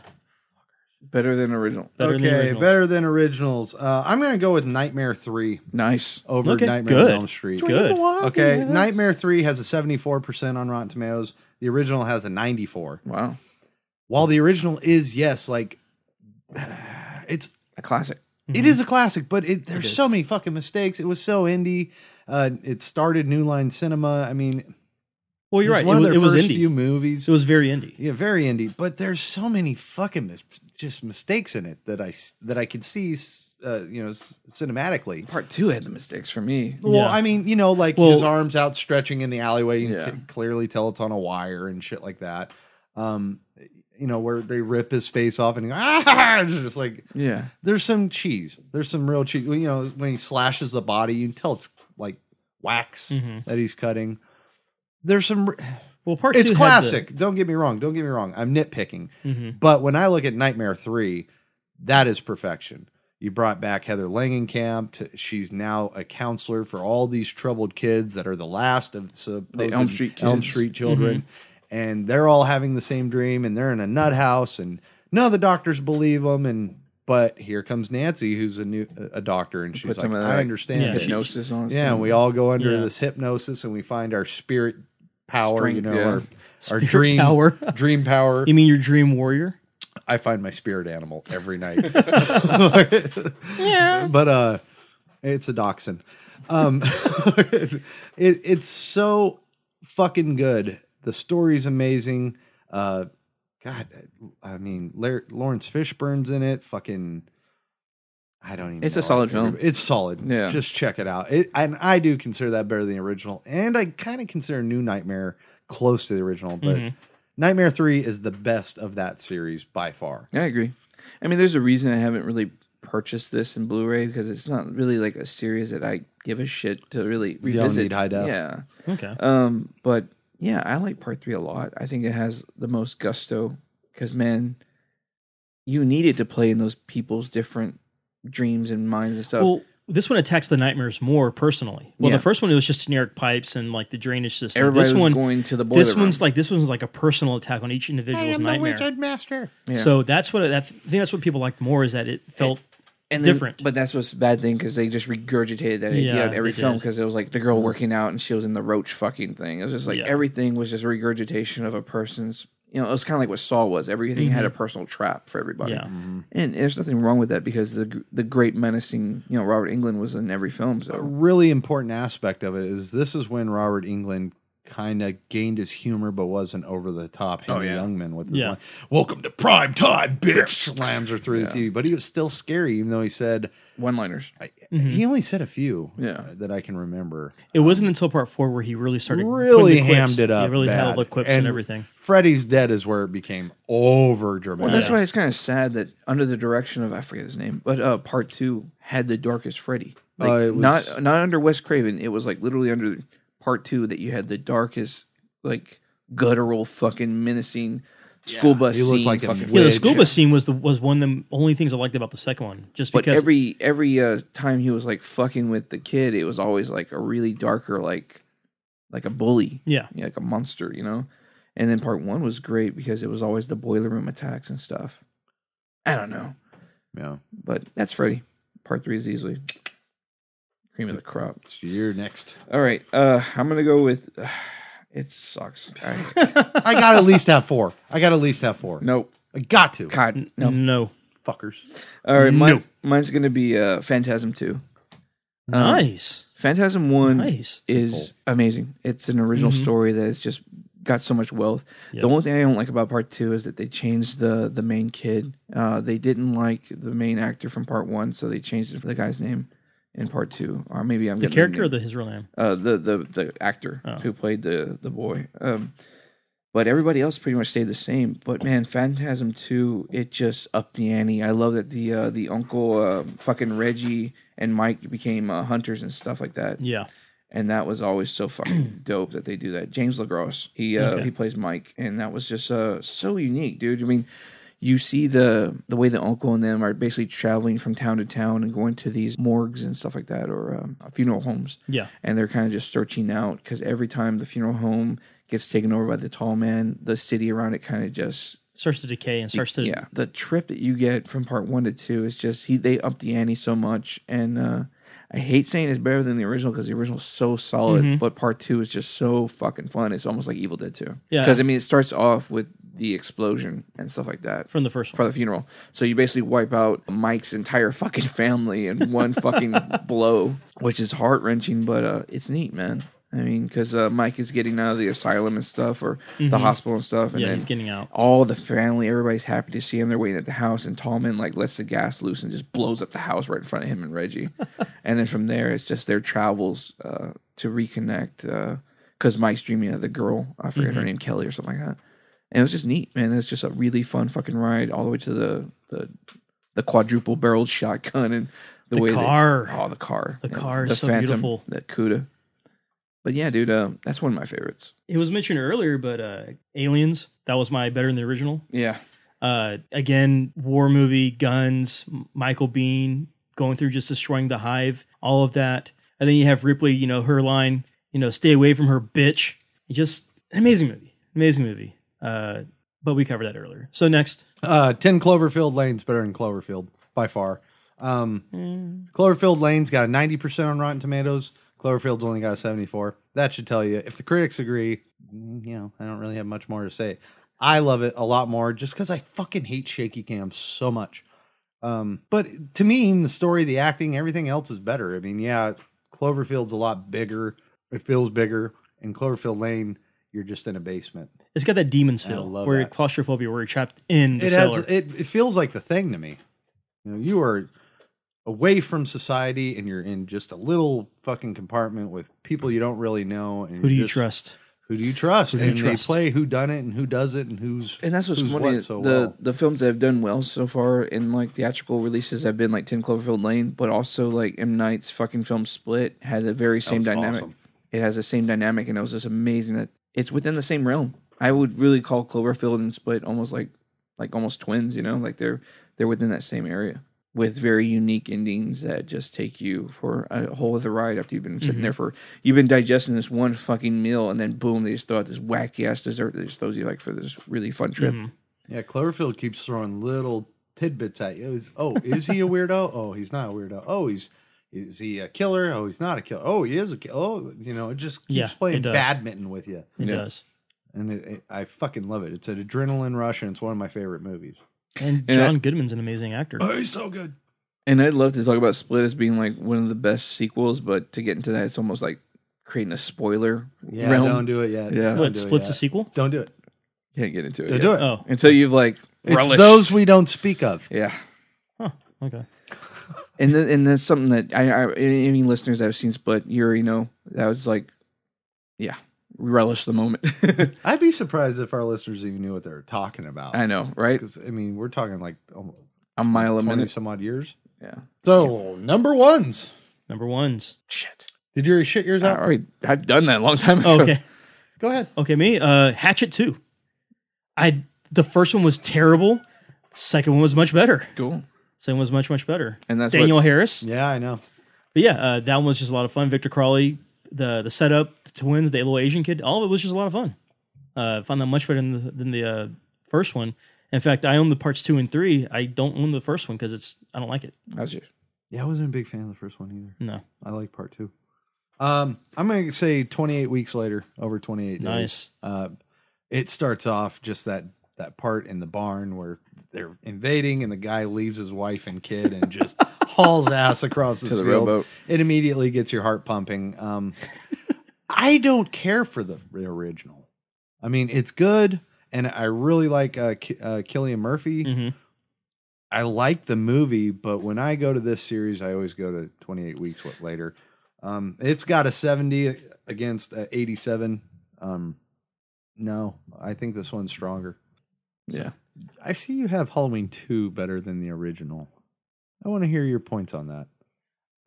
S5: better than original?
S7: Better than the
S6: okay,
S7: original.
S6: better than originals. Uh, I'm gonna go with Nightmare Three
S5: Nice.
S6: over
S7: Okay,
S6: Nightmare
S7: good.
S6: on Elm Street.
S7: Good.
S6: Okay, Nightmare Three has a 74 percent on Rotten Tomatoes. The original has a 94.
S5: Wow.
S6: While the original is yes, like it's
S5: A classic.
S6: it
S7: Mm-hmm.
S6: is a classic, but it, there's so many fucking mistakes. It was so indie. Uh, it started New Line Cinema. I mean,
S7: Well, you're
S6: it's
S7: right. it,
S6: One of
S7: wa-
S6: their
S7: it was
S6: first
S7: indie.
S6: few movies.
S7: it was very indie.
S6: Yeah, very indie, but there's so many fucking mis- just mistakes in it that I s- that I can see, s- uh, you know, s- cinematically.
S5: Part two had the mistakes for me.
S6: Well,
S7: Yeah.
S6: I mean, you know, like his
S7: Well-
S6: arms out stretching in the alleyway, you
S5: Yeah.
S6: can t- clearly tell it's on a wire and shit like that. Um, you know, where they rip his face off and he, ah, it's just like
S5: Yeah.
S6: there's some cheese. There's some real cheese. You know, when he slashes the body, you can tell it's like wax
S7: Mhm.
S6: that he's cutting. There's some. r-
S7: Well, part
S6: It's
S7: two had the-
S6: classic. Don't get me wrong. Don't get me wrong. I'm nitpicking.
S7: Mhm.
S6: But when I look at Nightmare 3, that is perfection. You brought back Heather Langenkamp. To, she's now a counselor for all these troubled kids that are the last of supposed
S5: Elm Street
S6: Elm
S5: kids.
S6: Street children.
S7: Mm-hmm.
S6: And they're all having the same dream and they're in a nut house and none of the doctors believe them. And but here comes Nancy, who's a new a doctor, and she's
S5: Put
S6: like,
S5: some of
S6: I
S5: that
S6: understand.
S7: Yeah,
S6: it."
S7: she-
S5: Hypnosis on.
S6: yeah, and we all go under
S7: Yeah.
S6: this hypnosis and we find our spirit power, you
S5: Strength,
S6: know,
S5: yeah.
S6: our, our
S7: Spirit
S6: dream
S7: power.
S6: dream power.
S7: You mean your dream warrior?
S6: I find my spirit animal every night. yeah. But uh it's a dachshund. Um it, it's so fucking good. The story's amazing. Uh God, I mean, Lar- Lawrence Fishburne's in it. Fucking, I don't even.
S5: It's a
S6: know.
S5: solid film.
S6: It's solid.
S5: Yeah.
S6: just check it out. It, and I do consider that better than the original. And I kind of consider New Nightmare close to the original, but
S5: Mm-hmm.
S6: Nightmare Three is the best of that series by far.
S5: I agree. I mean, there's a reason I haven't really purchased this in Blu-ray because it's not really like a series that I give a shit to really revisit.
S6: need high def.
S5: Yeah.
S7: Okay.
S5: Um, but yeah, I like part three a lot. I think it has the most gusto because man, you needed to play in those people's different dreams and minds and stuff.
S7: Well, this one attacks the nightmares more personally. Well,
S5: Yeah.
S7: the first one it was just generic pipes and like the drainage system.
S5: Everybody
S7: this
S5: was
S7: one,
S5: going to the boiler
S7: this one's
S5: room.
S7: like this one's like a personal attack on each individual's nightmare.
S6: master.
S5: Yeah.
S7: So that's what I, I think that's what people liked more is that it felt
S5: and then-
S7: different.
S5: but that's what's a bad thing because they just regurgitated that
S7: Yeah,
S5: idea in every
S7: they
S5: film
S7: did. Mm-hmm.
S5: because it was like the girl working out and she was in the roach fucking thing. It was just like
S7: Yeah.
S5: everything was just a regurgitation of a person's. You know, it was kind of like what Saw was. Everything had a personal trap for everybody.
S7: Mm-hmm. yeah. Mm-hmm.
S5: And there's nothing wrong with that because the gr- the great menacing, you know, Robert England was in every film.
S6: A
S5: So
S6: really important aspect of it is this is when Robert England kind of gained his humor but wasn't over the top.
S5: Oh,
S6: Henry
S10: yeah.
S6: Youngman with his
S7: Yeah.
S6: line,
S10: Welcome to prime time, bitch.
S6: slams her through the TV, but he was still scary, even though he said
S5: One liners.
S6: I, he only said a few
S5: Mm-hmm. Yeah.
S6: that I can remember.
S7: It wasn't until part four where he really started putting
S6: Really
S7: the quips-
S6: hammed it up.
S7: Yeah, really
S6: bad.
S7: held the quips and, everything.
S6: Freddy's Dead is where it became over dramatic.
S5: Well, that's
S7: Yeah.
S5: why it's kind of sad that under the direction of I forget his name, but uh, part two had the darkest Freddy. Like,
S6: Oh, it was-
S5: Not not under Wes Craven. It was like literally under part two that you had the darkest, like guttural, fucking menacing school bus.
S6: He looked
S5: scene,
S6: like a
S5: fucking.
S6: Yeah,
S7: Yeah, the
S6: Wedge.
S7: school bus scene was the was one of the only things I liked about the second one, just
S5: But
S7: because
S5: every every uh, time he was like fucking with the kid, it was always like a really darker, like like a bully,
S7: yeah,
S5: yeah, like a monster, you know. And then part one was great because it was always the boiler room attacks and stuff. I don't know.
S6: yeah.
S5: But that's Freddy. Part three is easily cream of the crop.
S6: So you're next.
S5: All right, uh, I'm gonna go with. it sucks. I,
S6: I got to at least have four. I got to at least have four.
S5: nope.
S6: I got to.
S5: God,
S7: no.
S5: no.
S6: Fuckers.
S5: All right,
S7: No.
S5: mine's, mine's gonna be uh, Phantasm two.
S7: nice,
S5: Phantasm one
S7: nice. Mm-hmm.
S5: is amazing. It's an original story that has just got so much wealth.
S7: Yep.
S5: The only thing I don't like about part two is that they changed the the main kid. Uh, they didn't like the main actor from part one, so they changed it for the guy's name in part two. Or maybe I'm
S7: The
S5: getting
S7: character or the his real name?
S5: uh, the the the actor
S7: Oh.
S5: who played the the boy. Um, but everybody else pretty much stayed the same. But man, Phantasm Two, it just upped the ante. I love that the uh, the uncle uh, fucking Reggie and Mike became uh, hunters and stuff like that.
S7: Yeah,
S5: And that was always so fucking dope that they do that. James LaGrosse, he uh,
S7: Okay.
S5: he plays Mike, and that was just uh, so unique, dude. I mean. You see the the way the uncle and them are basically traveling from town to town and going to these morgues and stuff like that, or um, funeral homes
S7: yeah,
S5: and they're kind of just searching out because every time the funeral home gets taken over by the tall man, the city around it kind of just
S7: starts to decay and starts to
S5: yeah. The trip that you get from part one to two is just he they upped the ante so much, and uh, I hate saying it's better than the original because the original's so solid,
S7: Mm-hmm.
S5: but part two is just so fucking fun. It's almost like Evil Dead Two,
S7: Yeah.
S5: Because I mean, it starts off with the explosion and stuff like that
S7: from the first
S5: for
S7: one.
S5: the funeral. So you basically wipe out Mike's entire fucking family in one fucking blow, which is heart wrenching, but uh, it's neat, man. I mean, because uh, Mike is getting out of the asylum and stuff, or
S7: Mm-hmm.
S5: the hospital and stuff, and
S7: Yeah,
S5: then
S7: he's getting out.
S5: all the family, everybody's happy to see him. They're waiting at the house, and Tallman like lets the gas loose and just blows up the house right in front of him and Reggie. and then from there, it's just their travels uh, to reconnect. Because Mike's dreaming of the girl, I forget
S7: Mm-hmm.
S5: her name, Kelly or something like that. And it was just neat, man. It was just a really fun fucking ride all the way to the the, the quadruple barreled shotgun and the,
S7: The
S5: way that-
S7: car.
S5: oh, the car,
S7: The
S5: Yeah,
S7: car is so beautiful.
S5: that Cuda. But yeah, dude, uh, that's one of my favorites.
S7: It was mentioned earlier, but uh, Aliens that was my better than the original.
S5: Yeah,
S7: uh, again, war movie, guns, M- Michael Bean going through just destroying the hive, all of that. And then you have Ripley, you know, her line, you know, stay away from her, bitch. Just an amazing movie. Amazing movie. Uh, but we covered that earlier. So next,
S6: Uh, 10 Cloverfield Lane's better than Cloverfield by far. Um, Cloverfield Lane's got a 90% on Rotten Tomatoes. Cloverfield's only got a 74. That should tell you if the critics agree, mm, you know, I don't really have much more to say. I love it a lot more just because I fucking hate shaky cam so much. Um, but to me, the story, the acting, everything else is better. I mean, yeah, Cloverfield's a lot bigger. It feels bigger. In Cloverfield Lane, you're just in a basement.
S7: it's got that demon's
S6: I
S7: feel
S6: love
S7: where
S6: that.
S7: claustrophobia, where you're trapped in the
S6: it
S7: cellar.
S6: has it, it feels like the thing to me you know you are away from society and you're in just a little fucking compartment with people you don't really know and
S7: Who do
S6: you're
S7: you
S6: just-
S7: trust?
S6: who do you trust
S7: Who do you
S6: and
S7: trust?
S6: they play who done it and who does it and who's
S5: and that's what's
S6: who's
S5: funny.
S6: what so
S5: the
S6: well.
S5: the films that have done well so far in like theatrical releases have been like Ten Cloverfield Lane, but also like M Night's fucking film Split had the very same
S6: was
S5: dynamic.
S6: awesome.
S5: It has the same dynamic, and it was just amazing that it's within the same realm. I would really call Cloverfield and Split almost like like almost twins. You know, like they're they're within that same area with very unique endings that just take you for a whole other ride after you've been sitting
S6: Mm-hmm.
S5: there for you've been digesting this one fucking meal and then boom they just throw out this wacky ass dessert that just throws you like for this really fun
S6: Mm-hmm.
S5: trip
S6: yeah cloverfield keeps throwing little tidbits at you It was, oh is he a weirdo oh he's not a weirdo oh he's is he a killer? Oh, he's not a killer. Oh, he is a killer. Oh, you know, it just keeps
S7: Yeah,
S6: playing
S7: it does.
S6: badminton with you.
S7: It does.
S6: and it, it, I fucking love it. It's an adrenaline rush, and it's one of my favorite movies.
S7: And
S5: And I-
S7: John Goodman's an amazing actor.
S10: Oh, he's so good.
S5: And I'd love to talk about Split as being like one of the best sequels, but to get into that, it's almost like creating a spoiler
S6: Yeah,
S5: realm.
S6: don't do it yet.
S5: Yeah.
S6: Don't
S7: What
S6: do it
S7: splits
S6: yet.
S7: the sequel?
S6: Don't do it.
S5: Can't get into it.
S6: Don't
S5: yet.
S6: do it.
S7: Oh,
S5: Until you've like
S6: It's
S5: relished-
S6: those we don't speak of.
S5: Yeah.
S7: huh, okay.
S5: And then, and that's something that I, I any any listeners that have seen Split, you already know that was like, yeah, relish the moment.
S6: I'd be surprised if our listeners even knew what they were talking about.
S5: I know, right?
S6: Because I mean, we're talking like almost
S5: A mile a
S6: twenty
S5: minute.
S6: some odd years.
S5: Yeah.
S6: So number ones.
S7: Number ones.
S5: Shit.
S6: Did you already shit yours
S5: I
S6: out?
S5: already, I've done that a long time ago.
S7: Oh, okay.
S5: Ah.
S6: Go ahead.
S7: Okay, me. Uh, Hatchet two. I the first one was terrible. Second one was much better.
S5: Cool.
S7: Second one was much much better.
S5: And that's
S7: Daniel
S5: what,
S7: Harris.
S6: Yeah, I know.
S7: But yeah, uh, that one was just a lot of fun. Victor Crawley, the the setup, the twins, the little Asian kid, all of it was just a lot of fun. Uh, I found that much better than the, than the uh, first one. In fact, I own the parts two and three. I don't own the first one because it's I don't like it.
S5: How's your-
S6: Yeah, I wasn't a big fan of the first one either.
S7: No,
S6: I like part two. Um, I'm gonna say 28 weeks later, over 28 days.
S7: Nice.
S6: Uh, it starts off just that that part in the barn where they're invading, and the guy leaves his wife and kid and just hauls ass across this
S5: the
S6: field.
S5: rowboat.
S6: It immediately gets your heart pumping. Um, I don't care for the original. I mean, it's good, and I really like uh, K- uh, Killian Murphy.
S7: hmm
S6: I like the movie, but when I go to this series, I always go to 28 weeks what later. Um, it's got a 70 against a 87. Um, no, I think this one's stronger.
S5: Yeah.
S6: I see you have Halloween 2 better than the original. I want to hear your points on that.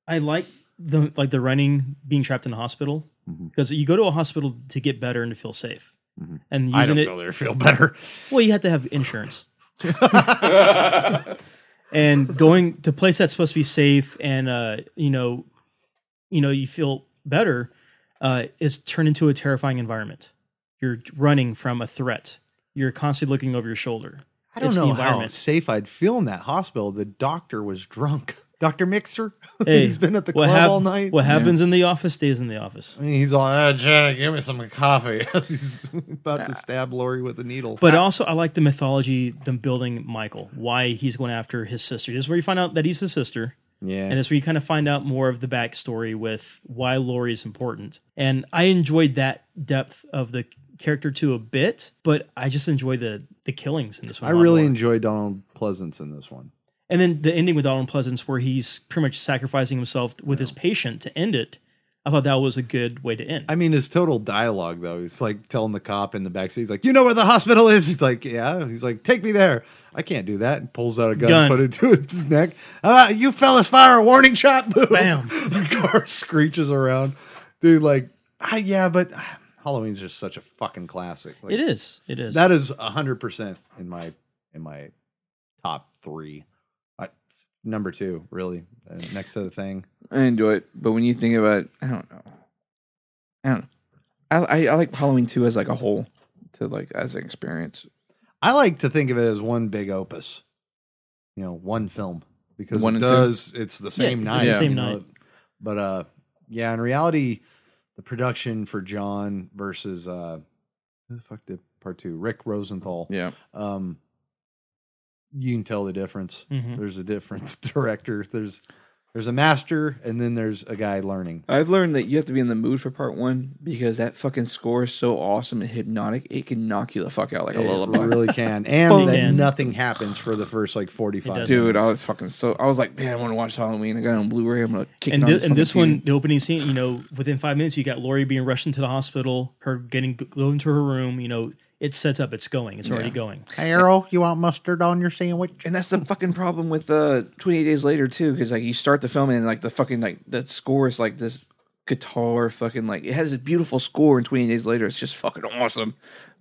S7: I like the like the running being trapped in a hospital
S6: Mhm.
S7: because you go to a hospital to get better and to feel safe.
S6: Mhm.
S7: And using it,
S6: there to feel better.
S7: well, you have to have insurance. and going to a place that's supposed to be safe and uh, you know, you know, you feel better uh, is turned into a terrifying environment. You're running from a threat. You're constantly looking over your shoulder.
S6: I don't
S7: It's the
S6: know how
S7: environment.
S6: safe I'd feel in that hospital. The doctor was drunk. Dr. Mixer?
S7: Hey,
S6: He's been at the
S7: what
S6: club
S7: hap-
S6: all night.
S7: What happens in the office stays in the office.
S6: I mean, he's all, ah, Janet, give me some coffee. As he's about to stab Lori with a needle.
S7: Uh, But also, I like the mythology, them building Michael, why he's going after his sister. This is where you find out that he's his sister,
S6: yeah,
S7: and it's where you kind of find out more of the backstory with why Lori is important. And I enjoyed that depth of the character too a bit, but I just enjoy the the killings in this one.
S6: I
S7: a lot
S6: really
S7: more.
S6: enjoy Donald Pleasance in this one.
S7: And then the ending with Donald Pleasance, where he's pretty much sacrificing himself with his patient to end it. I thought that was a good way to end.
S6: I mean, his total dialogue though, he's like telling the cop in the backseat, he's like, "You know where the hospital is?" He's like, "Yeah." He's like, "Take me there." I can't do that. And pulls out a gun,
S7: Gun.
S6: and put it to his neck. Ah, you fellas, fire a warning shot! Boom.
S7: Bam.
S6: the car screeches around, dude. Like, ah, yeah, but ah, Halloween's just such a fucking classic. Like,
S7: it is. It is.
S6: That is hundred percent in my in my top three. I, number two, really, uh, next to the thing.
S5: I enjoy it, but when you think about it, I don't know. I don't. I I, I like Halloween two as like a whole, to like as an experience.
S6: I like to think of it as one big opus. You know, one film because
S5: One
S6: it
S5: and two?
S6: does it's the same
S7: it's
S6: night.
S7: the same
S6: you know.
S7: night.
S6: But uh yeah, in reality, the production for John versus uh who the fuck did part two? Rick Rosenthal.
S5: Yeah.
S6: Um you can tell the difference.
S7: Mhm.
S6: There's a difference director. There's there's a master and then there's a guy learning.
S5: I've learned that you have to be in the mood for part one because that fucking score is so awesome and hypnotic, it can knock you the fuck out like a
S6: It
S5: lullaby.
S6: really can. And that
S7: Can.
S6: nothing happens for the first like 45
S7: doesn't.
S5: Dude, I
S6: minutes.
S5: was fucking so. I was like, man, I want to watch Halloween. I got it on Blu-ray. I'm gonna kick
S7: and,
S5: it on
S7: thi-
S5: this
S7: and this
S5: fucking
S7: one,
S5: TV.
S7: the opening scene, you know, within five minutes, you got Lori being rushed into the hospital, her getting g- glued into her room. You know, it sets up, it's going, it's already going.
S6: Hey, Errol, you want mustard on your sandwich?
S5: and that's the fucking problem with uh 28 days later too because like you start the film and like the fucking like the score is like this guitar fucking like it has this beautiful score and 28 days later it's just fucking awesome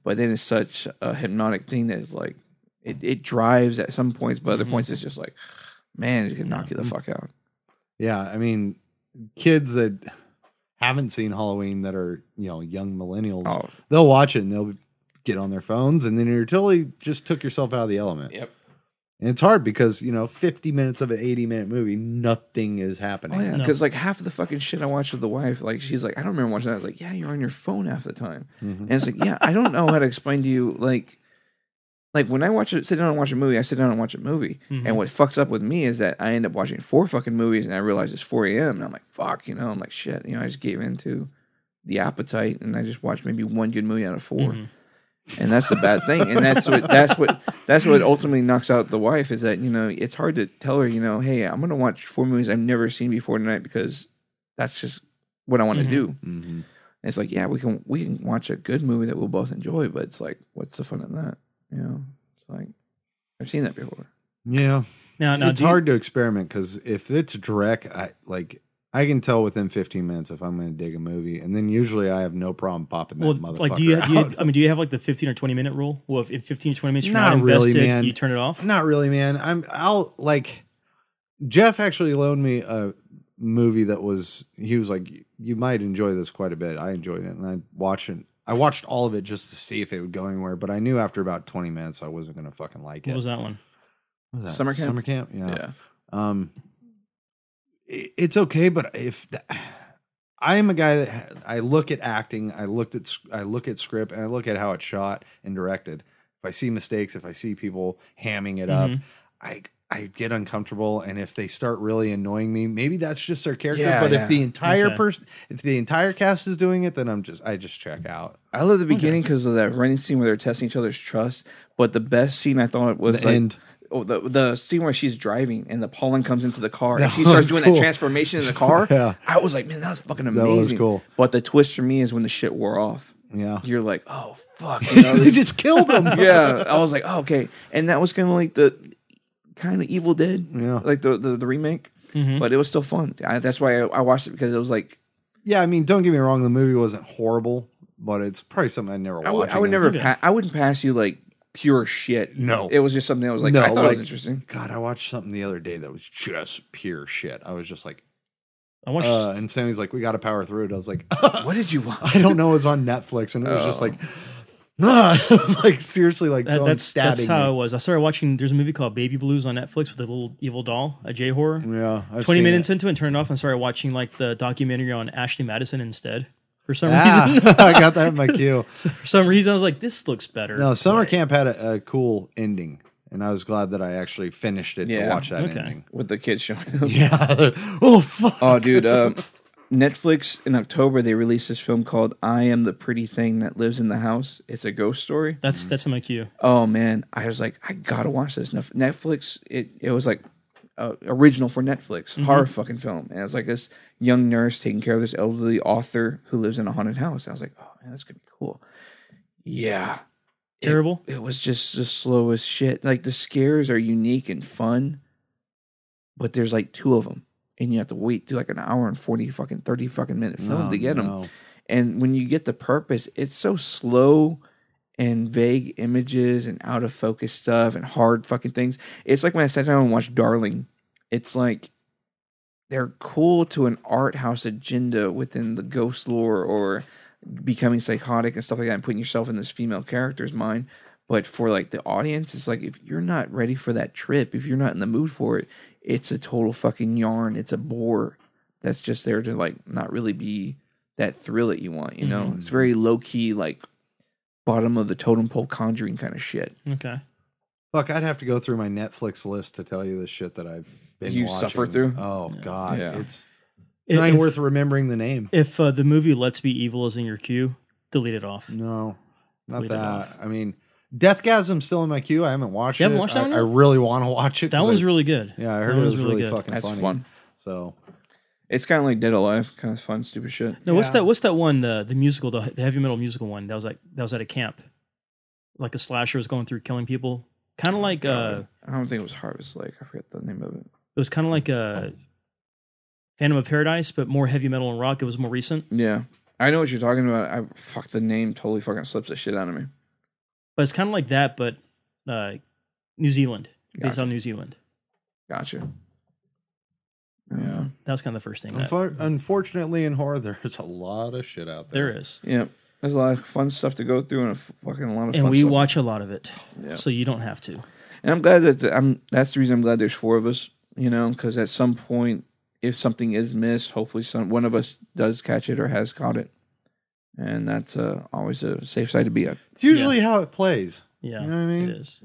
S5: but then it's such a hypnotic thing that it's like it, it drives at some points but
S7: Mm-hmm.
S5: other points it's just like man it can knock you the fuck out
S6: Yeah, I mean, kids that haven't seen Halloween that are you know young millennials,
S5: Oh.
S6: they'll watch it and they'll get on their phones, and then you're totally just took yourself out of the element.
S5: Yep.
S6: And it's hard because you know, 50 minutes of an 80 minute movie, nothing is happening.
S5: oh yeah
S7: No.
S5: because like half of the fucking shit i watched with the wife like she's like i don't remember watching that I was like yeah you're on your phone half the time
S6: Mhm.
S5: And it's like, yeah, I don't know how to explain to you, like, like when I watch it, sit down and watch a movie, I sit down and watch a movie. And what fucks up with me is that I end up watching four fucking movies, and I realize it's four a.m. and I'm like, fuck, you know, I'm like, shit, you know, I just gave in to the appetite, and I just watched maybe one good movie out of 4
S7: Mm-hmm.
S5: and that's the bad thing. And that's what that's what that's what ultimately knocks out the wife is that you know it's hard to tell her you know hey I'm gonna watch four movies I've never seen before tonight because that's just what I want to do.
S7: Mm-hmm.
S6: Mhm.
S5: And it's like yeah we can we can watch a good movie that we'll both enjoy, but it's like what's the fun in that? You know, it's like I've seen that before.
S6: Yeah.
S7: Now, now
S6: it's
S7: do you-
S6: hard to experiment because if it's direct, I like I can tell within 15 minutes if I'm going to dig a movie, and then usually I have no problem popping that
S7: well,
S6: motherfucker
S7: like, do you, do you?
S6: out.
S7: I mean, do you have like the fifteen or twenty minute rule? Well, if, if fifteen or twenty minutes you're
S6: Not
S7: not,
S6: really,
S7: invested,
S6: man.
S7: you turn it off.
S6: Not really, man. I'm I'll like Jeff actually loaned me a movie that was he was like you might enjoy this quite a bit. I enjoyed it and I watched it. I watched all of it just to see if it would go anywhere, but I knew after about 20 minutes I wasn't going to fucking like it.
S7: What was that one?
S6: What was that?
S5: Summer camp?
S6: Summer camp, yeah. Um i- it's okay, but if the, I am a guy that ha- I look at acting, I looked at sc- I look at script and I look at how it's shot and directed. If I see mistakes, if I see people hamming it up,
S5: Mm-hmm.
S7: Mhm.
S6: I I get uncomfortable, and if they start really annoying me, maybe that's just their character.
S5: Yeah,
S6: but
S5: yeah.
S6: if the entire
S7: Okay.
S6: person, if the entire cast is doing it, then I'm just I just check out.
S5: I love the beginning because of that running scene where they're testing each other's trust. But the best scene I thought was
S6: The
S5: like,
S6: end.
S5: Oh, the the scene where she's driving and the pollen comes into the car and
S6: That
S5: she starts
S6: was
S5: doing
S6: cool.
S5: that transformation in the car.
S6: Yeah.
S5: I was like, man, that was fucking
S6: was
S5: amazing.
S6: cool.
S5: But the twist for me is when the shit wore off.
S6: Yeah,
S5: You're like, oh fuck, you know,
S6: they
S5: this-
S6: just killed them.
S5: yeah. I was like, oh, okay, and that was kind of like the kind of Evil Dead,
S6: Yeah.
S5: like the the, the remake. But it was still fun. I, that's why I, I watched it because it was like
S6: yeah. I mean, don't get me wrong, the movie wasn't horrible, but it's probably something I never.
S5: I would,
S6: watch
S5: I would
S6: again.
S5: never
S7: Yeah.
S5: pa- I wouldn't pass you like pure shit.
S6: No.
S5: it was just something that was like
S6: No,
S5: I thought it was
S6: like-
S5: interesting.
S6: God, I watched something the other day that was just pure shit. I was just like,
S7: I watched.
S6: uh, and Sammy's like, we got to power through it. I was like,
S5: What did you watch?
S6: uh, I don't know. It was on Netflix, and it was just
S5: Oh.
S6: like, nah. It was like seriously, like
S7: that-
S6: someone
S7: that's that's
S6: stabbing
S7: how
S6: me.
S7: I was. I started watching. There's a movie called Baby Blues on Netflix with a little evil doll, a J horror.
S6: Yeah, I've
S7: Twenty
S6: seen
S7: minutes
S6: it.
S7: into it, and turned it off and started watching like the documentary on Ashley Madison instead. For some
S6: Ah,
S7: reason,
S6: I got that in my queue.
S7: for some reason, I was like, this looks better.
S6: No, summer camp had a, a cool ending, and I was glad that I actually finished it to
S5: Yeah.
S6: watch that
S7: Okay.
S6: ending.
S5: With the kids showing up.
S6: Yeah. oh fuck.
S5: Oh, dude. Uh, Netflix in October they released this film called "I Am the Pretty Thing That Lives in the House." It's a ghost story.
S7: That's that's in my queue.
S5: Oh man, I was like, I gotta watch this. Nef- Netflix. It it was like uh, original for Netflix
S6: Mm-hmm.
S5: horror fucking film, and it was like this young nurse taking care of this elderly author who lives in a haunted house. I was like, oh man, that's gonna be cool. Yeah,
S7: Terrible.
S5: it was just the slowest shit. Like the scares are unique and fun, but there's like two of them, and you have to wait through like an hour and forty fucking thirty fucking minute film
S6: Oh,
S5: to get them.
S6: no.
S5: And when you get the purpose, it's so slow and vague images and out of focus stuff and hard fucking things. It's like when I sat down and watched Darling. It's like they're cool to an art house agenda within the ghost lore or becoming psychotic and stuff like that and putting yourself in this female character's mind. But for like the audience, it's like if you're not ready for that trip, if you're not in the mood for it, it's a total fucking yarn. It's a bore that's just there to like not really be that thrill that you want, you know? It's very low key, like bottom of the totem pole conjuring kind of shit.
S7: Okay.
S6: Fuck, I'd have to go through my Netflix list to tell you the shit that I've been
S5: You
S6: watching.
S5: suffer through?
S6: Oh god,
S5: Yeah.
S6: it's, it's
S7: If,
S6: not even
S7: if-
S6: worth remembering the name.
S7: if, uh, the movie "Let's Be Evil" is in your queue, delete it off.
S6: No, not
S7: Leave it
S6: that.
S7: off.
S6: I mean, Deathgasm's still in my queue. I haven't watched
S7: You haven't
S6: it.
S7: watched that
S6: I,
S7: one
S6: I
S7: yet?
S6: really want to watch it.
S7: That
S6: 'cause
S7: one's
S6: I-
S7: really good.
S6: Yeah, I
S7: That
S6: heard
S7: one
S6: it
S7: was
S6: was really,
S7: good.
S6: fucking
S5: That's
S6: funny.
S5: fun.
S6: So
S5: It's kind of like Dead Alive, kind of fun, stupid shit.
S7: No, what's
S6: Yeah.
S7: that? What's that one? The the musical, the, the heavy metal musical one. That was like that was at a camp, like a slasher was going through killing people.
S5: Oh,
S7: Kind of like uh,
S5: I don't think it was Harvest Lake. I forget the name of it.
S7: it was kind of like uh, Phantom of Paradise, but more heavy metal and rock. It was more recent,
S5: Yeah. I know what you're talking about. I fuck the name totally fucking slips the shit out of me.
S7: but it's kind of like that, but uh, New Zealand, based
S5: Gotcha.
S7: on New Zealand.
S5: Gotcha. Yeah.
S7: That was kind of the first thing. That,
S6: Unfor- unfortunately, in horror, there's a lot of shit out there.
S7: there is,
S5: Yeah. There's a lot of fun stuff to go through and a f- fucking lot of fun
S7: and we
S5: stuff.
S7: watch a lot of it,
S5: Yeah.
S7: so you don't have to.
S5: And I'm glad that the, I'm. That's the reason I'm glad there's four of us. You know, because at some point, if something is missed, hopefully some one of us does catch it or has caught it, and that's uh, always a safe side to be at.
S6: It's usually how it plays.
S7: Yeah,
S6: You know what I mean?
S7: it is.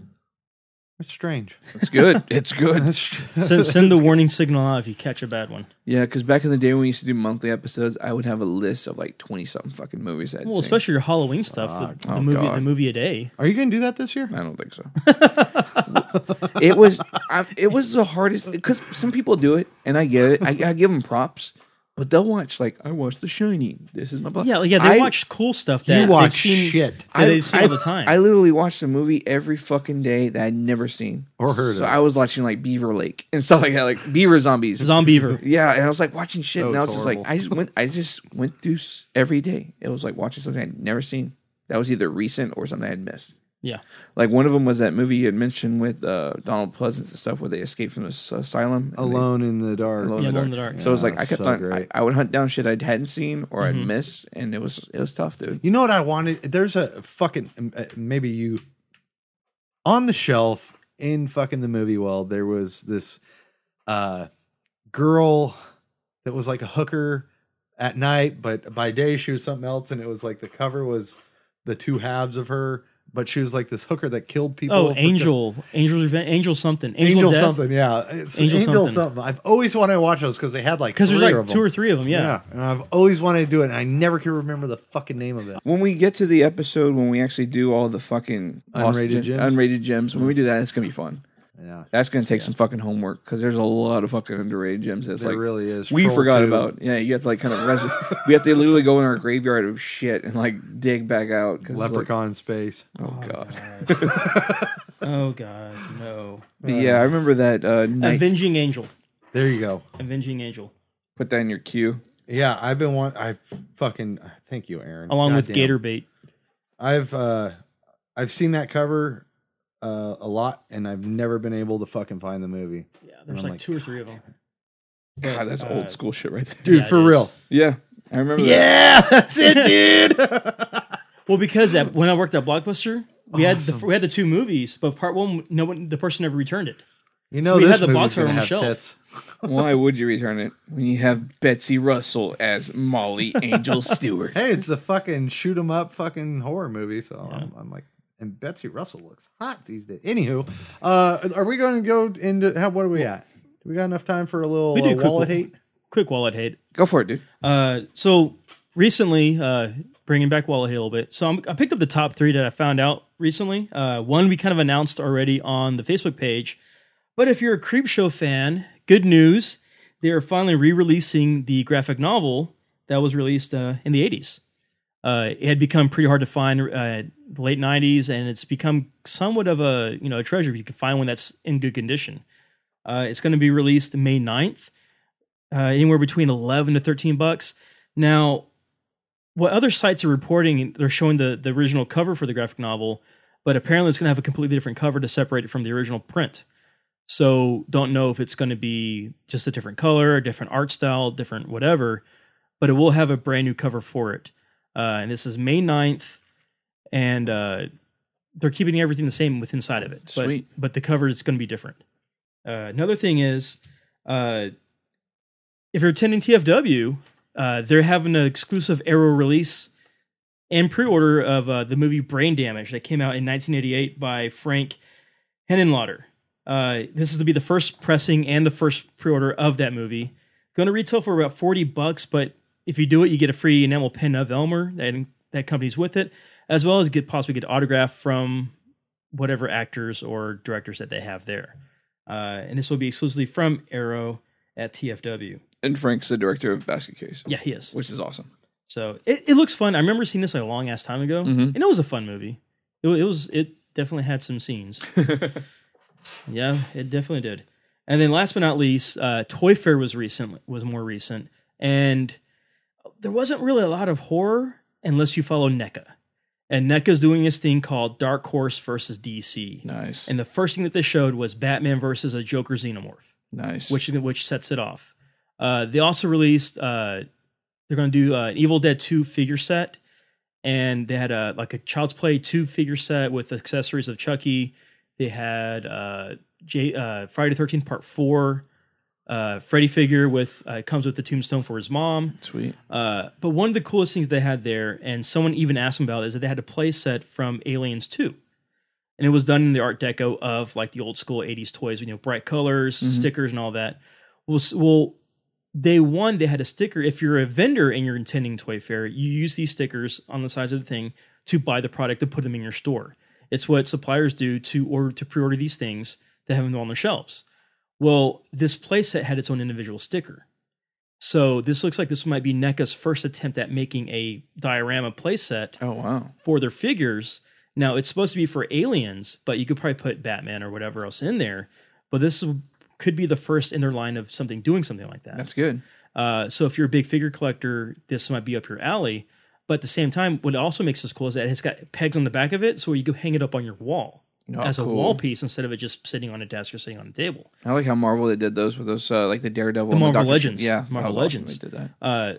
S6: It's strange.
S5: It's good. It's good.
S7: Send, send the warning signal out if you catch a bad one.
S5: yeah, because back in the day when we used to do monthly episodes, I would have a list of like twenty something fucking movies. I'd
S7: Well,
S5: seen.
S7: especially your Halloween stuff, the, the
S5: Oh,
S7: movie,
S5: God.
S7: the movie a day.
S6: Are you going to do that this year?
S5: I don't think so. it was I, it was the hardest because some people do it, and I get it. I, I give them props, but they'll watch like I watched The Shining. This is my blah.
S7: Yeah, like, yeah, they
S5: I-
S7: watch cool stuff that
S6: you watch
S7: they've seen,
S6: shit.
S7: that they've seen all the time.
S5: I literally watched a movie every fucking day that I'd never seen
S6: Or heard
S5: So
S6: of.
S5: I was watching like Beaver Lake and stuff like that, like Beaver Zombies.
S7: Zombiever.
S5: yeah, and I was like watching shit,
S6: That
S5: and I was
S6: was
S5: just like,
S6: horrible.
S5: I just went, I just went through s- every day. It was like watching something I'd never seen that was either recent or something I had missed.
S7: Yeah.
S5: Like one of them was that movie you had mentioned with uh, Donald Pleasance and stuff, where they escaped from the s- asylum. and they-
S6: Alone in the dark.
S5: Alone
S7: Yeah, Alone in the Dark.
S5: So it was
S6: Yeah,
S5: like I kept
S6: so
S5: on. I,
S6: great.
S5: I would hunt down shit I hadn't seen or
S7: Mm-hmm.
S5: I'd miss, and it was it was tough, dude.
S6: You know what I wanted? There's a fucking um, uh, maybe you on the shelf in fucking the movie world. There was this uh girl that was like a hooker at night, but by day she was something else, and it was like the cover was the two halves of her, but she was like this hooker that killed people.
S7: Oh,
S6: for-
S7: Angel, Angel's Revenge, Angel something, Angel,
S6: Angel
S7: Death.
S6: something, yeah. It's
S7: Angel
S6: Angel,
S7: something.
S6: something. I've always wanted to watch those because they had like
S7: Because there's
S6: three of
S7: like
S6: them.
S7: two or three of them. Yeah.
S6: and I've always wanted to do it, and I never could remember the fucking name of it.
S5: When we get to the episode when we actually do all the fucking lost
S6: Unrated
S5: gen-
S6: gems?
S5: unrated gems, when we do that, it's gonna be fun.
S7: Uh,
S6: Yeah,
S5: That's gonna take some fucking homework because there's a lot of fucking underrated gems. That's
S6: it
S5: like
S6: really is.
S5: we
S6: Troll
S5: forgot
S6: 2.
S5: about. Yeah, you have to like kind of res- we have to literally go in our graveyard of shit and like dig back out. 'cause, like,
S6: Leprechaun in Space.
S5: oh god.
S7: Oh God, no.
S5: But yeah, I remember that uh, night.
S7: Avenging Angel.
S6: There you go.
S7: Avenging Angel.
S5: Put that in your queue.
S6: Yeah, I've been want. I fucking thank you, Aaron.
S7: Along with
S6: Goddamn.
S7: Gator Bait.
S6: I've uh, I've seen that cover uh, a lot, and I've never been able to fucking find the movie,
S7: Yeah,
S6: And
S7: there's like,
S6: I'm like,
S7: two or three of them.
S5: God, that's
S7: uh,
S5: old school shit right there.
S6: dude.
S7: Yeah, it
S6: for
S7: is.
S6: real.
S5: Yeah, I remember. that.
S6: Yeah, that's it, dude.
S7: Well, because at, when I worked at Blockbuster, we had the, we had the two movies, but part one, no one, the person never returned it.
S6: you know
S7: we had
S6: this
S7: the box art
S6: movie's gonna
S7: on the
S6: have
S7: shelf.
S6: tits.
S5: Why would you return it when you have Betsy Russell as Molly Angel Stewart?
S6: Hey, it's a fucking shoot 'em up fucking horror movie. So I'm, I'm like, and Betsy Russell looks hot these days. Anywho, uh, are we going to go into how? What are we at? Do we got enough time for a little
S7: We do
S6: uh,
S7: quick
S6: wallet
S7: one.
S6: hate?
S7: Quick wallet hate.
S5: Go for it, dude.
S7: Uh, so recently, uh, bringing back Wallet Hate a little bit. So I'm, I picked up the top three that I found out recently. Uh, one we kind of announced already on the Facebook page. But if you're a Creep Show fan, good news. They are finally re releasing the graphic novel that was released uh, in the 80s. Uh, it had become pretty hard to find uh, the late 90s, and it's become somewhat of a you know a treasure if you can find one that's in good condition. Uh, it's going to be released May 9th uh, anywhere between 11 to 13 bucks. Now, what other sites are reporting, they're showing the, the original cover for the graphic novel, but apparently it's going to have a completely different cover to separate it from the original print. So don't know if it's going to be just a different color, a different art style, different whatever, but it will have a brand new cover for it. Uh, and this is May 9th, and uh, they're keeping everything the same with inside of it. But,
S5: Sweet.
S7: but the cover is going to be different. Uh, another thing is, uh, if you're attending TFW, uh, they're having an exclusive Arrow release and pre-order of uh, the movie Brain Damage that came out in 1988 by Frank Henenlotter. Uh, this is to be the first pressing and the first pre-order of that movie. Going to retail for about 40 bucks, but if you do it, you get a free enamel pin of Elmer that that company's with it, as well as get possibly get autograph from whatever actors or directors that they have there. Uh, and this will be exclusively from Arrow at TFW.
S5: And Frank's the director of Basket Case,
S7: Yeah, he is.
S5: which is awesome.
S7: So it, it looks fun. I remember seeing this like a long ass time ago, and it was a fun movie. It, wa- it was it definitely had some scenes. yeah, it definitely did. And then last but not least, uh, Toy Fair was recent was more recent, and there wasn't really a lot of horror unless you follow NECA. And NECA's doing this thing called Dark Horse versus DC.
S5: Nice,
S7: And the first thing that they showed was Batman versus a Joker xenomorph
S5: nice.
S7: which which sets it off. Uh, they also released uh, they're going to do uh, an Evil Dead Two figure set, and they had a like a Child's Play two figure set with accessories of Chucky. They had uh, J, uh, Friday Thirteenth Part Four, uh, Freddy figure with uh, comes with the tombstone for his mom.
S5: sweet.
S7: Uh, but one of the coolest things they had there, and someone even asked them about, it, is that they had a play set from Aliens 2. and it was done in the Art Deco of like the old school '80s toys, you know, bright colors, stickers, and all that. Well, s- well, day one they had a sticker. If you're a vendor and you're attending Toy Fair, you use these stickers on the sides of the thing to buy the product to put them in your store. It's what suppliers do to order to pre-order these things to have them on their shelves. Well, this playset had its own individual sticker. So this looks like this might be NECA's first attempt at making a diorama playset
S5: Oh wow.
S7: for their figures. Now it's supposed to be for aliens, but you could probably put Batman or whatever else in there. But this is- could be the first in their line of something doing something like that.
S5: That's good.
S7: Uh, so if you're a big figure collector, this might be up your alley. But at the same time, what also makes this cool is that it's got pegs on the back of it, so you can hang it up on your wall
S5: Oh,
S7: as a
S5: cool.
S7: wall piece instead of it just sitting on a desk or sitting on a table.
S5: I like how Marvel they did those with those uh, like the Daredevil,
S7: The
S5: and
S7: Marvel
S5: Doctor
S7: Legends.
S5: Yeah, that
S7: Marvel
S5: was awesome
S7: Legends.
S5: They did that.
S7: Uh,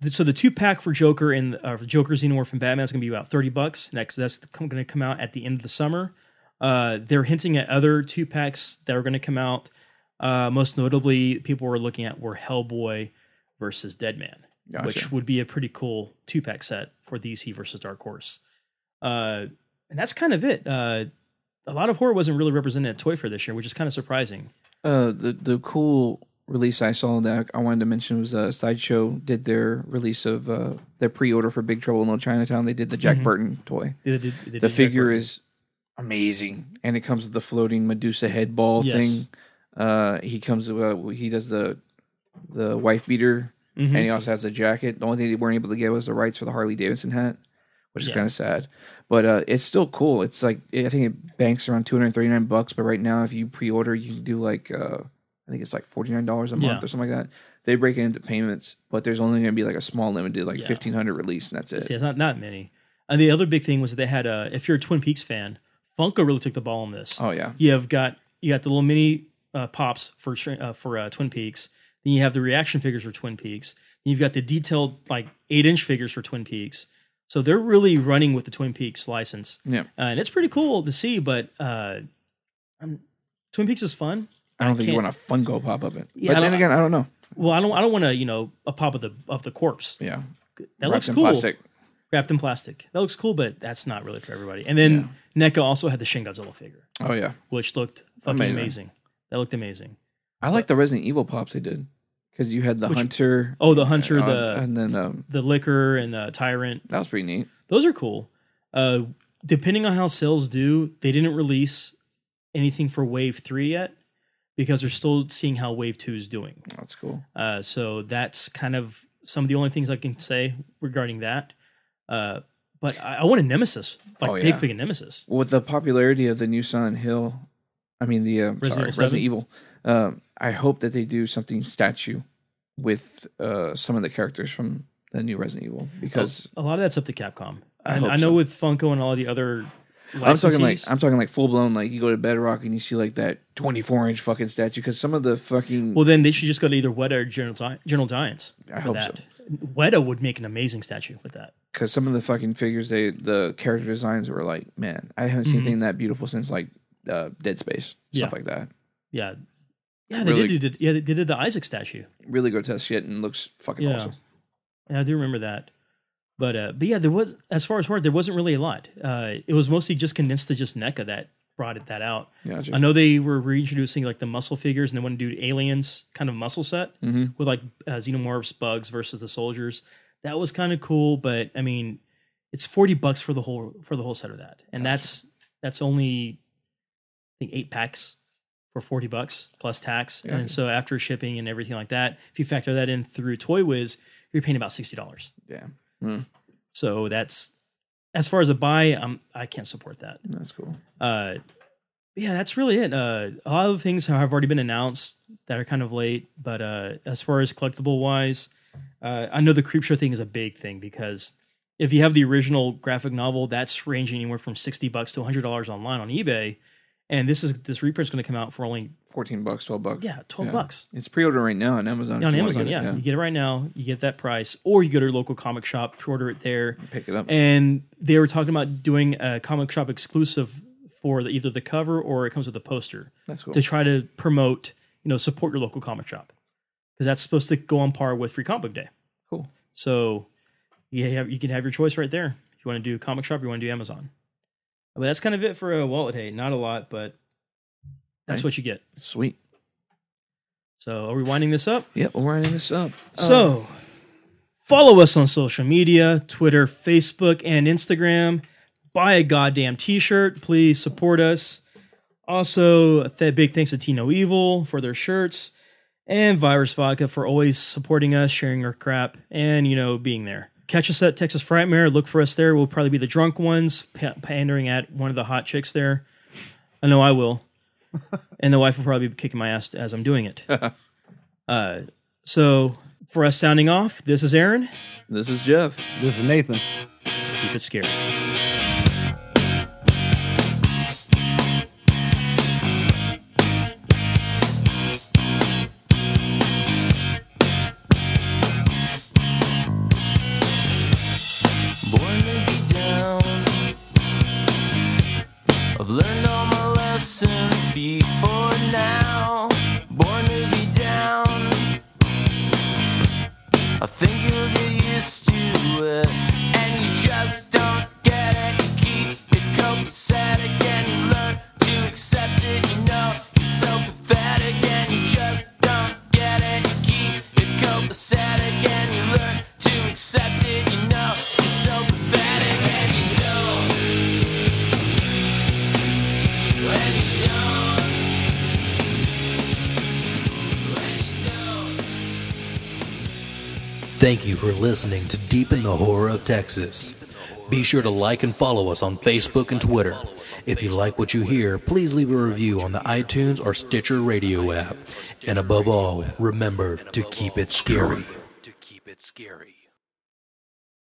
S7: th- so the two pack for Joker and uh, for Joker, Xenomorph, and Batman is going to be about thirty bucks. Next, that's going to come out at the end of the summer. Uh, they're hinting at other two packs that are going to come out. Uh, most notably, people were looking at were Hellboy versus Deadman,
S5: Gotcha.
S7: which would be a pretty cool two pack set for DC versus Dark Horse. Uh, and that's kind of it. Uh, a lot of horror wasn't really represented at Toy Fair this year, which is kind of surprising.
S5: Uh, the the cool release I saw that I wanted to mention was uh, Sideshow did their release of uh, their pre order for Big Trouble in Little Chinatown. They did the Jack Burton toy.
S7: They did- Mm-hmm. they did
S5: the
S7: Jack
S5: figure
S7: Burton. Mm-hmm.
S5: is amazing, and it comes with the floating Medusa head ball
S7: Yes.
S5: thing. Uh, he comes with uh, he does the the wife beater,
S7: Mm-hmm.
S5: and he also has a jacket. The only thing they weren't able to get was the rights for the Harley Davidson hat, which is
S7: Yeah.
S5: kind of sad. But uh, it's still cool. It's like I think it banks around two hundred thirty nine bucks, but right now if you pre order, you can do like uh, I think it's like forty nine dollars a month
S7: Yeah.
S5: or something like that. They break it into payments, but there's only going to be like a small limited, like
S7: Yeah.
S5: fifteen hundred release, and that's it.
S7: See, it's not not many. And the other big thing was that they had uh if you're a Twin Peaks fan, Funko really took the ball on this.
S5: Oh yeah,
S7: You have got you got the little mini uh, pops for Shr- uh, for uh, Twin Peaks. Then you have the reaction figures for Twin Peaks. You've got the detailed like eight inch figures for Twin Peaks. So they're really running with the Twin Peaks license,
S5: yeah.
S7: uh, and it's pretty cool to see. But uh, um, Twin Peaks is fun.
S5: I don't think you
S7: can't-
S5: want a Funko pop of it.
S7: Yeah, I
S5: but then
S7: don't-
S5: again, I don't know.
S7: Well, I don't I don't want to you know a pop of the of the corpse.
S5: Yeah,
S7: That
S5: Wrapped
S7: looks
S5: in
S7: cool.
S5: plastic.
S7: wrapped in plastic. That looks cool, but that's not really for everybody. And then NECA also had the Shin Godzilla figure,
S5: Oh yeah,
S7: which looked fucking amazing.
S5: Amazing.
S7: That looked amazing.
S5: I like the Resident Evil pops they did because you had the
S7: Which-
S5: hunter.
S7: Oh, the hunter,
S5: uh,
S7: the
S5: and then um,
S7: the liquor, and the tyrant.
S5: that was pretty neat.
S7: Those are cool. Uh, depending on how sales do, they didn't release anything for Wave Three yet because they're still seeing how Wave Two is doing.
S5: That's cool.
S7: Uh, so that's kind of some of the only things I can say regarding that. Uh, but I, I want a Nemesis, like
S5: Oh,
S7: big
S5: yeah.
S7: freaking Nemesis.
S5: With the popularity of the new Silent Hill, I mean the um,
S7: Resident
S5: sorry,
S7: Evil 7?
S5: Resident Evil. Um, I hope that they do something statue with uh, some of the characters from the new Resident Evil because
S7: a lot of that's up to Capcom.
S5: I
S7: I,
S5: hope
S7: I know
S5: so.
S7: with Funko and all the other. Oh,
S5: I'm talking like
S7: licensees-
S5: I'm talking like full blown like you go to Bedrock and you see like that 24 inch fucking statue because some of the fucking
S7: well, then they should just go to either Weta or General Di- General Giants.
S5: I
S7: for
S5: hope
S7: that. Weta would make an amazing statue with that.
S5: because some of the fucking figures they the character designs were like man i haven't seen anything that beautiful since like uh, dead space
S7: Mm-hmm. Yeah.
S5: stuff like that
S7: Yeah, yeah, they
S5: Really-
S7: did, did. Yeah, they did the Isaac statue.
S5: really grotesque shit and looks fucking
S7: Yeah.
S5: awesome
S7: Yeah, I do remember that. But uh, but yeah, there was as far as horror, there wasn't really a lot. Uh, it was mostly just condensed to just NECA that brought it that out.
S5: yeah it's-
S7: I know they were reintroducing like the muscle figures, and they want to do aliens kind of muscle set with like uh, xenomorphs, bugs versus the soldiers. That was kind of cool, but I mean, it's forty bucks for the whole for the whole set of that, and that's that's only I think eight packs for forty bucks plus tax, and so after shipping and everything like that, if you factor that in through Toy Wiz, you're paying about sixty dollars.
S5: yeah
S7: So that's as far as a buy, um, I can't support that
S5: that's cool
S7: uh yeah that's really it uh a lot of the things have already been announced that are kind of late but uh as far as collectible wise uh i know the creepshow thing is a big thing because if you have the original graphic novel that's ranging anywhere from 60 bucks to 100 dollars online on ebay and this is this reprint's going to come out for only
S5: 14 bucks 12 bucks
S7: yeah 12
S5: Yeah.
S7: bucks
S5: it's pre-order right now on amazon if
S7: on
S5: you wanna
S7: amazon
S5: get it.
S7: yeah. you get it right now you get that price or you go to your local comic shop pre-order it there
S5: pick it up
S7: and they were talking about doing a comic shop exclusive for the, either the cover or it comes with a poster
S5: that's cool
S7: to try to promote, you know, support your local comic shop because that's supposed to go on par with Free Comic Book Day.
S5: cool
S7: So you have, you can have your choice right there. If you want to do comic shop, you want to do Amazon. But that's kind of it for uh, Wallet Hay. Not a lot, but that's
S11: Right.
S7: what you get.
S11: Sweet.
S7: So, are we winding this up?
S11: Yep, we're running this up.
S7: So, follow us on social media Twitter, Facebook, and Instagram. Buy a goddamn t shirt. Please support us. Also, th- big thanks to Tino Evil for their shirts and Virus Vodka for always supporting us, sharing our crap, and, you know, being there. Catch us at Texas Frightmare. Look for us there. We'll probably be the drunk ones, pa- pandering at one of the hot chicks there. I know I will. and the wife will probably be kicking my ass as I'm doing it. uh, so, for us sounding off, this is Aaron.
S11: This is Jeff.
S6: This is Nathan.
S7: Keep it scary.
S9: Born to be down. I've learned all my lessons before now. Born to be down. I think you'll get used to it, and you just don't get it. You keep your cope set again. You learn to accept it. You know you're so pathetic, and you just don't get it. You keep your cope set again. You learn to accept it. You know you're so pathetic, and you don't. And you don't. And you don't.
S1: Thank you for listening to Deep in the Horror of Texas. Be sure to like and follow us on Facebook and Twitter. If you like what you hear, please leave a review on the iTunes or Stitcher radio app. And above all, remember to keep it scary. To keep it scary.